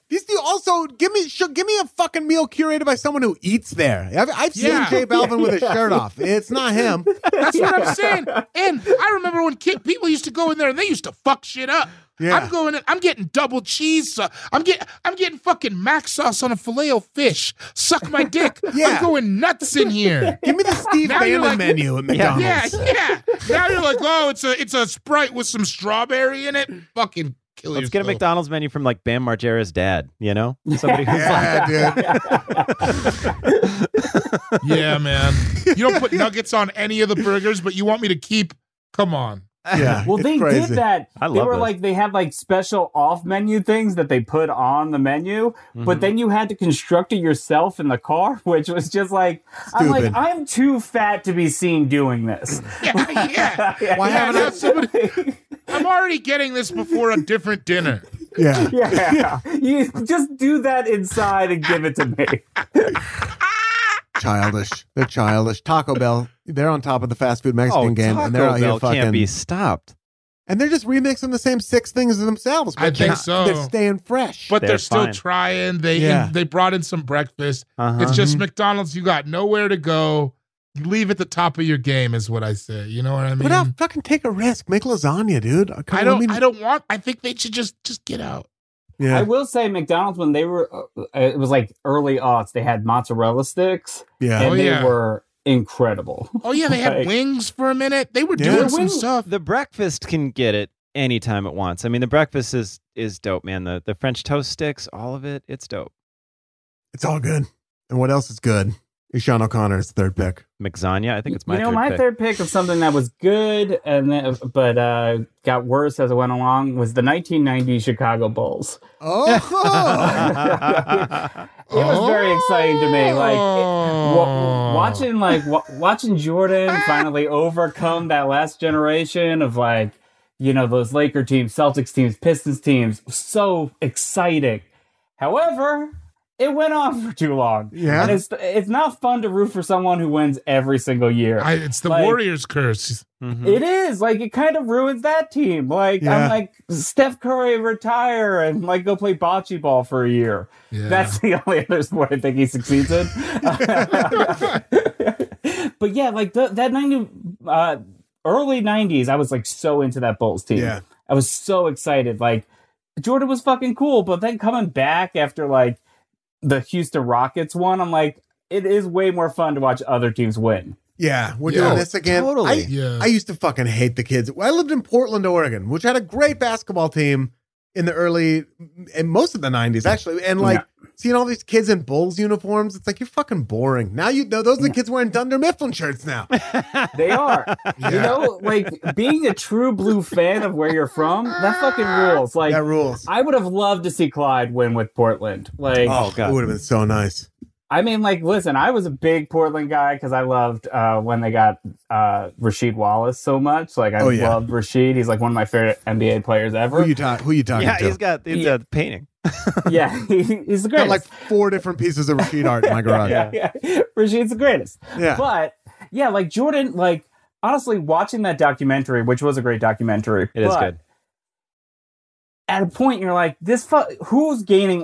Speaker 4: These two also give me sh- give me a fucking meal curated by someone who eats there. I've, I've seen
Speaker 7: Yeah.
Speaker 4: Jay Balvin with his shirt off. It's not him.
Speaker 7: That's what I'm saying. And I remember when kid, people used to go in there and they used to fuck shit up.
Speaker 4: Yeah.
Speaker 7: I'm going in, I'm getting double cheese. sau- I'm getting I'm getting fucking mac sauce on a filet of fish. Suck my dick.
Speaker 4: Yeah.
Speaker 7: I'm going nuts in here.
Speaker 4: Give me the Steve
Speaker 7: Now you're
Speaker 4: Bannon
Speaker 7: like-
Speaker 4: menu at McDonald's.
Speaker 7: Yeah, yeah. Now you're like, oh, it's a it's a sprite with some strawberry in it. Fucking kill
Speaker 5: Let's
Speaker 7: yourself.
Speaker 5: get a McDonald's menu from like Bam Margera's dad, you know? Somebody who's like,
Speaker 4: Yeah, dude.
Speaker 7: Yeah, man. You don't put nuggets on any of the burgers, but you want me to keep. Come on.
Speaker 4: Yeah,
Speaker 6: Well,
Speaker 4: it's
Speaker 6: they
Speaker 4: crazy.
Speaker 6: did that.
Speaker 5: I
Speaker 6: they
Speaker 5: love
Speaker 6: were
Speaker 5: this.
Speaker 6: like they had like special off menu things that they put on the menu,
Speaker 4: Mm-hmm.
Speaker 6: but then you had to construct it yourself in the car, which was just like I'm like
Speaker 4: Stupid.
Speaker 6: I'm too fat to be seen doing this.
Speaker 7: Yeah, yeah.
Speaker 4: Why
Speaker 7: Yeah,
Speaker 4: haven't I-
Speaker 7: now somebody- I'm already getting this before a different dinner.
Speaker 4: Yeah.
Speaker 6: yeah, you just do that inside and give it to me.
Speaker 4: childish. They're childish. Taco Bell, they're on top of the fast food Mexican
Speaker 5: oh,
Speaker 4: game,
Speaker 5: Taco
Speaker 4: and they're out
Speaker 5: Bell
Speaker 4: here fucking.
Speaker 5: can't be stopped.
Speaker 4: and they're just remixing the same six things as themselves.
Speaker 7: I
Speaker 4: but
Speaker 7: think
Speaker 4: they're-
Speaker 7: so.
Speaker 4: They're staying fresh.
Speaker 7: But they're,
Speaker 5: They're
Speaker 7: still
Speaker 5: fine.
Speaker 7: trying. They
Speaker 4: Yeah.
Speaker 7: they brought in some breakfast.
Speaker 5: Uh-huh.
Speaker 7: It's just
Speaker 4: Mhm.
Speaker 7: McDonald's. You got nowhere to go. You leave at the top of your game, is what I say. You know what I mean?
Speaker 4: but I'll fucking take a risk. Make lasagna, dude. Come
Speaker 7: I
Speaker 4: on,
Speaker 7: don't.
Speaker 4: mean-
Speaker 7: I don't want. I think they should just just get out.
Speaker 4: Yeah.
Speaker 6: I will say McDonald's when they were uh, it was like early aughts they had mozzarella sticks
Speaker 4: yeah.
Speaker 7: Oh,
Speaker 6: and they
Speaker 7: yeah.
Speaker 6: were incredible.
Speaker 7: Oh yeah, they had
Speaker 6: Like-
Speaker 7: wings for a minute. They were
Speaker 4: Yeah.
Speaker 7: doing
Speaker 4: The
Speaker 7: some
Speaker 6: wing-
Speaker 7: stuff.
Speaker 5: the breakfast can get it anytime it wants. I mean, the breakfast is is dope, man. The the French toast sticks, all of it, it's dope.
Speaker 4: It's all good. And what else is good? Is Sean O'Connor's third pick.
Speaker 5: Mixania, I think it's my
Speaker 6: you know
Speaker 5: third
Speaker 6: my
Speaker 5: pick.
Speaker 6: third pick of something that was good and then, but uh, got worse as it went along was the 1990 Chicago Bulls.
Speaker 4: Oh,
Speaker 6: It was very exciting to me. Like
Speaker 7: Oh.
Speaker 6: wa- watching like wa- watching Jordan finally overcome that last generation of like you know those Laker teams, Celtics teams, Pistons teams. So exciting. However, it went on for too long.
Speaker 4: Yeah.
Speaker 6: and it's it's not fun to root for someone who wins every single year.
Speaker 7: I, it's the
Speaker 6: Like-
Speaker 7: Warriors curse.
Speaker 5: Mhm.
Speaker 6: It is like it kind of ruins that team. Like
Speaker 4: Yeah.
Speaker 6: I'm like Steph Curry retire and like go play bocce ball for a year.
Speaker 7: Yeah.
Speaker 6: That's the only other sport I think he succeeds in. but yeah, like the, that ninety uh, early nineties, I was like so into that Bulls team.
Speaker 4: Yeah.
Speaker 6: I was so excited. Like Jordan was fucking cool, but then coming back after like the Houston Rockets won, I'm like, it is way more fun to watch other teams win.
Speaker 4: yeah. We're
Speaker 7: Yeah.
Speaker 4: doing this again.
Speaker 5: Totally.
Speaker 4: I-
Speaker 7: yeah.
Speaker 4: I used to fucking hate the kids. I lived in Portland, Oregon, which had a great basketball team in the early and most of the 90s actually. And like seeing all these kids in Bulls uniforms, it's like you're fucking boring. Now you know those are the kids wearing Dunder Mifflin shirts now.
Speaker 6: They are. You
Speaker 7: Yeah.
Speaker 6: know, like being a true blue fan of where you're from, that fucking rules. Like
Speaker 4: that rules.
Speaker 6: I would have loved to see Clyde win with Portland. Like
Speaker 4: oh god.
Speaker 5: God.
Speaker 4: It would have been so nice.
Speaker 6: I mean, like, listen, I was a big Portland guy because I loved uh, when they got uh, Rasheed Wallace so much. Like, I
Speaker 4: Oh, yeah.
Speaker 6: loved Rasheed. He's like one of my favorite NBA players
Speaker 4: Who
Speaker 6: ever.
Speaker 4: you talk who you talking
Speaker 5: yeah,
Speaker 4: to?
Speaker 5: he's got he's
Speaker 6: Yeah.
Speaker 5: got the painting.
Speaker 6: yeah, he- he's the
Speaker 4: Got
Speaker 6: greatest.
Speaker 4: like four different pieces of Rashid art in my garage.
Speaker 6: yeah,
Speaker 4: Yeah.
Speaker 6: yeah. Rasheed's the greatest. But yeah, like Jordan, like honestly, watching that documentary, which was a great documentary,
Speaker 5: It is
Speaker 6: but
Speaker 5: good.
Speaker 6: At a point, you're like, this. Fu- who's gaining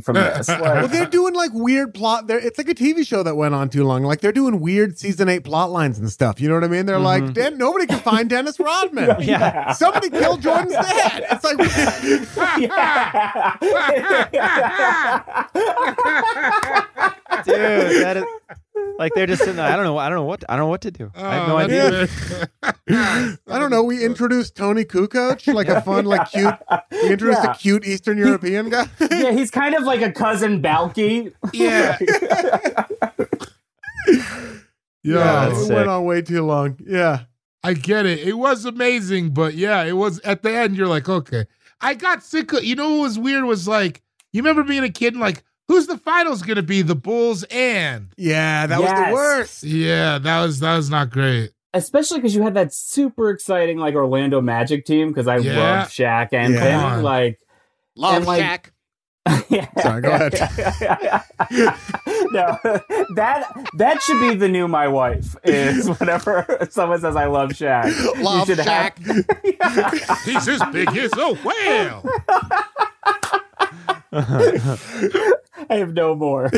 Speaker 6: from this? Like,
Speaker 4: Well, they're doing like weird plot. There, it's like a TV show that went on too long. Like they're doing weird season eight plot lines and stuff. You know what I mean? They're like,
Speaker 5: Mhm.
Speaker 4: Den- nobody can find Dennis Rodman.
Speaker 6: Yeah.
Speaker 4: Somebody killed Jordan's dad. It's like,
Speaker 5: Dude, that is like they're just in the, I don't know I don't know what I don't know what to do. I have no
Speaker 7: Oh,
Speaker 5: idea.
Speaker 7: that's good.
Speaker 4: I don't know. We introduced Tony Kukoc, like a fun, like cute. We introduced
Speaker 6: Yeah.
Speaker 4: a cute Eastern European guy.
Speaker 6: yeah, he's kind of like a cousin Balky.
Speaker 7: Yeah. Yo,
Speaker 5: Yeah,
Speaker 4: it
Speaker 5: that's sick.
Speaker 4: went on way too long. Yeah.
Speaker 7: I get it. It was amazing, but yeah, it was at the end. You're like, okay. I got sick of. You know what was weird was like, you remember being a kid and like, who's the finals gonna be? The Bulls and
Speaker 4: Yeah, that was
Speaker 6: Yes.
Speaker 4: the worst.
Speaker 7: yeah, that was that was not great.
Speaker 6: Especially because you had that super exciting like Orlando Magic team because I
Speaker 7: Yeah.
Speaker 6: love Shaq and
Speaker 4: Yeah.
Speaker 6: Penny.
Speaker 7: Come on.
Speaker 6: Like,
Speaker 4: Love
Speaker 6: And, like-
Speaker 4: Shaq.
Speaker 6: yeah.
Speaker 4: Sorry, go ahead.
Speaker 6: no, that that should be the new my wife is whenever someone says I love Shaq. you
Speaker 4: Love
Speaker 6: should have-
Speaker 4: Shaq.
Speaker 7: He's as big oh, as a whale.
Speaker 6: I have no more.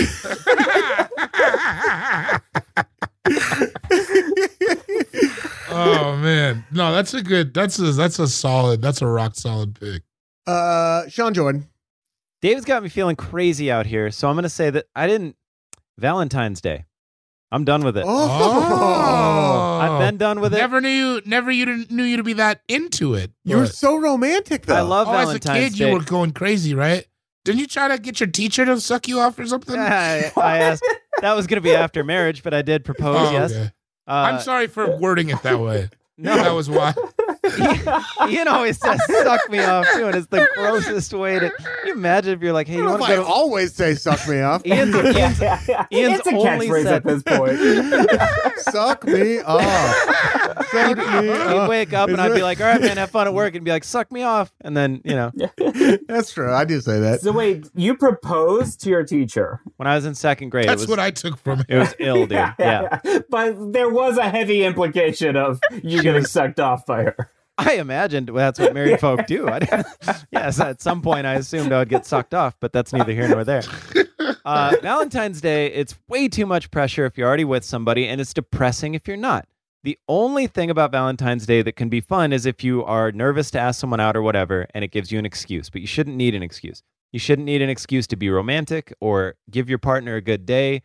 Speaker 7: oh man, no, that's a good. That's a that's a solid. That's a rock solid pick.
Speaker 4: Uh, Sean Jordan.
Speaker 5: Dave's got me feeling crazy out here, so I'm gonna say that I didn't Valentine's Day. I'm done with it.
Speaker 4: oh.
Speaker 5: I've been done with it.
Speaker 7: Never knew, never you didn't- knew you to be that into it.
Speaker 4: You were
Speaker 7: But-
Speaker 4: so romantic, though.
Speaker 5: I love
Speaker 7: oh, as a
Speaker 5: Valentine's
Speaker 7: kid,
Speaker 5: Day.
Speaker 7: you were going crazy, right? Didn't you try to get your teacher to suck you off or something?
Speaker 5: I, I asked. That was going to be after marriage, but I did propose.
Speaker 7: Oh,
Speaker 5: yes.
Speaker 7: okay.
Speaker 5: Uh,
Speaker 7: I'm sorry for wording it that way.
Speaker 5: No.
Speaker 7: that was why.
Speaker 5: Ian always says "suck me off" too, and it's the grossest way to. Can you imagine if you're like,
Speaker 4: I
Speaker 5: "Hey, you
Speaker 4: don't
Speaker 5: want
Speaker 4: know
Speaker 5: to
Speaker 4: if I
Speaker 5: go?" To,
Speaker 4: always say suck me off.
Speaker 5: Ian's, Ian's, Ian's
Speaker 6: it's a
Speaker 5: only
Speaker 6: catchphrase
Speaker 5: said-
Speaker 6: at this point.
Speaker 4: suck me off. Suck me
Speaker 5: he'd
Speaker 7: Uh,
Speaker 4: off.
Speaker 5: wake up and I'd be like, "All right, man, have fun at work," and be like, "Suck me off," and then you know,
Speaker 4: That's true. I do say that.
Speaker 6: so wait, you proposed to your teacher.
Speaker 5: when I was in second grade,
Speaker 7: That's
Speaker 5: it was
Speaker 7: what I took from it.
Speaker 5: it was ill, dude. Yeah,
Speaker 6: But there was a heavy implication of you getting sucked off by her.
Speaker 5: I imagined that's what married folk do. I didn't- yes, at some point I assumed I would get sucked off, but that's neither here nor there. Uh, Valentine's Day, it's way too much pressure if you're already with somebody, and it's depressing if you're not. The only thing about Valentine's Day that can be fun is if you are nervous to ask someone out or whatever, and it gives you an excuse, but you shouldn't need an excuse. You shouldn't need an excuse to be romantic or give your partner a good day.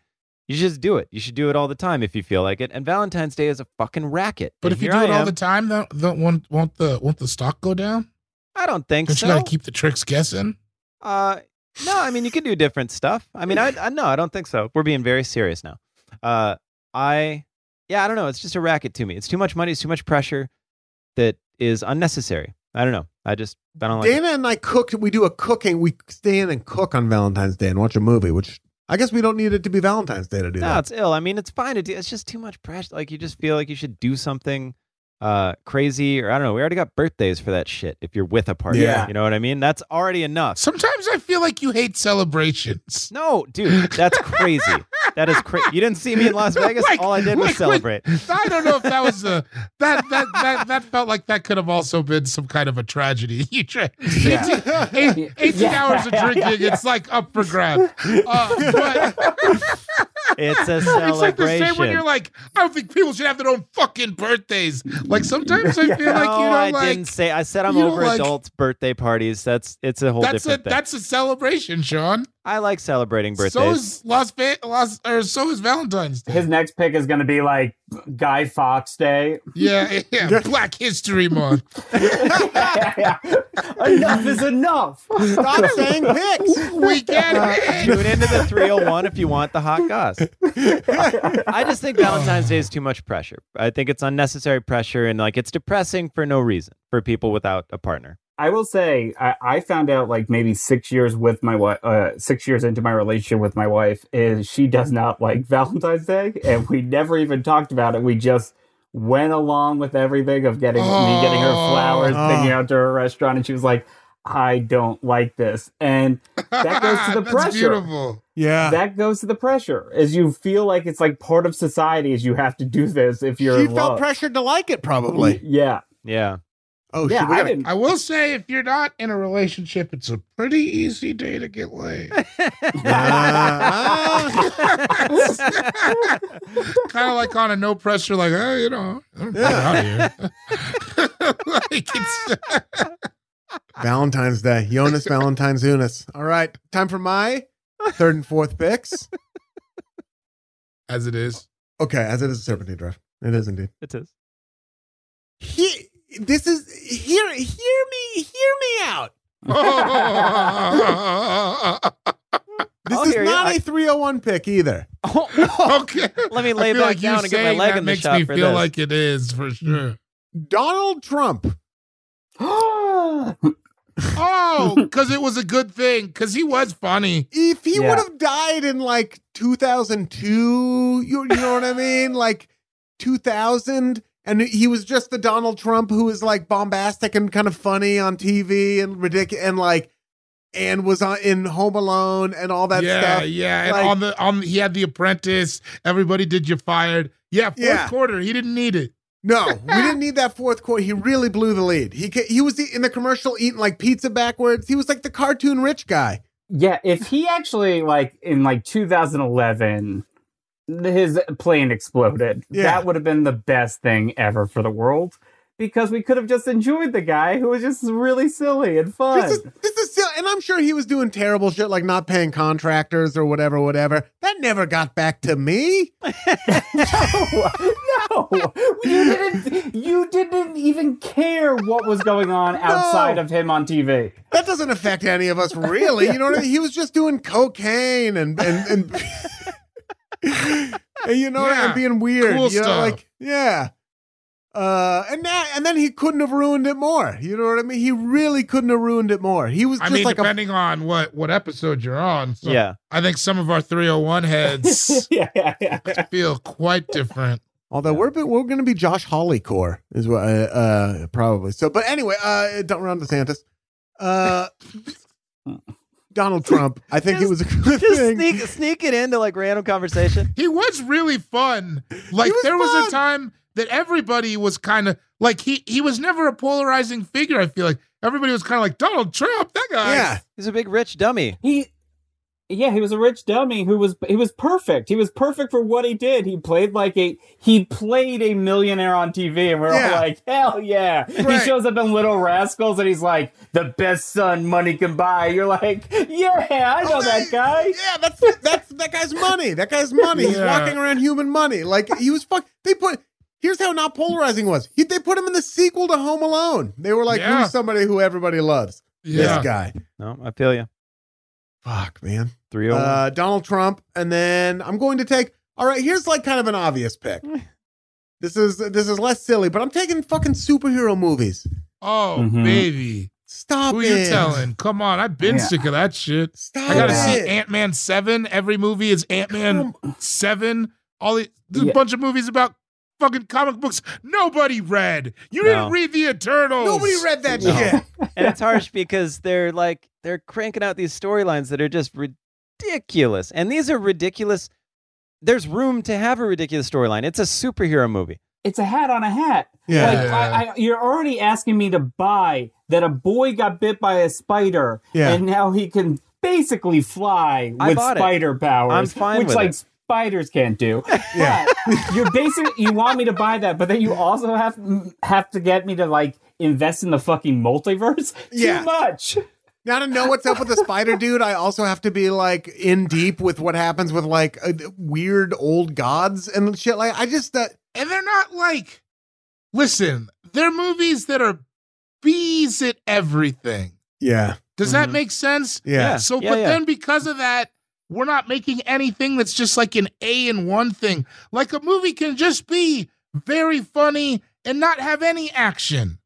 Speaker 5: You should just do it. You should do it all the time if you feel like it. And Valentine's Day is a fucking racket.
Speaker 7: But
Speaker 5: And
Speaker 7: if you do
Speaker 5: here
Speaker 7: it
Speaker 5: I
Speaker 7: all
Speaker 5: am.
Speaker 7: the time, though, the, won't, won't the won't the stock go down?
Speaker 5: I don't think
Speaker 7: Don't
Speaker 5: so.
Speaker 7: you got to keep the tricks guessing?
Speaker 5: Uh, no, I mean you can do different stuff. I mean, I, I no, I don't think so. We're being very serious now. Uh, I yeah, I don't know. It's just a racket to me. It's too much money. It's too much pressure that is unnecessary. I don't know. I just I don't like. it.
Speaker 4: Dana and I cooked. We do a cooking. We stay in and cook on Valentine's Day and watch a movie, which I guess we don't need it to be Valentine's Day to do
Speaker 5: No,
Speaker 4: that.
Speaker 5: it's ill. I mean, it's fine to do. It's just too much pressure. Like you just feel like you should do something uh crazy or I don't know. We already got birthdays for that shit. If you're with a partner,
Speaker 6: Yeah.
Speaker 5: you know what I mean. That's already enough.
Speaker 7: Sometimes I feel like you hate celebrations.
Speaker 5: no, dude, that's crazy. that is crazy. You didn't see me in Las Vegas.
Speaker 7: Like-
Speaker 5: All I did was
Speaker 7: like,
Speaker 5: celebrate.
Speaker 7: I don't know if that was a that that that that felt like that could have also been some kind of a tragedy. You try
Speaker 6: Yeah.
Speaker 7: 18, eight- 18
Speaker 6: Yeah.
Speaker 7: hours of drinking, it's like up for grab. Uh, but
Speaker 5: It's a
Speaker 7: it's like the
Speaker 5: celebration.
Speaker 7: same when you're like, I don't think people should have their own fucking birthdays. Like sometimes I feel like
Speaker 5: no,
Speaker 7: you know,
Speaker 5: I
Speaker 7: like
Speaker 5: didn't say. I said I'm
Speaker 7: you don't
Speaker 5: over
Speaker 7: like-
Speaker 5: adults' birthday parties. That's it's a whole
Speaker 7: that's a
Speaker 5: different thing.
Speaker 7: that's a celebration, Sean.
Speaker 5: I like celebrating birthdays.
Speaker 7: So is Las Ve- Las or so is Valentine's Day.
Speaker 6: His next pick is going to be like Guy Fox Day.
Speaker 7: yeah, yeah, Black History Month.
Speaker 6: enough is enough.
Speaker 4: Stop saying pics.
Speaker 7: We get
Speaker 6: Uh,
Speaker 7: it.
Speaker 5: Tune into the 301 if you want the hot goss. I just think Valentine's Day is too much pressure. I think it's unnecessary pressure and like it's depressing for no reason for people without a partner.
Speaker 6: I will say, I, I found out like maybe six years with my wife, uh, six years into my relationship with my wife, is she does not like Valentine's Day, and we never even talked about it. We just went along with everything of getting me getting her flowers,
Speaker 4: Oh.
Speaker 6: taking her out to a restaurant, and she was like, "I don't like this," and That goes to the
Speaker 7: That's
Speaker 6: pressure.
Speaker 7: Beautiful.
Speaker 4: Yeah.
Speaker 6: that goes to the pressure, as you feel like it's like part of society, is you have to do this if you're
Speaker 4: she
Speaker 6: in
Speaker 4: felt
Speaker 6: love.
Speaker 4: pressured to like it, probably.
Speaker 6: Yeah,
Speaker 5: Yeah.
Speaker 4: Oh,
Speaker 6: yeah,
Speaker 4: shit, we
Speaker 6: I
Speaker 4: gotta-
Speaker 6: didn't.
Speaker 7: I will say, if you're not in a relationship, it's a pretty easy day to get laid. Ah. kind of like on a no pressure, like, oh, you know, I'm out of here. like it's,
Speaker 4: Valentine's Day. Jonas Valentine's Unis. All right. Time for my third and fourth picks.
Speaker 7: as it is.
Speaker 4: Okay, as it is a serpentine draft. It is indeed.
Speaker 5: it is.
Speaker 4: He this is hear hear me hear me out. This
Speaker 5: I'll
Speaker 4: is
Speaker 5: hear you.
Speaker 4: not
Speaker 5: I-
Speaker 4: a 301 pick either.
Speaker 7: Oh, okay.
Speaker 5: Let me
Speaker 7: I
Speaker 5: lay
Speaker 7: feel
Speaker 5: back
Speaker 7: like you
Speaker 5: down and get my
Speaker 7: saying
Speaker 5: leg
Speaker 7: that
Speaker 5: in the
Speaker 7: makes
Speaker 5: shop
Speaker 7: me
Speaker 5: for
Speaker 7: feel
Speaker 5: this.
Speaker 7: like it is
Speaker 4: Mm.
Speaker 7: for sure.
Speaker 4: Donald Trump.
Speaker 7: Oh, because it was a good thing. Because he was funny.
Speaker 4: If he
Speaker 6: Yeah.
Speaker 4: would have died in like 2002, you, you know what I mean? Like 2000 and he was just the Donald Trump who was like bombastic and kind of funny on TV and ridiculous and like and was on, in Home Alone and all that
Speaker 7: yeah,
Speaker 4: stuff.
Speaker 7: yeah. And
Speaker 4: Like-
Speaker 7: on the on, he had the Apprentice. Everybody did you fired. Yeah, fourth
Speaker 4: Yeah.
Speaker 7: quarter. He didn't need it.
Speaker 4: No, we didn't need that fourth quarter. He really blew the lead. He ca- he was e- in the commercial eating like pizza backwards. He was like the cartoon rich guy.
Speaker 6: Yeah, if he actually like in like 2011 his plane exploded,
Speaker 4: Yeah.
Speaker 6: that would have been the best thing ever for the world because we could have just enjoyed the guy who was just really silly and fun.
Speaker 4: This is this is still, and I'm sure he was doing terrible shit like not paying contractors or whatever, whatever. That never got back to me.
Speaker 6: no, no, you didn't. You didn't even care what was going on outside of him on TV.
Speaker 4: That doesn't affect any of us really. You know what I mean? He was just doing cocaine and and and, and you know
Speaker 7: Yeah,
Speaker 4: and being weird.
Speaker 7: cool
Speaker 4: you know,
Speaker 7: stuff.
Speaker 4: like yeah. Uh, and that, and then he couldn't have ruined it more. You know what I mean? He really couldn't have ruined it more. He was
Speaker 7: I
Speaker 4: just
Speaker 7: mean,
Speaker 4: like a
Speaker 7: depending on what what episode you're on. So
Speaker 5: yeah.
Speaker 7: I think some of our 301 heads
Speaker 6: yeah, yeah, yeah.
Speaker 7: feel quite different.
Speaker 4: Although we're we're going to be Josh Hawley core is what uh, uh probably so. But anyway, uh, don't run DeSantis. Uh, Donald Trump. I think it was a good
Speaker 5: Just
Speaker 4: thing.
Speaker 5: sneak sneak it into like random conversation.
Speaker 7: He was really fun. Like
Speaker 4: was
Speaker 7: there was
Speaker 4: fun.
Speaker 7: a time that everybody was kind of like he he was never a polarizing figure. I feel like everybody was kind of like Donald Trump, that guy.
Speaker 4: Yeah.
Speaker 5: He's a big rich dummy.
Speaker 6: He, yeah, he was a rich dummy who was he was perfect. He was perfect for what he did. He played like a he played a millionaire on TV, and we are
Speaker 4: Yeah.
Speaker 6: all like, hell yeah! He
Speaker 7: Right.
Speaker 6: shows up in Little Rascals, and he's like, the best son money can buy. You're like, yeah, I know that guy.
Speaker 4: Yeah, that's that's that guy's money. That guy's money. He's
Speaker 7: Yeah.
Speaker 4: walking around human money. Like he was fuck. They put. Here's how not polarizing was. He, they put him in the sequel to Home Alone. They were like,
Speaker 7: Yeah.
Speaker 4: "Who's somebody who everybody loves?"
Speaker 7: Yeah.
Speaker 4: This guy.
Speaker 5: No, I feel oh you.
Speaker 4: Fuck, man.
Speaker 5: 301.
Speaker 4: Uh, Donald Trump, and then I'm going to take. All right, here's like kind of an obvious pick. This is this is less silly, but I'm taking fucking superhero movies.
Speaker 7: Oh
Speaker 6: Mhm.
Speaker 7: baby,
Speaker 4: Stop
Speaker 7: who
Speaker 4: it.
Speaker 7: you telling? Come on, I've been
Speaker 6: Yeah.
Speaker 7: sick of that shit.
Speaker 4: Stop
Speaker 7: I gotta
Speaker 4: it.
Speaker 7: see Ant Man seven. Every movie is Ant Man seven. All the, there's
Speaker 6: Yeah.
Speaker 7: a bunch of movies about fucking comic books nobody read. You
Speaker 5: No.
Speaker 7: didn't read the Eternals.
Speaker 4: Nobody read that shit.
Speaker 5: and it's harsh because they're like they're cranking out these storylines that are just ridiculous and these are ridiculous there's room to have a ridiculous storyline it's a superhero movie
Speaker 6: It's a hat on a hat.
Speaker 4: Yeah.
Speaker 6: Like I, I, you're already asking me to buy that a boy got bit by a spider
Speaker 4: Yeah.
Speaker 6: and now he can basically fly
Speaker 5: I
Speaker 6: with
Speaker 5: bought it.
Speaker 6: spider powers,
Speaker 5: I'm fine
Speaker 6: which
Speaker 5: with
Speaker 6: like
Speaker 5: it.
Speaker 6: spiders can't do.
Speaker 4: Yeah.
Speaker 6: But you're basically you want me to buy that, but then you also have have to get me to like invest in the fucking multiverse.
Speaker 4: Yeah.
Speaker 6: Too much.
Speaker 4: Now to know what's up with the spider dude, I also have to be like in deep with what happens with like uh, weird old gods and shit. Like I just uh,
Speaker 7: and they're not like listen they're movies that are bees at everything
Speaker 4: yeah
Speaker 7: does that
Speaker 5: Mhm.
Speaker 7: make sense
Speaker 4: yeah
Speaker 7: so
Speaker 5: Yeah,
Speaker 7: but
Speaker 5: yeah.
Speaker 7: then because of that we're not making anything that's just like an a and one thing like a movie can just be very funny and not have any action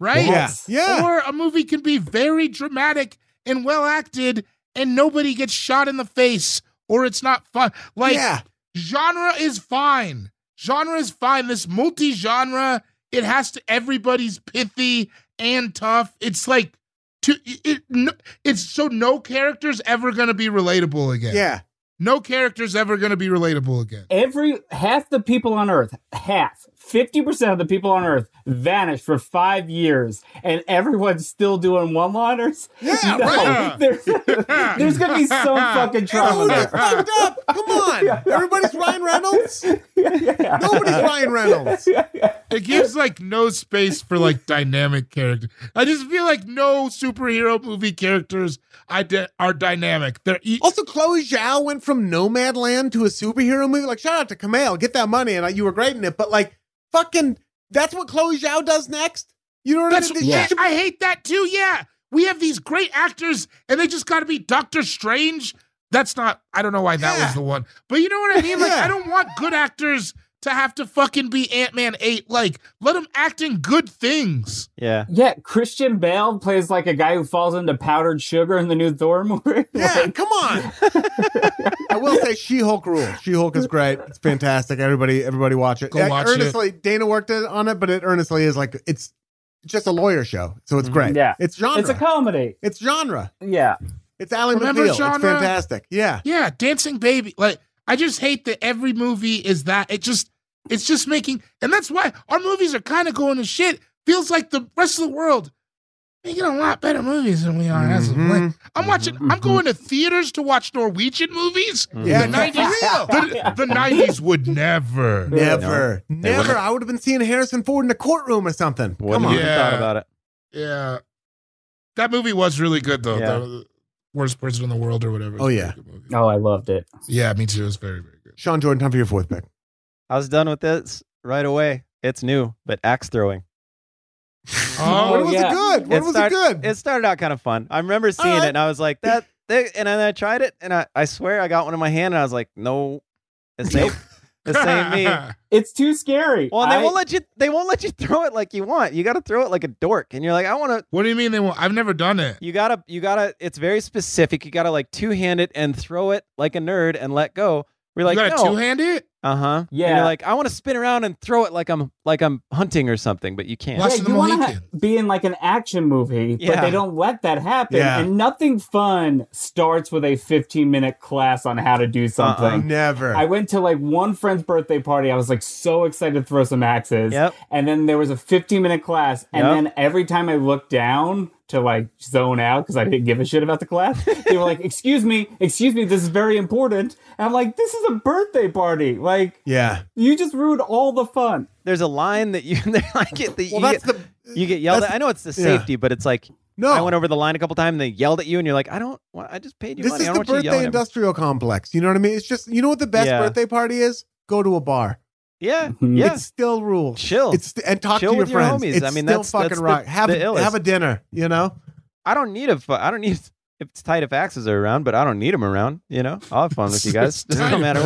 Speaker 7: right
Speaker 4: yeah
Speaker 6: Yes.
Speaker 4: yeah.
Speaker 7: or a movie can be very dramatic and well acted and nobody gets shot in the face or it's not fun like
Speaker 4: yeah.
Speaker 7: genre is fine. Genre is fine. This multi-genre, it has to everybody's pithy and tough. It's like to it, no, it's so no character's ever going to be relatable again.
Speaker 4: yeah
Speaker 7: No character's ever going to be relatable again.
Speaker 6: Every half the people on Earth, half, 50% of the people on Earth vanished for five years, and everyone's still doing one liners.
Speaker 4: Yeah,
Speaker 7: right.
Speaker 6: There's, there's gonna be so fucking
Speaker 4: Oh,
Speaker 6: trauma
Speaker 4: that's
Speaker 6: there.
Speaker 4: fucked up. Come on, everybody's Ryan Reynolds. Nobody's Ryan Reynolds.
Speaker 7: It gives like no space for like dynamic character. I just feel like no superhero movie characters ide- are dynamic. They're e-
Speaker 4: Also, Chloe Zhao went from Nomadland to a superhero movie. Like, shout out to Kamel, get that money, and uh, you were great in it. But like, fucking, that's what Chloe Zhao does next. You know what
Speaker 7: That's
Speaker 4: I mean? She
Speaker 7: yeah.
Speaker 4: should be
Speaker 7: I hate that too. Yeah, we have these great actors, and they just got to be Doctor Strange. That's not. I don't know why that
Speaker 4: Yeah.
Speaker 7: was the one, but you know what I mean. Like,
Speaker 4: Yeah.
Speaker 7: I don't want good actors to have to fucking be Ant Man eight. Like, let them act in good things.
Speaker 5: yeah
Speaker 6: Yeah, Christian Bale plays like a guy who falls into powdered sugar in the new Thor movie.
Speaker 4: Yeah, come on. I will say She Hulk rules. She Hulk is great. It's fantastic. Everybody, everybody watch it.
Speaker 7: Go
Speaker 4: Yeah,
Speaker 7: watch it.
Speaker 4: earnestly, Dana worked it- on it, but it earnestly is like it's just a lawyer show. So
Speaker 7: Mm-hmm.
Speaker 4: it's great.
Speaker 6: Yeah.
Speaker 4: It's genre.
Speaker 6: It's
Speaker 4: It's,
Speaker 6: a comedy.
Speaker 4: genre.
Speaker 6: Yeah.
Speaker 4: It's Ally
Speaker 7: Remember
Speaker 4: McBeal. It's
Speaker 7: genre?
Speaker 4: fantastic. Yeah.
Speaker 7: Yeah, Dancing Baby. Like, I just hate that every movie is that. It just, it's just making, and that's why our movies are kind of going to shit. Feels like the rest of the world making a lot better movies than we are. As of late.
Speaker 4: Mhm.
Speaker 7: I'm watching. I'm going to theaters to watch Norwegian movies.
Speaker 5: Mm-hmm.
Speaker 4: Yeah,
Speaker 7: the
Speaker 4: no, for
Speaker 7: nineties.
Speaker 4: real.
Speaker 7: The, the nineties would never.
Speaker 4: Never. Never.
Speaker 5: wouldn't.
Speaker 4: I would have been seeing Harrison Ford in a courtroom or something.
Speaker 5: wouldn't
Speaker 4: Come on.
Speaker 5: have
Speaker 7: Yeah.
Speaker 5: thought about it
Speaker 7: Yeah, that movie was really good though.
Speaker 5: Yeah.
Speaker 7: The worst person in the world or whatever. It was
Speaker 4: Oh,
Speaker 7: a
Speaker 4: yeah.
Speaker 7: very good movie.
Speaker 6: Oh, I loved it.
Speaker 7: Yeah, me too. It was very very good.
Speaker 4: Sean Jordan, time for your fourth pick.
Speaker 5: i was done with this right away it's new but axe throwing
Speaker 7: Oh,
Speaker 4: when was
Speaker 6: yeah.
Speaker 4: it good? When
Speaker 5: It
Speaker 4: was
Speaker 5: start-
Speaker 4: it good?
Speaker 5: it started out kind of fun i remember seeing
Speaker 4: Alright.
Speaker 5: it and i was like Mm. Oh, that they, and then i tried it and I, I swear i got one in my hand and i was like no this ain't this ain't me
Speaker 6: It's too scary.
Speaker 5: well and they
Speaker 6: I-
Speaker 5: won't let you they won't let you throw it like you want you gotta throw it like a dork and you're like i want to
Speaker 7: what do you mean they won't? I've never done it.
Speaker 5: You gotta, you gotta. It's very specific. You gotta like two hand it and throw it like a nerd and let go. We're
Speaker 7: You
Speaker 5: like,
Speaker 7: gotta
Speaker 5: no,
Speaker 7: two hand it.
Speaker 5: Uh huh.
Speaker 6: Yeah.
Speaker 5: You're like, I want to spin around and throw it like I'm like I'm hunting or something, but you can't.
Speaker 7: Less than
Speaker 6: you
Speaker 7: a
Speaker 6: wanna ha-
Speaker 7: weekend.
Speaker 6: be in like an action movie, but
Speaker 5: Yeah.
Speaker 6: they don't let that happen.
Speaker 4: Yeah.
Speaker 6: And nothing fun starts with a 15 minute class on how to
Speaker 5: Uh-uh.
Speaker 6: do something.
Speaker 4: Never.
Speaker 6: I went to like one friend's birthday party. I was like so excited to throw some axes.
Speaker 5: Yep.
Speaker 6: And then there was a 15 minute class. And
Speaker 5: Yep.
Speaker 6: then every time I looked down to like zone out because I didn't give a shit about the class, they were like, Excuse me, excuse me, this is very important. And I'm like, This is a birthday party. Like,
Speaker 4: yeah.
Speaker 6: you just ruined all the fun.
Speaker 5: There's a line that you like it. That
Speaker 4: Well,
Speaker 5: you
Speaker 4: that's
Speaker 5: get,
Speaker 4: the
Speaker 5: you get yelled
Speaker 4: that's-
Speaker 5: at. I know it's the
Speaker 4: yeah.
Speaker 5: safety, but it's like
Speaker 4: no.
Speaker 5: I went over the line a couple times and they yelled at you, and you're like, I don't. want I just paid you
Speaker 4: this
Speaker 5: money.
Speaker 4: is
Speaker 5: I
Speaker 4: the
Speaker 5: don't want you
Speaker 4: birthday
Speaker 5: yelling. At me.
Speaker 4: industrial complex. You know what I mean? It's just you know what the best
Speaker 5: Yeah.
Speaker 4: birthday party is? Go to a bar.
Speaker 5: Yeah.
Speaker 6: Mhm.
Speaker 5: Yeah.
Speaker 4: It still rules.
Speaker 5: Chill.
Speaker 4: It's and talk
Speaker 5: Chill
Speaker 4: to your
Speaker 5: with your
Speaker 4: friends.
Speaker 5: homies.
Speaker 4: It's
Speaker 5: I mean,
Speaker 4: still
Speaker 5: that's-
Speaker 4: fucking
Speaker 5: that's the-
Speaker 4: rock. have
Speaker 5: the
Speaker 4: a,
Speaker 5: illest.
Speaker 4: have a dinner. You know.
Speaker 5: I don't need a. fu- I don't need. If it's tight if axes are around, but I don't need them around. You know, I'll have fun with you guys.
Speaker 7: It's
Speaker 5: no
Speaker 7: tight.
Speaker 5: matter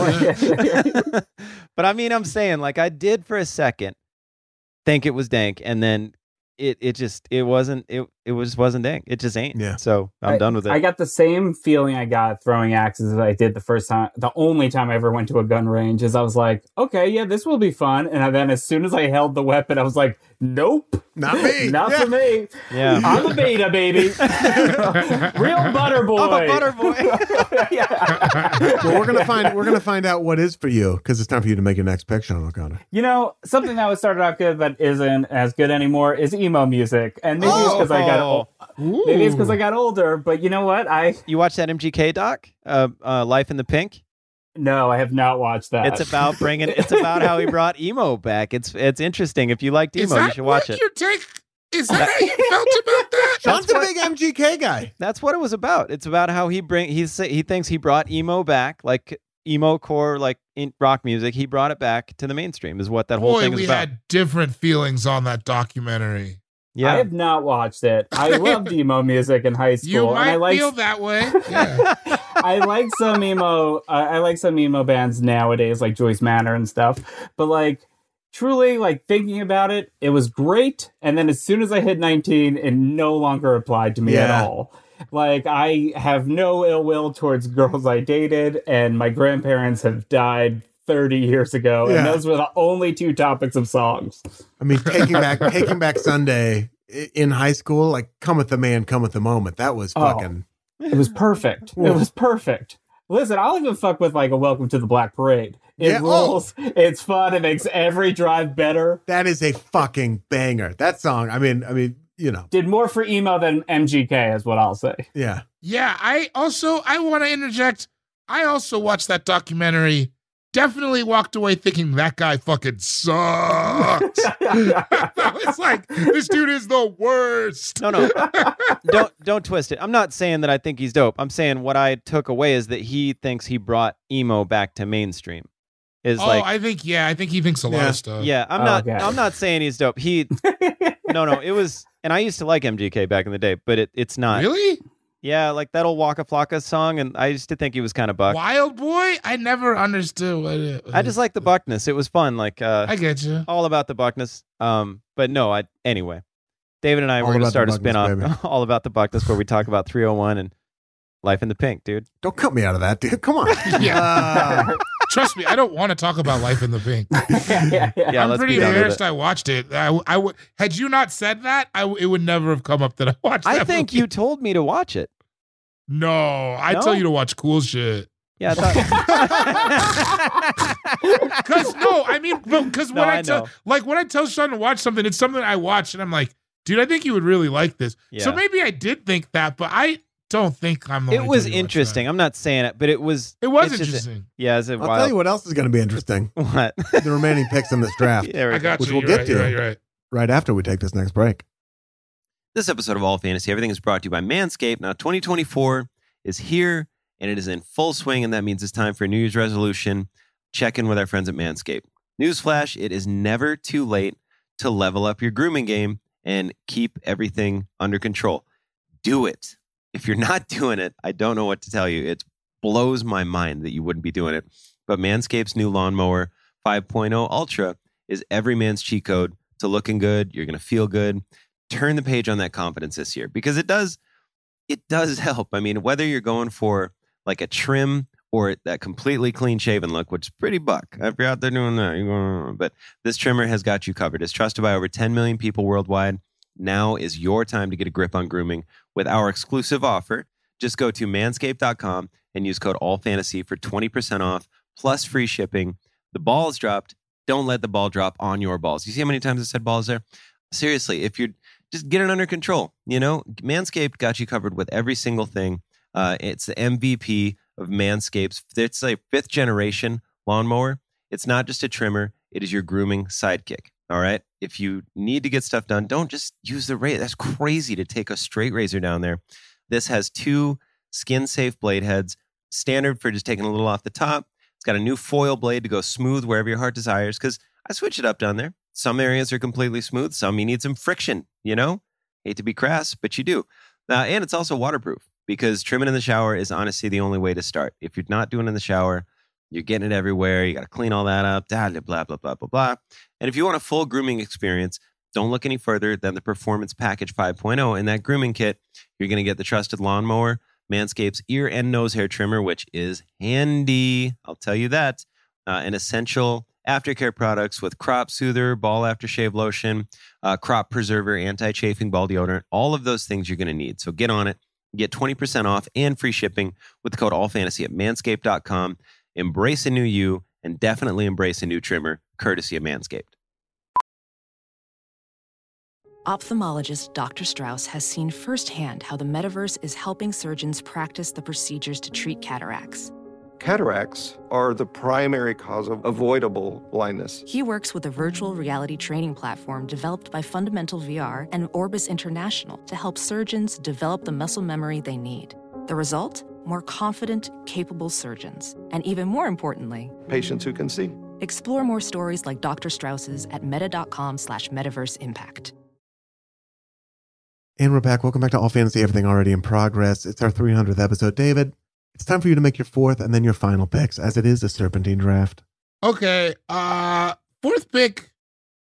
Speaker 5: what. but I mean, I'm saying like I did for a second think it was dank, and then it it just it wasn't it it was wasn't dank. It just ain't.
Speaker 4: Yeah.
Speaker 5: So I'm
Speaker 6: I-
Speaker 5: done with it.
Speaker 6: I got the same feeling I got throwing axes as I did the first time, the only time I ever went to a gun range. Is I was like, okay, yeah, this will be fun. And then as soon as I held the weapon, I was like, nope,
Speaker 4: Not me.
Speaker 6: not
Speaker 4: Yeah.
Speaker 6: for me.
Speaker 5: yeah.
Speaker 6: I'm a beta baby, real butter oh, boy.
Speaker 5: I'm a butter boy.
Speaker 6: yeah.
Speaker 4: well, we're gonna find we're gonna find out what is for you because it's time for you to make your next pick, Sean O'Connor.
Speaker 6: You know, something that was started out good but isn't as good anymore is emo music, and maybe it's because I got
Speaker 5: Oh.
Speaker 6: old. Maybe it's because I got older. But you know what? I
Speaker 5: You watch that MGK doc, uh, uh, Life in the Pink.
Speaker 6: no, I have not watched that.
Speaker 5: It's about bringing. It's about how he brought emo back. It's it's interesting. If you liked
Speaker 7: Is
Speaker 5: emo, you
Speaker 7: that
Speaker 5: should watch
Speaker 7: what
Speaker 5: it.
Speaker 7: your take? Is that how you felt about that?
Speaker 4: Sean's a big MGK guy.
Speaker 5: That's what it was about. It's about how he bring he say, he thinks he brought emo back, like emo core, like in rock music. He brought it back to the mainstream. Is what that whole
Speaker 7: Boy,
Speaker 5: thing is
Speaker 7: we
Speaker 5: about.
Speaker 7: had different feelings on that documentary.
Speaker 5: yeah,
Speaker 6: I have not watched it. I loved emo music in high school,
Speaker 7: You
Speaker 6: and I
Speaker 7: might
Speaker 6: like
Speaker 7: feel that way. Yeah.
Speaker 6: I like some emo. Uh, I like some emo bands nowadays, like Joyce Manor and stuff. But like, truly, like thinking about it, it was great. And then as soon as I hit nineteen, it no longer applied to me
Speaker 4: Yeah.
Speaker 6: at all. Like I have no ill will towards girls I dated, and my grandparents have died. 30 years ago and
Speaker 4: Yeah.
Speaker 6: those were the only two topics of songs
Speaker 4: I mean, taking back taking back Sunday i- in high school, like cometh the man, cometh the moment. That was
Speaker 6: Oh.
Speaker 4: fucking
Speaker 6: It was perfect. it was perfect. Listen, I'll even fuck with like a welcome to the Black Parade. It
Speaker 4: Yeah, oh.
Speaker 6: rules. It's fun. It makes every drive better.
Speaker 4: that is a fucking banger. That song. I mean, I mean, you know,
Speaker 6: Did more for emo than MGK is what I'll say.
Speaker 4: yeah.
Speaker 7: yeah, I also I want to interject. I also watched that documentary. Definitely walked away thinking that guy fucking sucks. I was like, this dude is the worst.
Speaker 5: No, no, don't don't twist it. I'm not saying that I think he's dope. I'm saying what I took away is that he thinks he brought emo back to mainstream. Is
Speaker 7: oh,
Speaker 5: like
Speaker 7: I think yeah, I think he thinks a lot
Speaker 4: Yeah.
Speaker 7: of stuff.
Speaker 5: Yeah, I'm
Speaker 6: Oh,
Speaker 5: not.
Speaker 6: okay.
Speaker 5: I'm not saying he's dope. He, no, no, it was. And I used to like MGK back in the day, but it, it's not.
Speaker 7: really?
Speaker 5: Yeah, like that old Waka Flocka song, and I used to think he was kind of buck.
Speaker 7: Wild boy? I never understood what it was.
Speaker 5: I just like the buckness. It was fun, like uh,
Speaker 7: I get you.
Speaker 5: all about the buckness. Um, but no, I anyway. David and I
Speaker 4: All
Speaker 5: were
Speaker 4: about
Speaker 5: gonna
Speaker 4: the
Speaker 5: start a
Speaker 4: Buckness,
Speaker 5: spin
Speaker 4: baby.
Speaker 5: off all about the buckness where we talk about 301 and life in the pink, dude.
Speaker 4: Don't cut me out of that, dude. Come on.
Speaker 7: Yeah.
Speaker 4: Uh,
Speaker 7: Trust me, I don't want to talk about life in the pink.
Speaker 6: yeah, yeah, yeah.
Speaker 5: Yeah,
Speaker 7: I'm
Speaker 5: let's
Speaker 7: pretty
Speaker 5: be done with
Speaker 7: embarrassed
Speaker 5: it.
Speaker 7: I watched it. I, I w- had you not said that, I w- it would never have come up that I watched.
Speaker 5: I
Speaker 7: that
Speaker 5: think
Speaker 7: movie.
Speaker 5: you told me to watch it.
Speaker 7: No, I
Speaker 5: No?
Speaker 7: tell you to watch cool shit.
Speaker 5: Yeah, I thought.
Speaker 7: Cause no, I mean, because
Speaker 5: No,
Speaker 7: when I,
Speaker 5: I
Speaker 7: tell,
Speaker 5: know.
Speaker 7: like when I tell Sean to watch something, it's something I watch, and I'm like, dude, I think you would really like this. So
Speaker 5: Yeah.
Speaker 7: maybe I did think that, but I don't think I'm. The
Speaker 5: it
Speaker 7: one
Speaker 5: was
Speaker 7: who told you to watch
Speaker 5: interesting.
Speaker 7: that.
Speaker 5: I'm not saying it, but it was.
Speaker 7: It was
Speaker 5: it's just-
Speaker 7: interesting.
Speaker 5: yeah, is it
Speaker 4: I'll tell you
Speaker 5: wild?
Speaker 4: what else is going to be interesting.
Speaker 5: What?
Speaker 4: The remaining picks in this draft
Speaker 5: There we
Speaker 7: I got
Speaker 4: Which
Speaker 7: you.
Speaker 4: we'll
Speaker 7: You're
Speaker 4: get
Speaker 7: right,
Speaker 4: to.
Speaker 7: You're right, you're right.
Speaker 4: right after we take this next break.
Speaker 9: This episode of All Fantasy Everything is brought to you by Manscaped. Now, 2024 is here and it is in full swing, and that means it's time for a New Year's resolution. Check in with our friends at Manscaped. Newsflash it is never too late to level up your grooming game and keep everything under control. Do it. If you're not doing it, I don't know what to tell you. It blows my mind that you wouldn't be doing it. But Manscaped's new lawnmower 5.0 Ultra is every man's cheat code to looking good. You're going to feel good turn the page on that confidence this year because it does it does help. I mean, whether you're going for like a trim
Speaker 5: or that completely clean shaven look, which is pretty buck. If you're out there doing that, you're going, but this trimmer has got you covered. It's trusted by over 10 million people worldwide. Now is your time to get a grip on grooming with our exclusive offer. Just go to manscaped.com and use code AllFantasy for 20% off plus free shipping. The ball is dropped. Don't let the ball drop on your balls. You see how many times I said balls there? Seriously, if you're just get it under control, you know, Manscaped got you covered with every single thing. Uh, it's the MVP of Manscaped's. It's a fifth generation lawnmower. It's not just a trimmer, it is your grooming sidekick. All right. If you need to get stuff done, don't just use the razor. That's crazy to take a straight razor down there. This has two skin safe blade heads, standard for just taking a little off the top. It's got a new foil blade to go smooth wherever your heart desires because I switch it up down there. Some areas are completely smooth, some you need some friction, you know? Hate to be crass, but you do. Uh, and it's also waterproof because trimming in the shower is honestly the only way to start. If you're not doing it in the shower, you're getting it everywhere. You got to clean all that up, blah, blah, blah, blah, blah, blah. And if you want a full grooming experience, don't look any further than the Performance Package 5.0. In that grooming kit, you're going to get the trusted lawnmower, Manscaped's ear and nose hair trimmer, which is handy. I'll tell you that. Uh, an essential aftercare products with crop soother, ball aftershave lotion, uh, crop preserver, anti chafing ball deodorant, all of those things you're going to need. So get on it. Get 20% off and free shipping with the code AllFantasy at manscaped.com. Embrace a new you and definitely embrace a new trimmer, courtesy of Manscaped.
Speaker 2: Ophthalmologist Dr. Strauss has seen firsthand how the metaverse is helping surgeons practice the procedures to treat cataracts.
Speaker 10: Cataracts are the primary cause of avoidable blindness.
Speaker 2: He works with a virtual reality training platform developed by Fundamental VR and Orbis International to help surgeons develop the muscle memory they need. The result? More confident, capable surgeons. And even more importantly,
Speaker 10: Patients who can see.
Speaker 2: explore more stories like Dr. Strauss's at meta.com slash metaverse impact.
Speaker 4: And we're back. Welcome back to All Fantasy Everything Already in Progress. It's our 300th episode. David, it's time for you to make your fourth and then your final picks, as it is a serpentine draft.
Speaker 7: Okay. Uh fourth pick.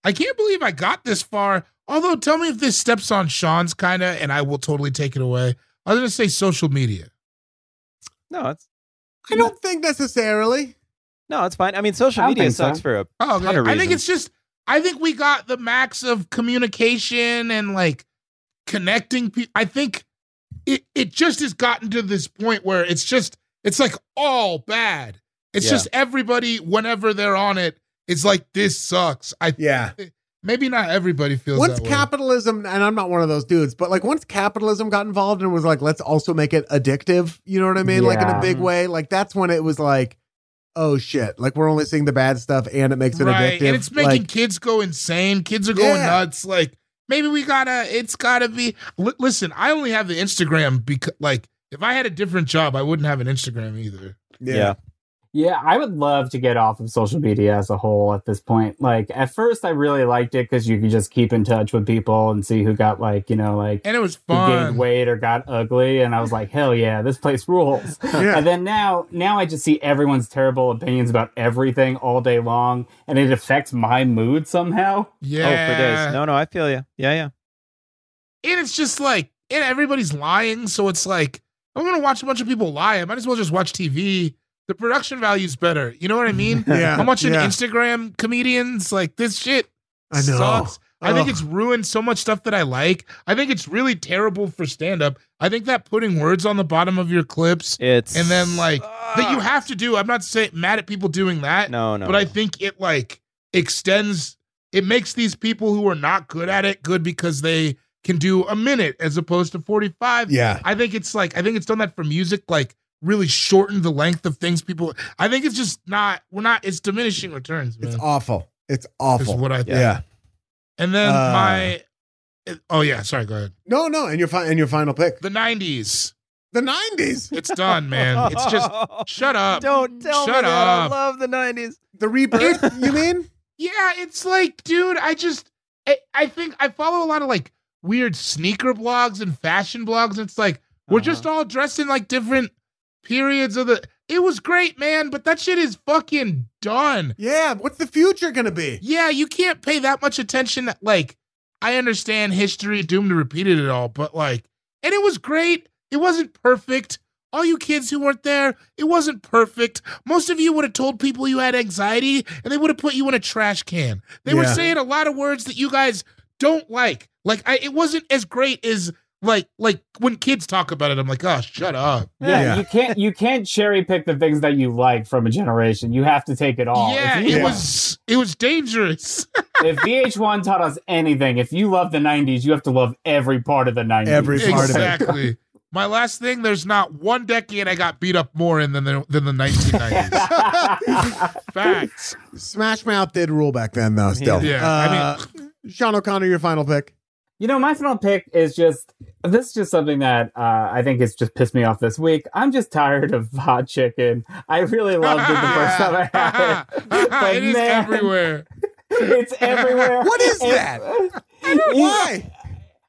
Speaker 7: I can't believe I got this far. Although tell me if this steps on Sean's kinda and I will totally take it away. I was gonna say social media.
Speaker 8: No, it's
Speaker 4: I don't think necessarily.
Speaker 8: no, it's fine. I mean, social
Speaker 6: I don't
Speaker 8: media
Speaker 6: think so.
Speaker 8: sucks for a
Speaker 7: Oh, okay.
Speaker 8: Ton of
Speaker 7: I think
Speaker 8: reasons.
Speaker 7: it's just I think we got the max of communication and like connecting people. I think it it just has gotten to this point where it's just it's like all bad. It's
Speaker 8: Yeah.
Speaker 7: just everybody whenever they're on it, it's like this sucks. I
Speaker 4: Yeah.
Speaker 7: maybe not everybody feels
Speaker 4: Once
Speaker 7: that way.
Speaker 4: capitalism, and I'm not one of those dudes, but like once capitalism got involved and was like, let's also make it addictive, you know what I mean? Like in a
Speaker 6: Yeah.
Speaker 4: big way, like that's when it was like, oh shit, like we're only seeing the bad stuff and it makes it
Speaker 7: right.
Speaker 4: addictive.
Speaker 7: And it's making
Speaker 4: Like,
Speaker 7: kids go insane. Kids are going
Speaker 4: Yeah.
Speaker 7: nuts. Like maybe we gotta. It's gotta be. L- listen, I only have the Instagram because like if I had a different job, I wouldn't have an Instagram either.
Speaker 8: yeah.
Speaker 6: Yeah, I would love to get off of social media as a whole at this point. Like, at first, I really liked it because you could just keep in touch with people and see who got, like, you know, like,
Speaker 7: And it was
Speaker 6: who gained
Speaker 7: fun.
Speaker 6: weight or got ugly. And I was like, hell yeah, this place rules.
Speaker 4: Yeah.
Speaker 6: And then now, now I just see everyone's terrible opinions about everything all day long, and it affects my mood somehow.
Speaker 8: Oh, for
Speaker 7: Yeah.
Speaker 8: days. No, no, I feel you. Yeah, yeah.
Speaker 7: And it's just like, and everybody's lying. So it's like, I'm gonna watch a bunch of people lie. I might as well just watch TV. The production value's better. You know what I mean?
Speaker 4: Yeah.
Speaker 7: I'm watching
Speaker 4: Yeah.
Speaker 7: Instagram comedians. Like this shit
Speaker 4: I know.
Speaker 7: sucks. I think
Speaker 4: Ugh.
Speaker 7: it's ruined so much stuff that I like. I think it's really terrible for stand up. I think that putting words on the bottom of your clips
Speaker 8: It's
Speaker 7: and then like that you have to do. I'm not saying mad at people doing that,
Speaker 8: no, no.
Speaker 7: but I
Speaker 8: no.
Speaker 7: think it like extends. It makes these people who are not good at it good because they can do a minute as opposed to 45.
Speaker 4: Yeah.
Speaker 7: I think it's like I think it's done that for music, like really shortened the length of things people. I think it's just not. We're not. It's diminishing returns, man.
Speaker 4: It's awful. It's
Speaker 7: is
Speaker 4: awful.
Speaker 7: what I think.
Speaker 4: yeah.
Speaker 7: And then
Speaker 4: Uh,
Speaker 7: my oh yeah, sorry, go ahead.
Speaker 4: No, no, and your fi- and your final pick.
Speaker 7: The nineties.
Speaker 4: The 90s.
Speaker 7: It's done, man. It's just shut up.
Speaker 8: don't tell me
Speaker 7: Shut
Speaker 8: that. I
Speaker 7: up.
Speaker 8: love the nineties.
Speaker 4: The rebirth, you mean?
Speaker 7: Yeah, it's like, dude, I just I, I think I follow a lot of like weird sneaker blogs and fashion blogs. And it's like
Speaker 4: Uh-huh.
Speaker 7: we're just all dressed in like different periods of the it was great, man, but that shit is fucking done.
Speaker 4: Yeah. What's the future going to be?
Speaker 7: Yeah, you can't pay that much attention. Like, I understand history, doomed to repeat it at all, but like, and it was great. It wasn't perfect. all you kids who weren't there, it wasn't perfect. Most of you would have told people you had anxiety and they would have put you in a trash can. They were
Speaker 4: Yeah.
Speaker 7: saying a lot of words that you guys don't like. Like I it wasn't as great as like like when kids talk about it, I'm like, oh shut up.
Speaker 6: Yeah,
Speaker 4: Yeah.
Speaker 6: you can't you can't cherry pick the things that you like from a generation. You have to take it all.
Speaker 7: yeah,
Speaker 6: If you-
Speaker 7: it was it was dangerous.
Speaker 6: if VH1 taught us anything, if you love the '90s, you have to love every part of the '90s.
Speaker 4: Every part of it.
Speaker 7: exactly. My last thing, there's not one decade I got beat up more in than the, than the 1990s. Facts.
Speaker 4: Smash Mouth did rule back then, though. Still,
Speaker 7: Yeah, I
Speaker 4: Uh, Sean O'Connor, your final pick.
Speaker 6: You know, my final pick is just this is just something that uh, I think has just pissed me off this week. I'm just tired of hot chicken. I really loved it the first time I had it. But
Speaker 7: it is
Speaker 6: man,
Speaker 7: everywhere.
Speaker 6: It's everywhere.
Speaker 4: What is
Speaker 6: It's-
Speaker 4: that? Why?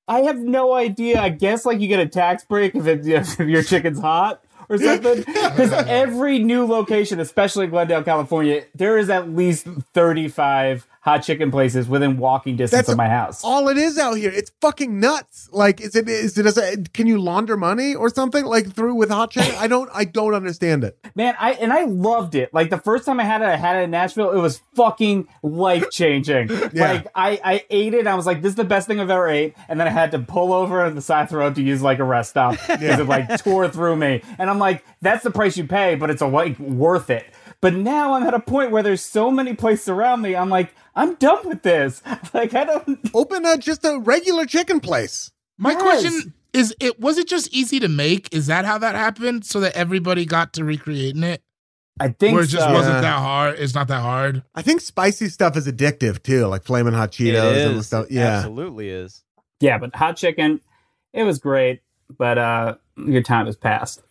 Speaker 6: I have no idea. I guess like you get a tax break if, it, if your chicken's hot or something. Because every new location, especially in Glendale, California, there is at least 35 hot chicken places within walking distance
Speaker 4: That's
Speaker 6: of my house.
Speaker 4: All it is out here, it's fucking nuts. Like, is it? Is it? Is it can you launder money or something like through with hot chicken? I don't. I don't understand it.
Speaker 6: Man, I and I loved it. Like the first time I had it, I had it in Nashville. It was fucking life changing.
Speaker 4: Yeah.
Speaker 6: Like I, I ate it. I was like, this is the best thing I've ever ate. And then I had to pull over on the side of the road to use like a rest stop because it like tore through me. And I'm like, that's the price you pay, but it's a, like worth it. But now I'm at a point where there's so many places around me. I'm like, I'm done with this. Like I don't.
Speaker 4: Open a just a regular chicken place.
Speaker 7: My
Speaker 6: Yes.
Speaker 7: question is: It was it just easy to make? Is that how that happened? So that everybody got to recreating it,
Speaker 6: I think
Speaker 7: or it just
Speaker 6: so.
Speaker 7: wasn't
Speaker 4: Yeah.
Speaker 7: that hard? It's not that hard.
Speaker 4: I think spicy stuff is addictive too, like flaming hot
Speaker 5: It
Speaker 4: Cheetos and
Speaker 5: is.
Speaker 4: stuff.
Speaker 5: It
Speaker 4: Yeah.
Speaker 5: absolutely is.
Speaker 6: Yeah, but hot chicken, it was great. But uh, your time has passed.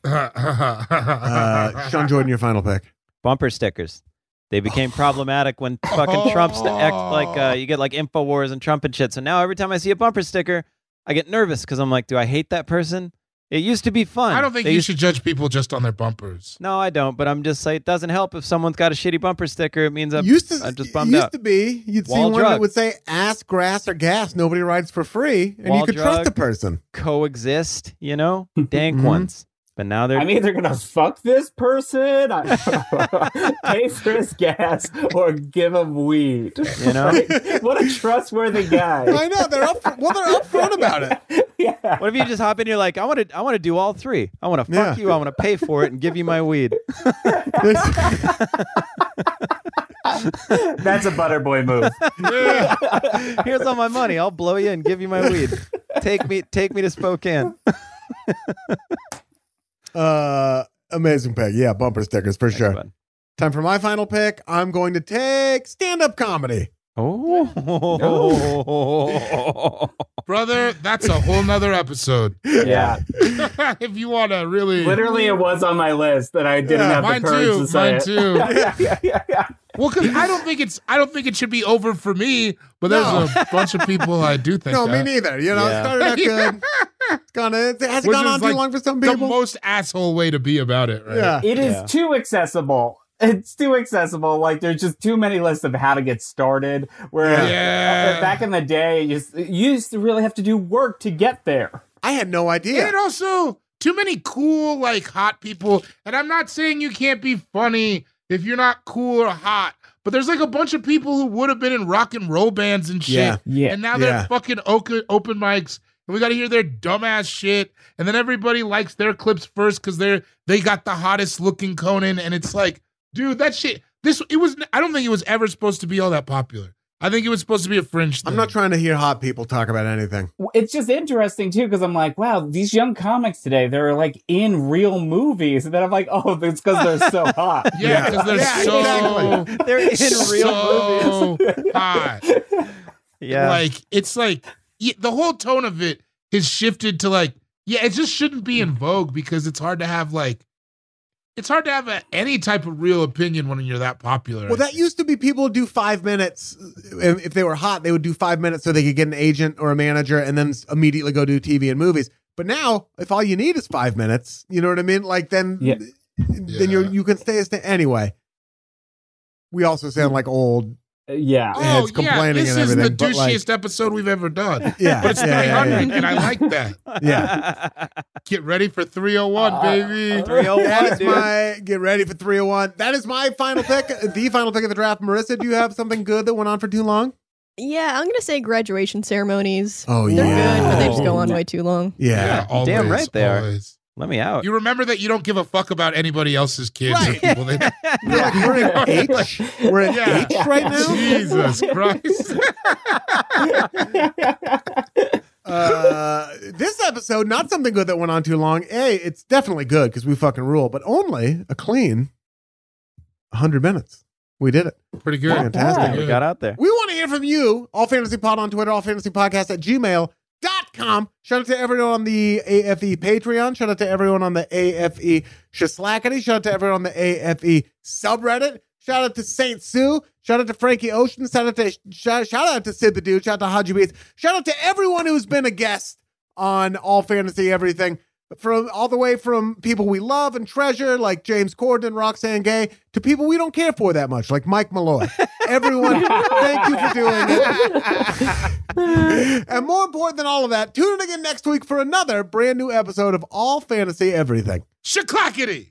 Speaker 4: Uh, Sean Jordan, your final pick.
Speaker 5: Bumper stickers. They became problematic when fucking Trump's the ex, like
Speaker 7: Oh.
Speaker 5: uh, you get like Infowars and Trump and shit. So now every time I see a bumper sticker, I get nervous because I'm like, do I hate that person? It used to be fun.
Speaker 7: I don't think
Speaker 5: They
Speaker 7: you
Speaker 5: used-
Speaker 7: should judge people just on their bumpers.
Speaker 5: No, I don't. But I'm just like, it doesn't help if someone's got a shitty bumper sticker. It means I'm,
Speaker 4: used to,
Speaker 5: I'm just bummed
Speaker 4: used
Speaker 5: out.
Speaker 4: to be, you'd see
Speaker 5: Wall
Speaker 4: one that
Speaker 5: drug.
Speaker 4: would say ass, grass, or gas. Nobody rides for free, and you
Speaker 5: Wall
Speaker 4: could trust
Speaker 5: drug.
Speaker 4: the person.
Speaker 5: Coexist, you know, dank
Speaker 4: Mhm.
Speaker 7: Mm-hmm.
Speaker 5: ones. But now they're
Speaker 6: I'm either gonna fuck this person, I- pay for his gas, or give him weed.
Speaker 5: You know?
Speaker 6: Like, what a trustworthy guy.
Speaker 4: I know they're up. Well, they're upfront about it.
Speaker 6: yeah.
Speaker 5: What if you just hop in? You're like, I want to, I want to do all three. I want to fuck
Speaker 4: Yeah.
Speaker 5: you. I want to pay for it and give you my weed.
Speaker 6: That's a butterboy move.
Speaker 7: Yeah.
Speaker 5: Here's all my money. I'll blow you and give you my weed. Take me, take me to Spokane.
Speaker 4: Uh, amazing pick. Yeah, bumper stickers for sure.
Speaker 5: bud.
Speaker 4: Time for my final pick. I'm going to take stand-up comedy.
Speaker 5: Oh,
Speaker 7: Brother, that's a whole nother episode.
Speaker 6: Yeah.
Speaker 7: if you want to really.
Speaker 6: Literally, it was on my list that I didn't
Speaker 4: Yeah,
Speaker 6: have
Speaker 7: Mine
Speaker 6: the courage
Speaker 7: too.
Speaker 6: to say
Speaker 7: Mine
Speaker 6: it.
Speaker 7: too.
Speaker 6: yeah, yeah, yeah, yeah.
Speaker 7: Well, because I don't think it's I don't think it should be over for me, but there's
Speaker 4: No.
Speaker 7: a bunch of people I do think
Speaker 4: no,
Speaker 7: that.
Speaker 4: me neither. You know, it
Speaker 5: Yeah.
Speaker 4: started out good. It's gone. It has
Speaker 7: Which
Speaker 4: gone
Speaker 7: is
Speaker 4: on
Speaker 7: like
Speaker 4: too long for some
Speaker 7: the
Speaker 4: people.
Speaker 7: most asshole way to be about it, right?
Speaker 4: yeah.
Speaker 6: It is
Speaker 5: Yeah.
Speaker 6: too accessible. It's too accessible. Like there's just too many lists of how to get started. Where
Speaker 7: Yeah.
Speaker 6: back in the day, you, s- you used to really have to do work to get there.
Speaker 4: I had no idea.
Speaker 7: And also, too many cool, like hot people. And I'm not saying you can't be funny if you're not cool or hot, but there's like a bunch of people who would have been in rock and roll bands and shit.
Speaker 4: Yeah.
Speaker 6: Yeah.
Speaker 7: And now they're
Speaker 4: Yeah.
Speaker 7: fucking open, open mics. And we got to hear their dumbass shit. And then everybody likes their clips first because they're they got the hottest looking Conan. And it's like, dude, that shit. This it was. I don't think it was ever supposed to be all that popular. I think it was supposed to be a fringe. Thing.
Speaker 4: I'm not trying to hear hot people talk about anything.
Speaker 6: it's just interesting too because I'm like, wow, these young comics today, they're like in real movies. And then I'm like, oh, it's because they're so hot.
Speaker 7: Yeah, because they're
Speaker 4: Yeah,
Speaker 7: so
Speaker 4: exactly.
Speaker 5: they're in real movies.
Speaker 7: so hot.
Speaker 5: Yeah,
Speaker 7: Like it's like y- the whole tone of it has shifted to like yeah, it just shouldn't be in vogue because it's hard to have like it's hard to have a, any type of real opinion when you're that popular.
Speaker 4: Well, that used to be people would do five minutes. If if they were hot, they would do five minutes so they could get an agent or a manager and then s- immediately go do TV and movies. But now, if all you need is five minutes, you know what I mean? Like then,
Speaker 6: Yeah.
Speaker 4: then you
Speaker 7: Yeah.
Speaker 4: you can stay as anyway. We also sound like old
Speaker 6: Uh, Yeah.
Speaker 4: And
Speaker 7: Oh
Speaker 4: it's
Speaker 7: yeah,
Speaker 4: complaining
Speaker 7: this
Speaker 4: and
Speaker 7: is the
Speaker 4: everything, but, like-
Speaker 7: douchiest episode we've ever done.
Speaker 4: Yeah,
Speaker 7: But it's
Speaker 4: yeah, yeah,
Speaker 7: 300,
Speaker 4: yeah.
Speaker 7: and I like that.
Speaker 4: Yeah.
Speaker 7: Get ready for 301,
Speaker 5: Uh,
Speaker 6: Uh,
Speaker 7: baby.
Speaker 4: That is
Speaker 5: 301, dude.
Speaker 4: my get ready for 301. That is my final pick, the final pick of the draft. Marissa, do you have something good that went on for too long?
Speaker 8: Yeah, I'm gonna say graduation ceremonies.
Speaker 4: Oh,
Speaker 8: They're
Speaker 4: yeah.
Speaker 8: good, but they just go on
Speaker 6: Oh.
Speaker 8: way too long.
Speaker 4: Yeah.
Speaker 7: Yeah, always,
Speaker 5: Damn right they are.
Speaker 7: always.
Speaker 5: Let me out.
Speaker 7: You remember that you don't give a fuck about anybody else's kids
Speaker 4: Right.
Speaker 7: or people. They,
Speaker 4: We're like, we're in H. We're in
Speaker 7: Yeah.
Speaker 4: H right now.
Speaker 7: Jesus Christ.
Speaker 4: Uh, this episode, not something good that went on too long. A, it's definitely good because we fucking rule, but only a clean 100 minutes. We did it.
Speaker 7: Pretty good.
Speaker 4: Fantastic.
Speaker 5: Yeah, we got out there.
Speaker 4: We want to hear from you. All Fantasy Pod on Twitter, all fantasy podcast at gmail.com. Shout out to everyone on the AFE Patreon. Shout out to everyone on the AFE Shislackety. Shout out to everyone on the AFE subreddit. Shout out to Saint Sue. Shout out to Frankie Ocean. Shout out to shout, shout out to Sid the Dude. Shout out to Haji Beats. Shout out to everyone who's been a guest on All Fantasy Everything. From all the way from people we love and treasure, like James Corden, Roxanne Gay, to people we don't care for that much, like Mike Malloy. Everyone, thank you for doing it. and more important than all of that, tune in again next week for another brand new episode of All Fantasy Everything.
Speaker 7: Shaklackety.